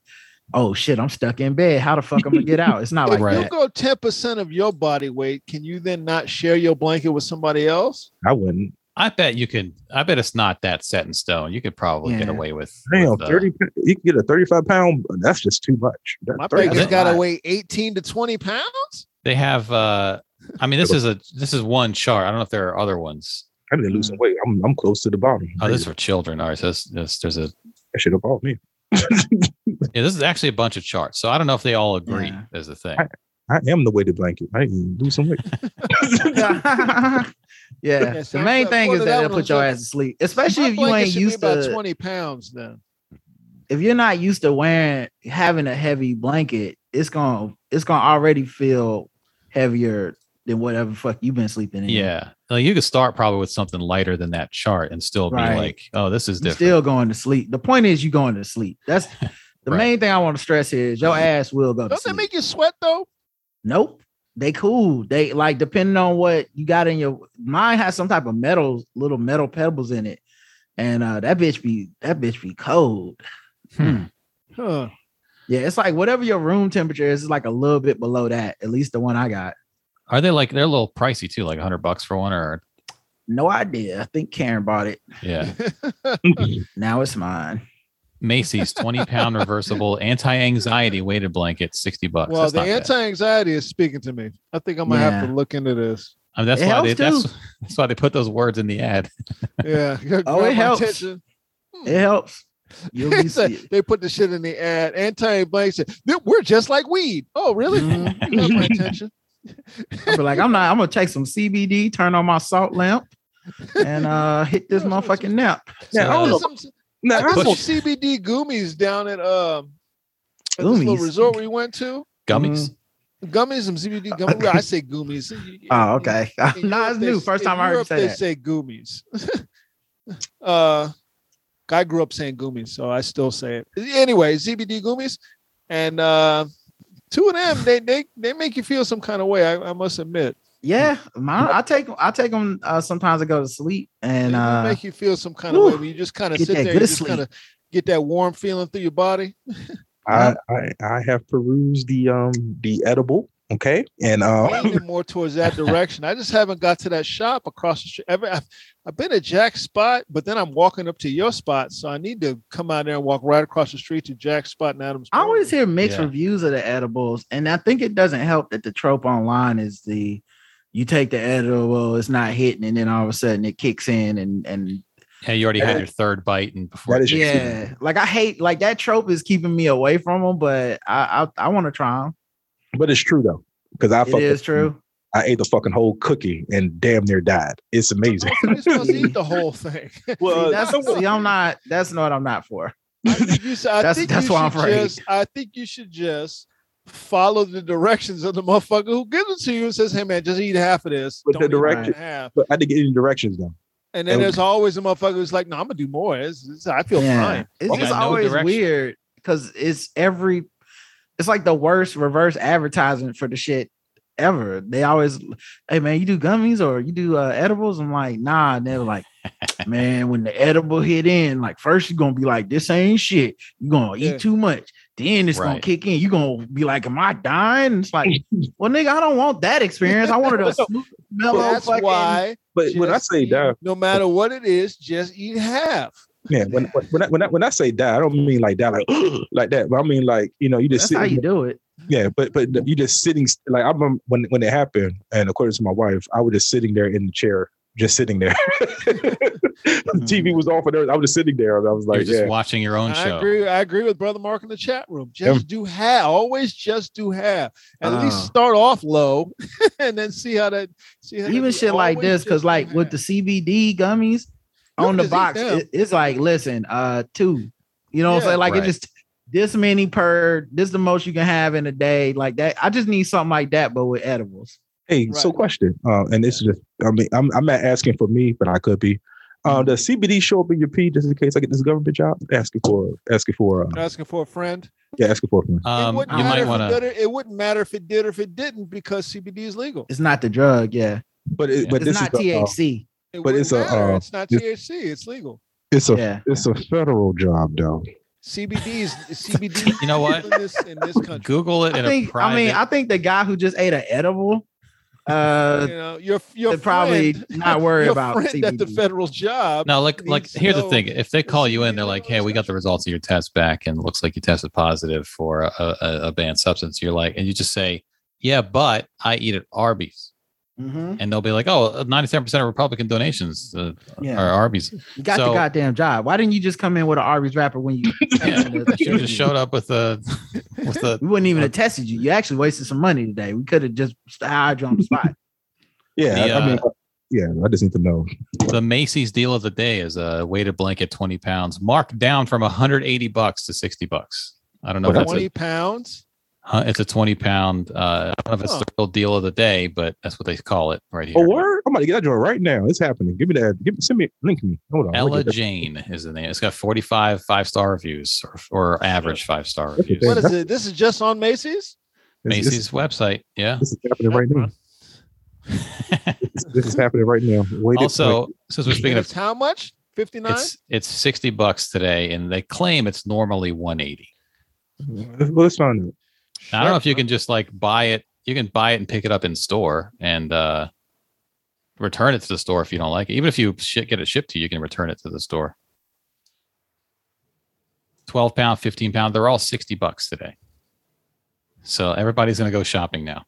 [SPEAKER 5] oh shit, I'm stuck in bed. How the fuck am I gonna get out? It's not
[SPEAKER 3] If
[SPEAKER 5] like
[SPEAKER 4] Right.
[SPEAKER 3] you
[SPEAKER 5] that.
[SPEAKER 3] go ten percent of your body weight, can you then not share your blanket with somebody else?
[SPEAKER 6] I wouldn't.
[SPEAKER 4] I bet you could. I bet it's not that set in stone. You could probably get
[SPEAKER 5] Yeah.
[SPEAKER 4] away with.
[SPEAKER 6] Damn,
[SPEAKER 4] with, uh,
[SPEAKER 6] thirty. pa- You can get a thirty-five pound. That's just too much. That
[SPEAKER 3] My
[SPEAKER 6] 30
[SPEAKER 3] baby's
[SPEAKER 4] that's
[SPEAKER 3] got to
[SPEAKER 5] a lot.
[SPEAKER 3] weigh eighteen to twenty pounds.
[SPEAKER 4] They have. uh I mean, this is a this is one chart. I don't know if there are other ones.
[SPEAKER 6] I need to lose some weight. I'm, I'm close to the bottom.
[SPEAKER 4] Oh, this is for children. All right, so this, this, there's a.
[SPEAKER 6] that should have bought me.
[SPEAKER 4] Yeah, this is actually a bunch of charts. So I don't know if they all agree.
[SPEAKER 5] Yeah.
[SPEAKER 4] Is the thing.
[SPEAKER 6] I am the weighted blanket. I can lose some weight.
[SPEAKER 5] yeah.
[SPEAKER 3] Yes,
[SPEAKER 5] the
[SPEAKER 3] I'm
[SPEAKER 5] main
[SPEAKER 3] glad-
[SPEAKER 5] thing
[SPEAKER 3] boy,
[SPEAKER 5] is
[SPEAKER 3] that
[SPEAKER 5] that
[SPEAKER 3] one
[SPEAKER 5] it'll
[SPEAKER 3] was
[SPEAKER 5] put your
[SPEAKER 3] good.
[SPEAKER 5] ass to sleep, especially
[SPEAKER 3] My
[SPEAKER 5] if you
[SPEAKER 3] blanket
[SPEAKER 5] ain't
[SPEAKER 3] should be
[SPEAKER 5] used
[SPEAKER 3] about
[SPEAKER 5] to.
[SPEAKER 3] twenty pounds. Then
[SPEAKER 5] if you're not used to wearing having a heavy blanket, it's gonna it's gonna already feel heavier than whatever fuck you've been sleeping in.
[SPEAKER 4] Yeah. Like you could start probably with something lighter than that chart and still be
[SPEAKER 5] Right.
[SPEAKER 4] like, oh, this is
[SPEAKER 5] You're
[SPEAKER 4] different.
[SPEAKER 5] still going to sleep. The point is you going to sleep. That's the
[SPEAKER 4] Right.
[SPEAKER 5] main thing I want to stress here is your ass will go to
[SPEAKER 3] don't that
[SPEAKER 5] sleep.
[SPEAKER 3] make you sweat though?
[SPEAKER 5] nope. They cool. They like depending on what you got in your mine has some type of metal, little metal pebbles in it. And uh that bitch be that bitch be cold.
[SPEAKER 4] Hmm.
[SPEAKER 3] Huh.
[SPEAKER 5] Yeah, it's like whatever your room temperature is, it's like a little bit below that, at least the one I got.
[SPEAKER 4] Are they like they're a little pricey too, like hundred bucks for one or
[SPEAKER 5] No idea. I think Karen bought it.
[SPEAKER 4] yeah.
[SPEAKER 5] Now it's mine.
[SPEAKER 4] Macy's 20 pound reversible anti-anxiety weighted blanket, 60 bucks.
[SPEAKER 3] Well,
[SPEAKER 4] that's
[SPEAKER 3] the
[SPEAKER 4] not bad.
[SPEAKER 3] anti-anxiety is speaking to me. I think I'm gonna have to
[SPEAKER 5] Yeah.
[SPEAKER 3] look into this.
[SPEAKER 4] I mean, that's
[SPEAKER 5] It
[SPEAKER 4] why they
[SPEAKER 5] helps, too.
[SPEAKER 4] that's, that's why they put those words in the ad.
[SPEAKER 3] Yeah. Grab
[SPEAKER 5] Oh,
[SPEAKER 3] my
[SPEAKER 5] it helps.
[SPEAKER 3] attention. Hmm.
[SPEAKER 5] It helps. You'll be
[SPEAKER 3] They-
[SPEAKER 5] sick.
[SPEAKER 3] they put the shit in the ad. Anti-blanket. We're just like weed. Oh, really?
[SPEAKER 5] Mhm.
[SPEAKER 3] Grab my attention.
[SPEAKER 5] I'll be like, I'm not. I'm gonna take some CBD, turn on my salt lamp, and uh hit this motherfucking nap.
[SPEAKER 6] Yeah, I don't
[SPEAKER 4] So,
[SPEAKER 6] know.
[SPEAKER 3] Some-
[SPEAKER 6] Now,
[SPEAKER 3] I
[SPEAKER 6] I
[SPEAKER 3] got
[SPEAKER 6] don't-
[SPEAKER 3] some CBD gummies down at um at this little
[SPEAKER 5] Gummies?
[SPEAKER 3] resort we went to.
[SPEAKER 4] gummies.
[SPEAKER 5] Mm-hmm.
[SPEAKER 3] Gummies, some CBD gummies. Well, I say gummies.
[SPEAKER 5] Oh, okay.
[SPEAKER 3] In
[SPEAKER 5] nah,
[SPEAKER 3] Europe,
[SPEAKER 5] it's
[SPEAKER 3] they-
[SPEAKER 5] new. First
[SPEAKER 3] in
[SPEAKER 5] time I heard you
[SPEAKER 3] Europe,
[SPEAKER 5] say
[SPEAKER 3] they
[SPEAKER 5] that.
[SPEAKER 3] say gummies. uh, I grew up saying gummies, so I still say it. Anyway, CBD gummies, and uh, two of them they they they make you feel some kind of way. I, I must admit,
[SPEAKER 5] yeah, my, I take I take them uh, sometimes. I go to sleep, and
[SPEAKER 3] they do
[SPEAKER 5] uh
[SPEAKER 3] make you feel some kind of
[SPEAKER 5] whew,
[SPEAKER 3] way. When you just kind of
[SPEAKER 5] get
[SPEAKER 3] sit
[SPEAKER 5] that
[SPEAKER 3] there, you
[SPEAKER 5] good
[SPEAKER 3] just
[SPEAKER 5] sleep.
[SPEAKER 3] kind of get that warm feeling through your body.
[SPEAKER 6] I, I I have perused the um the edible. Okay, and
[SPEAKER 5] Oh.
[SPEAKER 6] uh,
[SPEAKER 3] leaning more towards that direction. I just haven't got to that shop across the street. Every, I've, I've been at Jack's spot, but then I'm walking up to your spot, so I need to come out there and walk right across the street to Jack's spot and Adams.
[SPEAKER 5] I always
[SPEAKER 3] Corner.
[SPEAKER 5] hear mixed
[SPEAKER 4] Yeah.
[SPEAKER 5] reviews of the edibles, and I think it doesn't help that the trope online is the you take the edible, it's not hitting, and then all of a sudden it kicks in, and and
[SPEAKER 4] Hey, you already had
[SPEAKER 6] That-
[SPEAKER 4] your third bite, and before
[SPEAKER 6] that is-
[SPEAKER 4] it gets-
[SPEAKER 5] Yeah, like I hate like that trope is keeping me away from them, but I I, I want to try them.
[SPEAKER 6] But it's true though, because I
[SPEAKER 5] It
[SPEAKER 6] fucking,
[SPEAKER 5] is true.
[SPEAKER 6] I ate the fucking whole cookie and damn near died. It's amazing.
[SPEAKER 3] You're supposed to eat the whole thing.
[SPEAKER 5] See,
[SPEAKER 3] Uh,
[SPEAKER 6] Well,
[SPEAKER 5] that's
[SPEAKER 6] someone-
[SPEAKER 5] see, I'm not. That's not what I'm not for.
[SPEAKER 3] I think you, s- I
[SPEAKER 5] That's-
[SPEAKER 3] think
[SPEAKER 5] that's
[SPEAKER 3] you
[SPEAKER 5] why I'm
[SPEAKER 3] should
[SPEAKER 5] afraid.
[SPEAKER 3] just, I think you should just follow the directions of the motherfucker who gives it to you and says, "Hey man, just eat half of this."
[SPEAKER 6] But the
[SPEAKER 3] eat more than
[SPEAKER 6] direction-
[SPEAKER 3] half.
[SPEAKER 6] but I didn't get any directions though.
[SPEAKER 3] And then
[SPEAKER 6] Okay.
[SPEAKER 3] there's always a motherfucker who's like, "No, I'm gonna do more. It's, it's- I feel fine."
[SPEAKER 5] It's
[SPEAKER 4] Okay.
[SPEAKER 5] just
[SPEAKER 4] No
[SPEAKER 5] always
[SPEAKER 4] direction.
[SPEAKER 5] weird because it's every it's like the worst reverse advertisement for the shit ever. They always hey man, you do gummies or you do uh, edibles. I'm like, nah, and they're like, man, when the edible hit in, like first you're gonna be like, this ain't shit. You're gonna
[SPEAKER 3] Yeah.
[SPEAKER 5] eat too much. Then it's gonna
[SPEAKER 4] Right.
[SPEAKER 5] kick in. You're gonna be like, Am I dying? It's like, well, nigga, I don't want that experience. I wanted a smooth, mellow
[SPEAKER 3] That's
[SPEAKER 5] fucking-
[SPEAKER 3] why.
[SPEAKER 6] But when I
[SPEAKER 3] just
[SPEAKER 6] say
[SPEAKER 3] eat-
[SPEAKER 6] die,
[SPEAKER 3] no matter what it is, just eat half.
[SPEAKER 6] yeah, when when when I, when I, when I say die, I don't mean like die like like that. But I mean like you know you just
[SPEAKER 5] That's how
[SPEAKER 6] sit.
[SPEAKER 5] you do it.
[SPEAKER 6] Yeah, but but you just sitting like I remember when when it happened, and according to my wife, I was just sitting there in the chair, just sitting there.
[SPEAKER 5] Mm.
[SPEAKER 6] TV was off, and everything. I was just sitting there, and I was
[SPEAKER 4] you're
[SPEAKER 6] like,
[SPEAKER 4] just
[SPEAKER 6] yeah,
[SPEAKER 4] watching your own
[SPEAKER 3] I
[SPEAKER 4] show.
[SPEAKER 3] agree. I agree with brother Mark in the chat room.
[SPEAKER 6] Yeah.
[SPEAKER 3] Just do half. Always just do half. At
[SPEAKER 4] Uh-huh.
[SPEAKER 5] Uh.
[SPEAKER 3] least start off low, and then see how that. See how
[SPEAKER 5] even
[SPEAKER 3] that-
[SPEAKER 5] shit like
[SPEAKER 3] always
[SPEAKER 5] this because
[SPEAKER 3] just do
[SPEAKER 5] like with
[SPEAKER 3] half.
[SPEAKER 5] the cbd gummies
[SPEAKER 3] You
[SPEAKER 5] on
[SPEAKER 3] can
[SPEAKER 5] the
[SPEAKER 3] just eat
[SPEAKER 5] box
[SPEAKER 3] them.
[SPEAKER 5] it- it's like listen uh two you know what i'm
[SPEAKER 3] Yeah,
[SPEAKER 5] saying like
[SPEAKER 4] right.
[SPEAKER 5] it just this many per this the most you can have in a day like that i just need something like that but with edibles
[SPEAKER 6] hey, so
[SPEAKER 3] Right.
[SPEAKER 6] question, uh, and this is just, I mean, I'm I'm not asking for me, but I could be.
[SPEAKER 5] Mm-hmm.
[SPEAKER 6] Uh, does CBD show up in your pee just in case I get this government job? Asking for, asking for, uh,
[SPEAKER 3] You're asking for a friend.
[SPEAKER 6] yeah, asking for.
[SPEAKER 5] uh,
[SPEAKER 6] a
[SPEAKER 4] Um,
[SPEAKER 3] it wouldn't
[SPEAKER 4] you
[SPEAKER 3] matter
[SPEAKER 4] might
[SPEAKER 3] if
[SPEAKER 4] want
[SPEAKER 3] it
[SPEAKER 4] to.
[SPEAKER 3] did or- It wouldn't matter if it did or if it didn't because CBD is legal.
[SPEAKER 5] it's not the drug yeah
[SPEAKER 6] But it,
[SPEAKER 4] Yeah.
[SPEAKER 6] but
[SPEAKER 5] it's
[SPEAKER 6] this
[SPEAKER 5] not
[SPEAKER 6] is a, uh,
[SPEAKER 5] thc
[SPEAKER 3] It
[SPEAKER 6] But
[SPEAKER 3] wouldn't
[SPEAKER 6] it's a,
[SPEAKER 3] matter.
[SPEAKER 6] uh,
[SPEAKER 3] it's not
[SPEAKER 6] it's-
[SPEAKER 3] THC. It's legal.
[SPEAKER 6] it's a
[SPEAKER 5] yeah
[SPEAKER 6] it's a federal job though.
[SPEAKER 3] CBD is CBD.
[SPEAKER 4] You know what?
[SPEAKER 3] In this, in this country,
[SPEAKER 4] Google it
[SPEAKER 5] i
[SPEAKER 4] in a
[SPEAKER 5] think
[SPEAKER 4] private.
[SPEAKER 5] i mean i think the guy who just ate an edible uh
[SPEAKER 3] you know, your your
[SPEAKER 5] should probably
[SPEAKER 3] friend-
[SPEAKER 5] not worry
[SPEAKER 3] your
[SPEAKER 5] about
[SPEAKER 3] friend at the
[SPEAKER 5] CBD.
[SPEAKER 3] federal job.
[SPEAKER 4] No, like like
[SPEAKER 3] needs to
[SPEAKER 4] here's the
[SPEAKER 3] know
[SPEAKER 4] thing. If they
[SPEAKER 3] if
[SPEAKER 4] call you
[SPEAKER 3] somebody
[SPEAKER 4] in, they're
[SPEAKER 3] knows
[SPEAKER 4] like, "Hey, we got the
[SPEAKER 3] something."
[SPEAKER 4] results of your test back, and it looks like you tested positive for a, a, a banned substance." You're like, and you just say, "Yeah, but I eat at Arby's,"
[SPEAKER 5] mhm,
[SPEAKER 4] and they'll be like, "Oh, 97 percent of Republican donations uh,
[SPEAKER 5] yeah
[SPEAKER 4] are Arby's."
[SPEAKER 5] you got the
[SPEAKER 4] so-
[SPEAKER 5] goddamn job why didn't you just come in with an arby's wrapper when you
[SPEAKER 4] Yeah, you just showed up with a with a
[SPEAKER 5] We wouldn't even have tested you. You actually wasted some money today. We could have just hired you on the spot.
[SPEAKER 6] Yeah,
[SPEAKER 4] The,
[SPEAKER 6] I, I mean, yeah, I just need to know.
[SPEAKER 4] the Macy's deal of the day is a weighted blanket twenty pounds, marked down from 180 bucks to 60 bucks. I don't know. If that's a,
[SPEAKER 3] Twenty pounds.
[SPEAKER 4] huh, it's a 20 pound. Uh, I don't know if it's
[SPEAKER 3] Huh.
[SPEAKER 4] the real deal of the day, but that's what they call it right here.
[SPEAKER 6] Oh, word! I'm about to get that joint right now. It's happening. Give me that. Give me, send me. Link me. Hold on.
[SPEAKER 4] Ella
[SPEAKER 6] Look at that.
[SPEAKER 4] Jane is the name. It's got 45 five star reviews or, or average five star
[SPEAKER 6] That's
[SPEAKER 4] reviews.
[SPEAKER 6] the
[SPEAKER 3] What
[SPEAKER 6] thing.
[SPEAKER 3] is it? This is just on Macy's.
[SPEAKER 6] This- this-
[SPEAKER 4] Macy's website. Yeah.
[SPEAKER 6] This, is happening right now. This, this is happening right now. Wait a
[SPEAKER 4] also, since we're
[SPEAKER 3] And
[SPEAKER 4] speaking
[SPEAKER 3] it's
[SPEAKER 4] of,
[SPEAKER 3] how much? Fifty nine.
[SPEAKER 4] it's it's 60 bucks today, and they claim it's normally 180.
[SPEAKER 6] second. well, let's find out.
[SPEAKER 4] Now, I don't know if you can just like buy it. You can buy it and pick it up in store and uh, return it to the store if you don't like it. Even if you shit, get it shipped to you, you can return it to the store. 12 pound, 15 pound, they're all 60 bucks today. So everybody's going to go shopping now.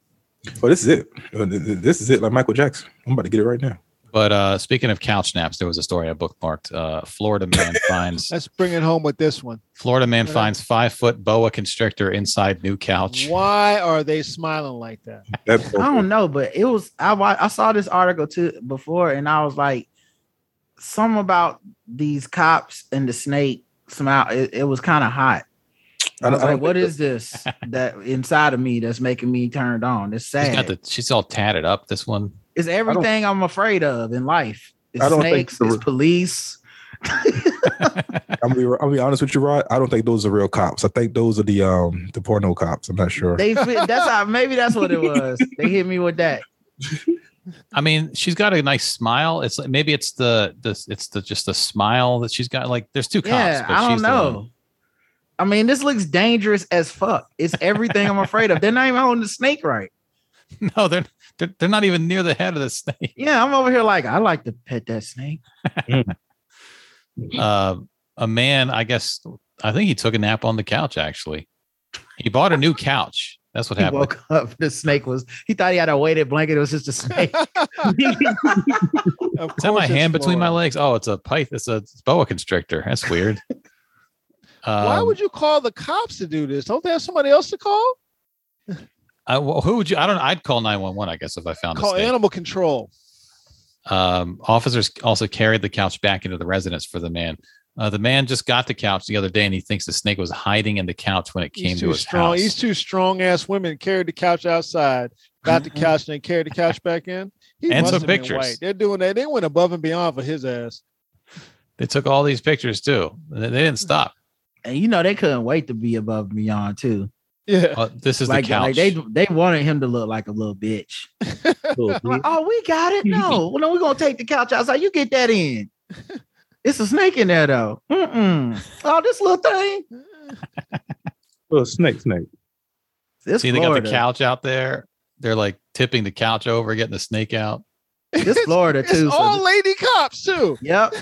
[SPEAKER 6] Oh, this is it. Oh, th- th- This is it. Like Michael Jackson. I'm about to get it right now.
[SPEAKER 4] But uh, speaking of couch naps, there was a story I bookmarked. Uh, Florida man finds
[SPEAKER 3] Let's bring it home with this one.
[SPEAKER 4] Florida man
[SPEAKER 3] What up?
[SPEAKER 4] finds five foot boa constrictor inside new couch.
[SPEAKER 3] Why are they smiling like that?
[SPEAKER 6] That's
[SPEAKER 5] I don't know, but it was I wa- I saw this article too before, and I was like, some about these cops and the snake somehow it, it was kind of hot. I, was like, what is this that inside of me that's making me turned on? It's
[SPEAKER 4] She's
[SPEAKER 5] sad.
[SPEAKER 4] got the she's all tatted up. This one,
[SPEAKER 5] it's everything I'm afraid of in life. It's
[SPEAKER 6] I don't think
[SPEAKER 5] snakes,
[SPEAKER 6] the-
[SPEAKER 5] it's police.
[SPEAKER 6] I'm gonna, be, I'm gonna be honest with you, Rod. I don't think those are real cops. I think those are the um the porno cops. I'm not sure.
[SPEAKER 5] They fit, that's how maybe that's what it was. They hit me with that.
[SPEAKER 4] I mean, she's got a nice smile. It's like maybe it's the this it's the just the smile that she's got. Like there's two cops.
[SPEAKER 5] Yeah,
[SPEAKER 4] but
[SPEAKER 5] I don't
[SPEAKER 4] she's the one-
[SPEAKER 5] know. I mean, this looks dangerous as fuck. It's everything I'm afraid of. They're not even holding the snake right.
[SPEAKER 4] No, they're, they're they're not even near the head of the snake.
[SPEAKER 5] Yeah, I'm over here like I like to pet that snake.
[SPEAKER 4] Uh, a man, I guess, I think he took a nap on the couch. Actually, he bought a new couch That's what
[SPEAKER 5] He
[SPEAKER 4] happened.
[SPEAKER 5] woke up. The snake was. He thought he had a weighted blanket. It was just a snake.
[SPEAKER 3] Of
[SPEAKER 4] Is that my
[SPEAKER 3] course it's
[SPEAKER 4] hand between my
[SPEAKER 3] Florida.
[SPEAKER 4] legs? Oh, it's a python. It's a boa constrictor. That's weird.
[SPEAKER 3] Why
[SPEAKER 4] Um,
[SPEAKER 3] would you call the cops to do this? Don't they have somebody else to call?
[SPEAKER 4] I, well, who would you? I don't. I'd call nine one one. I guess if I found
[SPEAKER 3] Call
[SPEAKER 4] a snake.
[SPEAKER 3] animal control.
[SPEAKER 4] Um, officers also carried the couch back into the residence for the man. Uh, the man just got the couch the other day, and he thinks the snake was hiding in the couch when it came
[SPEAKER 3] These
[SPEAKER 4] to
[SPEAKER 3] two
[SPEAKER 4] his
[SPEAKER 3] strong.
[SPEAKER 4] house.
[SPEAKER 3] These two strong ass women carried the couch outside, got the couch, and then carried the couch back in. He
[SPEAKER 4] And
[SPEAKER 3] must
[SPEAKER 4] some
[SPEAKER 3] have been
[SPEAKER 4] pictures.
[SPEAKER 3] white. They're doing that. They went above and beyond for his ass.
[SPEAKER 4] They took all these pictures too. They they didn't stop.
[SPEAKER 5] and you know they couldn't wait to be above and beyond too.
[SPEAKER 3] Yeah.
[SPEAKER 4] Uh, this is
[SPEAKER 5] Like,
[SPEAKER 4] the couch.
[SPEAKER 5] like they they wanted him to look like a little bitch. Like, oh, we got it. No, well, no, we're gonna take the couch outside. You get that in. It's a snake in there though. Mm-mm. Oh, this little thing.
[SPEAKER 6] Little snake, snake.
[SPEAKER 5] This
[SPEAKER 4] See, they
[SPEAKER 5] Florida.
[SPEAKER 4] got the couch out there. They're like tipping the couch over, getting the snake out.
[SPEAKER 5] This Florida
[SPEAKER 3] It's
[SPEAKER 5] too. so
[SPEAKER 3] all lady cops too.
[SPEAKER 5] th- yep.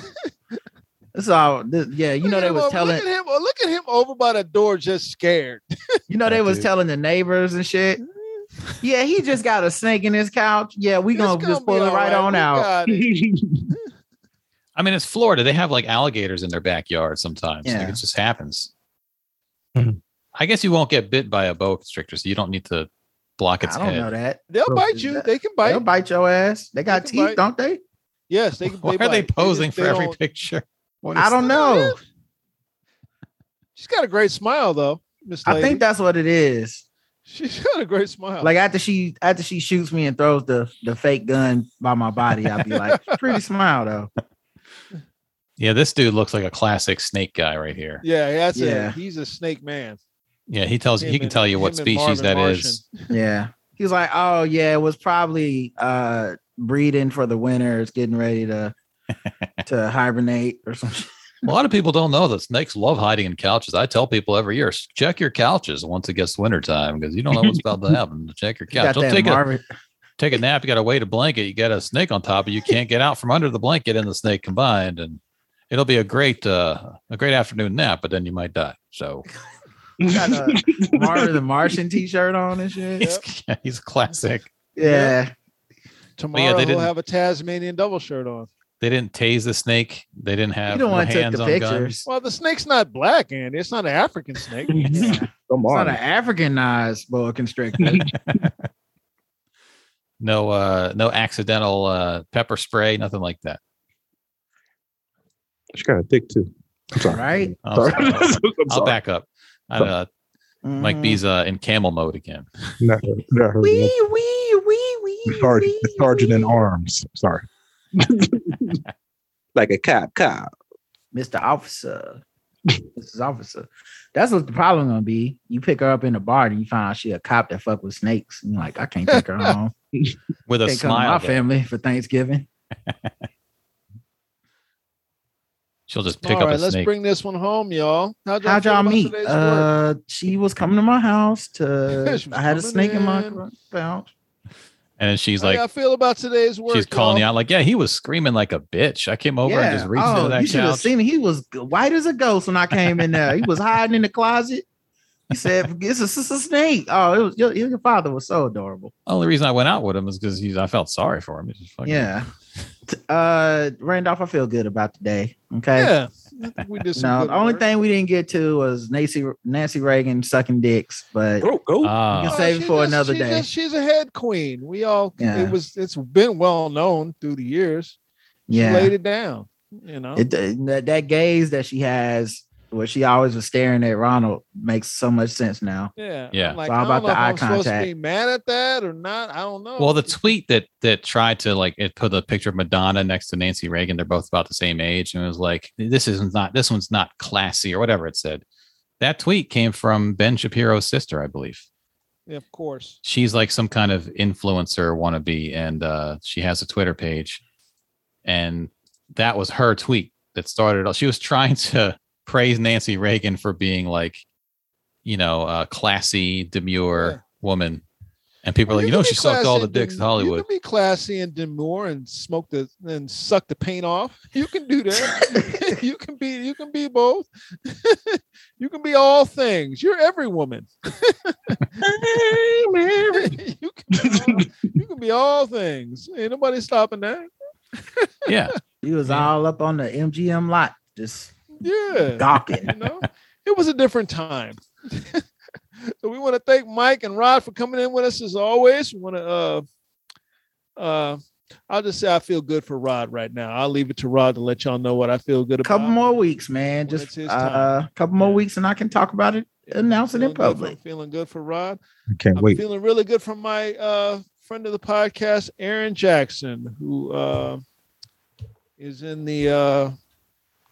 [SPEAKER 5] It's all. This, yeah, you
[SPEAKER 3] Look
[SPEAKER 5] know
[SPEAKER 3] at
[SPEAKER 5] they
[SPEAKER 3] him
[SPEAKER 5] was
[SPEAKER 3] over-
[SPEAKER 5] telling.
[SPEAKER 3] Look at him. oh, Look at him over by the door, just scared.
[SPEAKER 5] You know they
[SPEAKER 4] That
[SPEAKER 5] was
[SPEAKER 4] dude.
[SPEAKER 5] telling the neighbors and shit. Yeah, he just got a snake in his couch. Yeah, we
[SPEAKER 3] It's
[SPEAKER 5] gonna,
[SPEAKER 3] gonna
[SPEAKER 5] just pull
[SPEAKER 3] be
[SPEAKER 5] it
[SPEAKER 3] all right.
[SPEAKER 5] right on
[SPEAKER 3] We
[SPEAKER 5] out.
[SPEAKER 3] got
[SPEAKER 4] I mean, it's Florida. They have like alligators in their backyard sometimes.
[SPEAKER 5] Yeah.
[SPEAKER 4] Like it just happens.
[SPEAKER 6] Mhm.
[SPEAKER 4] I guess you won't get bit by a boa constrictor, so you don't need to block its
[SPEAKER 5] I don't
[SPEAKER 4] head.
[SPEAKER 5] know that.
[SPEAKER 3] They'll
[SPEAKER 5] Bro,
[SPEAKER 3] bite
[SPEAKER 5] is
[SPEAKER 3] you.
[SPEAKER 5] that-
[SPEAKER 3] They can bite.
[SPEAKER 5] They'll bite your ass. They got
[SPEAKER 3] They can bite.
[SPEAKER 5] teeth, don't they?
[SPEAKER 3] Yes, they can.
[SPEAKER 4] Why are they
[SPEAKER 3] bite.
[SPEAKER 4] posing
[SPEAKER 3] just-
[SPEAKER 4] for every
[SPEAKER 3] don't-
[SPEAKER 4] picture? What
[SPEAKER 5] I
[SPEAKER 4] is-
[SPEAKER 5] don't know.
[SPEAKER 3] She's got a great smile though, Miss
[SPEAKER 5] I
[SPEAKER 3] Lady.
[SPEAKER 5] think that's what it is.
[SPEAKER 3] she's got a great smile.
[SPEAKER 5] Like after she after she shoots me and throws the the fake gun by my body, I'll be like, pretty smile though.
[SPEAKER 4] Yeah, this dude looks like a classic snake guy right here.
[SPEAKER 3] yeah, that's
[SPEAKER 5] Yeah.
[SPEAKER 3] it. He's a snake man.
[SPEAKER 4] Yeah, he tells
[SPEAKER 3] Him
[SPEAKER 4] he can
[SPEAKER 3] and-
[SPEAKER 4] tell you what
[SPEAKER 3] him and Marvin
[SPEAKER 4] species that is.
[SPEAKER 5] Yeah. He was like, Oh yeah, it was probably uh breeding for the winter. It's getting ready to to hibernate or something.
[SPEAKER 4] A lot of people don't know that snakes love hiding in couches. I tell people every year, "S- check your couches once it gets wintertime because you don't know what's about to happen. Check your couch. Don't take a,
[SPEAKER 5] Marvin,
[SPEAKER 4] take a nap. You got to wait a blanket. You got a snake on top of you. You can't get out from under the blanket and the snake combined. And it'll be a great uh, a great afternoon nap, but then you might die. So
[SPEAKER 5] got a Marvin the Martian t-shirt on and shit.
[SPEAKER 4] he's, he's classic.
[SPEAKER 5] Yeah.
[SPEAKER 3] Tomorrow
[SPEAKER 4] they
[SPEAKER 3] he'll
[SPEAKER 4] didn't-
[SPEAKER 3] have a Tasmanian double shirt on.
[SPEAKER 4] They didn't tase the snake. They didn't have
[SPEAKER 5] You don't
[SPEAKER 4] no
[SPEAKER 5] want to take
[SPEAKER 4] hands
[SPEAKER 5] the
[SPEAKER 4] on guns.
[SPEAKER 5] pictures.
[SPEAKER 3] Well, the snake's not black, Andy. It's not an African snake.
[SPEAKER 5] Yeah.
[SPEAKER 6] Come
[SPEAKER 5] It's not
[SPEAKER 6] on.
[SPEAKER 5] an Africanized boa constrictor.
[SPEAKER 4] No uh, no accidental uh, pepper spray. Nothing like that.
[SPEAKER 6] She got a dick too. I'm sorry.
[SPEAKER 5] Right?
[SPEAKER 4] I'm
[SPEAKER 6] Sorry.
[SPEAKER 4] sorry. Um,
[SPEAKER 6] I'm
[SPEAKER 4] uh, I'll
[SPEAKER 6] sorry.
[SPEAKER 4] back up. I, uh, Mike
[SPEAKER 3] Mm-hmm.
[SPEAKER 5] Mhm.
[SPEAKER 4] B's uh, in camel mode again.
[SPEAKER 6] Not her- not her.
[SPEAKER 5] Wee wee wee wee.
[SPEAKER 6] The sergeant,
[SPEAKER 5] wee,
[SPEAKER 6] the sergeant in
[SPEAKER 5] wee.
[SPEAKER 6] arms. Sorry. like a cop, cop.
[SPEAKER 5] Mr. Officer. Mrs. Officer. That's what the problem gonna be. You pick her up in the bar and you find out she a cop that fuck with snakes. And you're like, I can't take her home.
[SPEAKER 4] with a
[SPEAKER 5] Can't come to
[SPEAKER 4] smile.
[SPEAKER 5] my
[SPEAKER 4] though.
[SPEAKER 5] family for Thanksgiving.
[SPEAKER 4] She'll just pick
[SPEAKER 3] All
[SPEAKER 4] up
[SPEAKER 3] right,
[SPEAKER 4] a
[SPEAKER 3] let's
[SPEAKER 4] snake.
[SPEAKER 3] bring this one home, y'all. How'd y'all,
[SPEAKER 5] How'd
[SPEAKER 3] feel
[SPEAKER 5] y'all
[SPEAKER 3] about
[SPEAKER 5] meet?
[SPEAKER 3] today's work?
[SPEAKER 5] Uh she was coming to my house to
[SPEAKER 3] She was
[SPEAKER 5] I had a
[SPEAKER 3] coming
[SPEAKER 5] snake in my
[SPEAKER 3] in.
[SPEAKER 5] pouch.
[SPEAKER 4] and then she's
[SPEAKER 3] How y'all
[SPEAKER 4] like,
[SPEAKER 3] feel about today's work?
[SPEAKER 4] she's calling you
[SPEAKER 3] y'all?
[SPEAKER 4] out, like, yeah, he was screaming like a bitch. I came over and just reached
[SPEAKER 5] oh,
[SPEAKER 4] into that
[SPEAKER 5] you should have
[SPEAKER 4] couch.
[SPEAKER 5] seen him. He was g- white as a ghost when I came in there. He was hiding in the closet. He said, "It's a, it's a snake." Oh, it was your, your father was so adorable.
[SPEAKER 4] Only reason I went out with him is because I felt sorry for him. He's just fucking-
[SPEAKER 5] Yeah. T- Uh Randolph, I feel good about today. Okay.
[SPEAKER 3] Yeah, I think we did some
[SPEAKER 5] No,
[SPEAKER 3] good
[SPEAKER 5] the only
[SPEAKER 3] work.
[SPEAKER 5] thing we didn't get to was Nancy Nancy Reagan sucking dicks, but
[SPEAKER 6] Go, go.
[SPEAKER 4] Ah,
[SPEAKER 5] You can save it
[SPEAKER 3] Oh, she
[SPEAKER 5] for
[SPEAKER 3] just-
[SPEAKER 5] another
[SPEAKER 3] she
[SPEAKER 5] day.
[SPEAKER 3] just- she's a head queen. We all
[SPEAKER 5] Yeah.
[SPEAKER 3] it was it's been well known through the years. She
[SPEAKER 5] yeah,
[SPEAKER 3] laid it down. You know,
[SPEAKER 5] it, that, that gaze that she has, where she always was staring at Ronald, makes so much sense now.
[SPEAKER 3] yeah,
[SPEAKER 4] Yeah.
[SPEAKER 3] I'm like,
[SPEAKER 5] It's all
[SPEAKER 3] I don't
[SPEAKER 5] about
[SPEAKER 3] know
[SPEAKER 5] the
[SPEAKER 3] if
[SPEAKER 5] eye
[SPEAKER 3] I'm supposed to
[SPEAKER 5] contact.
[SPEAKER 3] be mad at that or not. I don't know.
[SPEAKER 4] well, the tweet that that tried to like it put a picture of Madonna next to Nancy Reagan. They're both about the same age, and it was like, this is not this one's not classy or whatever it said. That tweet came from Ben Shapiro's sister, I believe.
[SPEAKER 3] Yeah, of course.
[SPEAKER 4] she's like some kind of influencer wannabe and uh, she has a twitter page and that was her tweet that started it all she was trying to praise nancy reagan for being like you know a classy demure
[SPEAKER 3] Yeah.
[SPEAKER 4] woman and people are like you know
[SPEAKER 3] can
[SPEAKER 4] she
[SPEAKER 3] be
[SPEAKER 4] sucked all
[SPEAKER 3] classy
[SPEAKER 4] the
[SPEAKER 3] and
[SPEAKER 4] dicks
[SPEAKER 3] dem-
[SPEAKER 4] in hollywood
[SPEAKER 3] You can be classy and demure and smoke the and suck the paint off. You can do that. you can be you can be both. You can be all things. You're every woman. you, can be all, you can be all things. Ain't nobody stopping that.
[SPEAKER 4] Yeah.
[SPEAKER 5] He was
[SPEAKER 4] Yeah.
[SPEAKER 5] all up on the MGM lot, just
[SPEAKER 3] Yeah.
[SPEAKER 5] gawking.
[SPEAKER 3] You know, it was a different time. so we want to thank Mike and Rod for coming in with us as always. We want to uh uh I'll just say I feel good for Rod right now. I'll leave it to Rod to let y'all know what I feel good
[SPEAKER 5] A
[SPEAKER 3] about.
[SPEAKER 5] couple more weeks, man.
[SPEAKER 3] Well, it's
[SPEAKER 5] Just
[SPEAKER 3] his
[SPEAKER 5] a
[SPEAKER 3] time.
[SPEAKER 5] uh, couple more
[SPEAKER 3] Yeah.
[SPEAKER 5] weeks, and I can talk about it, announce it
[SPEAKER 3] Feeling
[SPEAKER 5] in
[SPEAKER 3] good for-
[SPEAKER 5] public.
[SPEAKER 3] feeling good for Rod.
[SPEAKER 6] I can't
[SPEAKER 3] I'm
[SPEAKER 6] wait.
[SPEAKER 3] feeling really good from my uh, friend of the podcast, Aaron Jackson, who uh, is in the uh,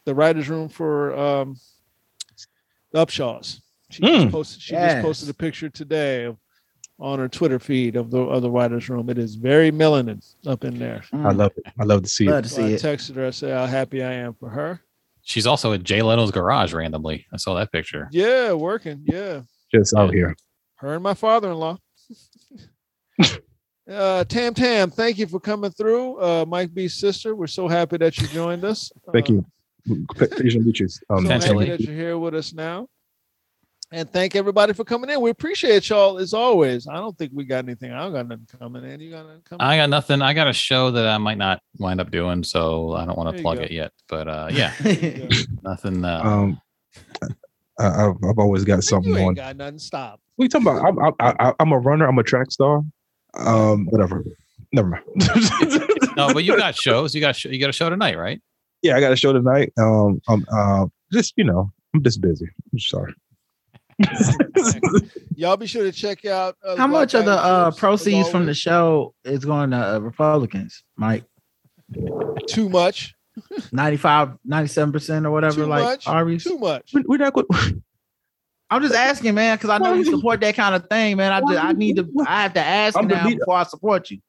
[SPEAKER 3] the writers' room for um, the Upshaws. She just
[SPEAKER 9] Mm.
[SPEAKER 3] posted she just
[SPEAKER 5] Yes.
[SPEAKER 3] posted a picture today of, on her Twitter feed of the of the writers' room. It is very melanin up in there.
[SPEAKER 6] I love it. I love to see
[SPEAKER 5] Mm, Love
[SPEAKER 6] it.
[SPEAKER 5] to
[SPEAKER 3] So I
[SPEAKER 5] see it.
[SPEAKER 3] texted her. I said how happy I am for her.
[SPEAKER 4] She's also at Jay Leno's garage randomly. I saw that picture.
[SPEAKER 3] Yeah, working. Yeah.
[SPEAKER 6] Just out here.
[SPEAKER 3] her and my father-in-law. uh, Tam Tam, thank you for coming through. Uh, Mike B's sister, we're so happy that you joined us.
[SPEAKER 6] Thank
[SPEAKER 3] Uh,
[SPEAKER 6] you. Asian beaches. Um,
[SPEAKER 3] so happy
[SPEAKER 4] Potentially.
[SPEAKER 3] that you're here with us now. And thank everybody for coming in. We appreciate y'all as always. I don't think we got anything. I don't got nothing coming in. You got nothing coming?
[SPEAKER 4] I got nothing. I got a show that I might not wind up doing, so I don't want
[SPEAKER 3] There
[SPEAKER 4] to
[SPEAKER 3] you
[SPEAKER 4] plug
[SPEAKER 3] go.
[SPEAKER 4] it yet. But uh, yeah,
[SPEAKER 3] Yeah.
[SPEAKER 4] nothing. Uh,
[SPEAKER 6] um, I, I've, I've always got something
[SPEAKER 3] you
[SPEAKER 6] on.
[SPEAKER 3] ain't got nothing. Stop.
[SPEAKER 6] What you talking about? I'm, I'm- I, I, I'm a runner. I'm a track star. Um, whatever. Never mind.
[SPEAKER 4] no, but you got shows. You got sh- you got a show tonight, right?
[SPEAKER 6] yeah, I got a show tonight. Um, um, uh, just you know, I'm just busy. I'm sorry.
[SPEAKER 3] Y'all be sure to check out. Uh,
[SPEAKER 5] How much of the uh, proceeds from the
[SPEAKER 3] show?
[SPEAKER 5] show is going to uh, Republicans, Mike?
[SPEAKER 3] Too much.
[SPEAKER 5] 95, 97% or whatever,
[SPEAKER 3] Too
[SPEAKER 5] like
[SPEAKER 3] much.
[SPEAKER 5] Arby's?
[SPEAKER 3] Too much.
[SPEAKER 6] We- We're not going.
[SPEAKER 5] I'm just asking, man, because I know you support that kind of thing, man. I just, I need to, I have to ask
[SPEAKER 6] I'm the
[SPEAKER 5] now
[SPEAKER 6] leader.
[SPEAKER 5] before I support you.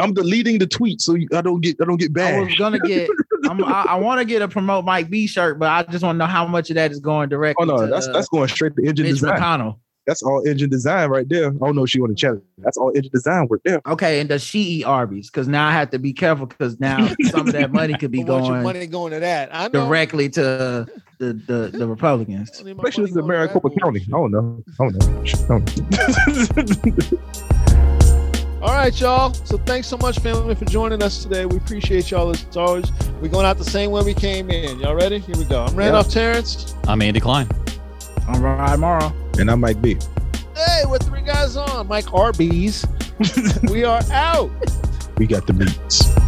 [SPEAKER 6] I'm deleting the tweet, so you, I don't get. I don't get
[SPEAKER 5] I
[SPEAKER 6] banned.
[SPEAKER 5] was gonna get, I'm, I, I want to get a promote Mike B shirt, but I just want to know how much of that is going
[SPEAKER 6] Oh
[SPEAKER 5] directly.
[SPEAKER 6] no,
[SPEAKER 5] to,
[SPEAKER 6] that's
[SPEAKER 5] uh,
[SPEAKER 6] that's going straight to engine
[SPEAKER 5] Mitch
[SPEAKER 6] design.
[SPEAKER 5] McConnell.
[SPEAKER 6] That's all engine design right there. I don't know if she want to chat. That's all engine design work there.
[SPEAKER 5] Okay, and does she eat Arby's? Because now I have to be careful because now some of that money could be
[SPEAKER 3] Don't want your
[SPEAKER 5] going
[SPEAKER 3] money going to that. I know.
[SPEAKER 5] directly to the the, the Republicans.
[SPEAKER 3] Don't need my
[SPEAKER 6] Especially
[SPEAKER 3] money
[SPEAKER 6] this is
[SPEAKER 3] going to that
[SPEAKER 6] Maricopa County.
[SPEAKER 3] bullshit.
[SPEAKER 6] I don't know. I don't know. Shit, I don't know.
[SPEAKER 3] All right, y'all. So thanks so much, family, for joining us today. We appreciate y'all as always. We're going out the same way we came in. Y'all ready? Here we go. I'm Randolph Terrence.
[SPEAKER 4] I'm Andy Klein.
[SPEAKER 5] I'm Rod Morrow.
[SPEAKER 6] and I might be.
[SPEAKER 3] Hey, we're three guys on. Mike RBs. we are out.
[SPEAKER 6] We got the beats.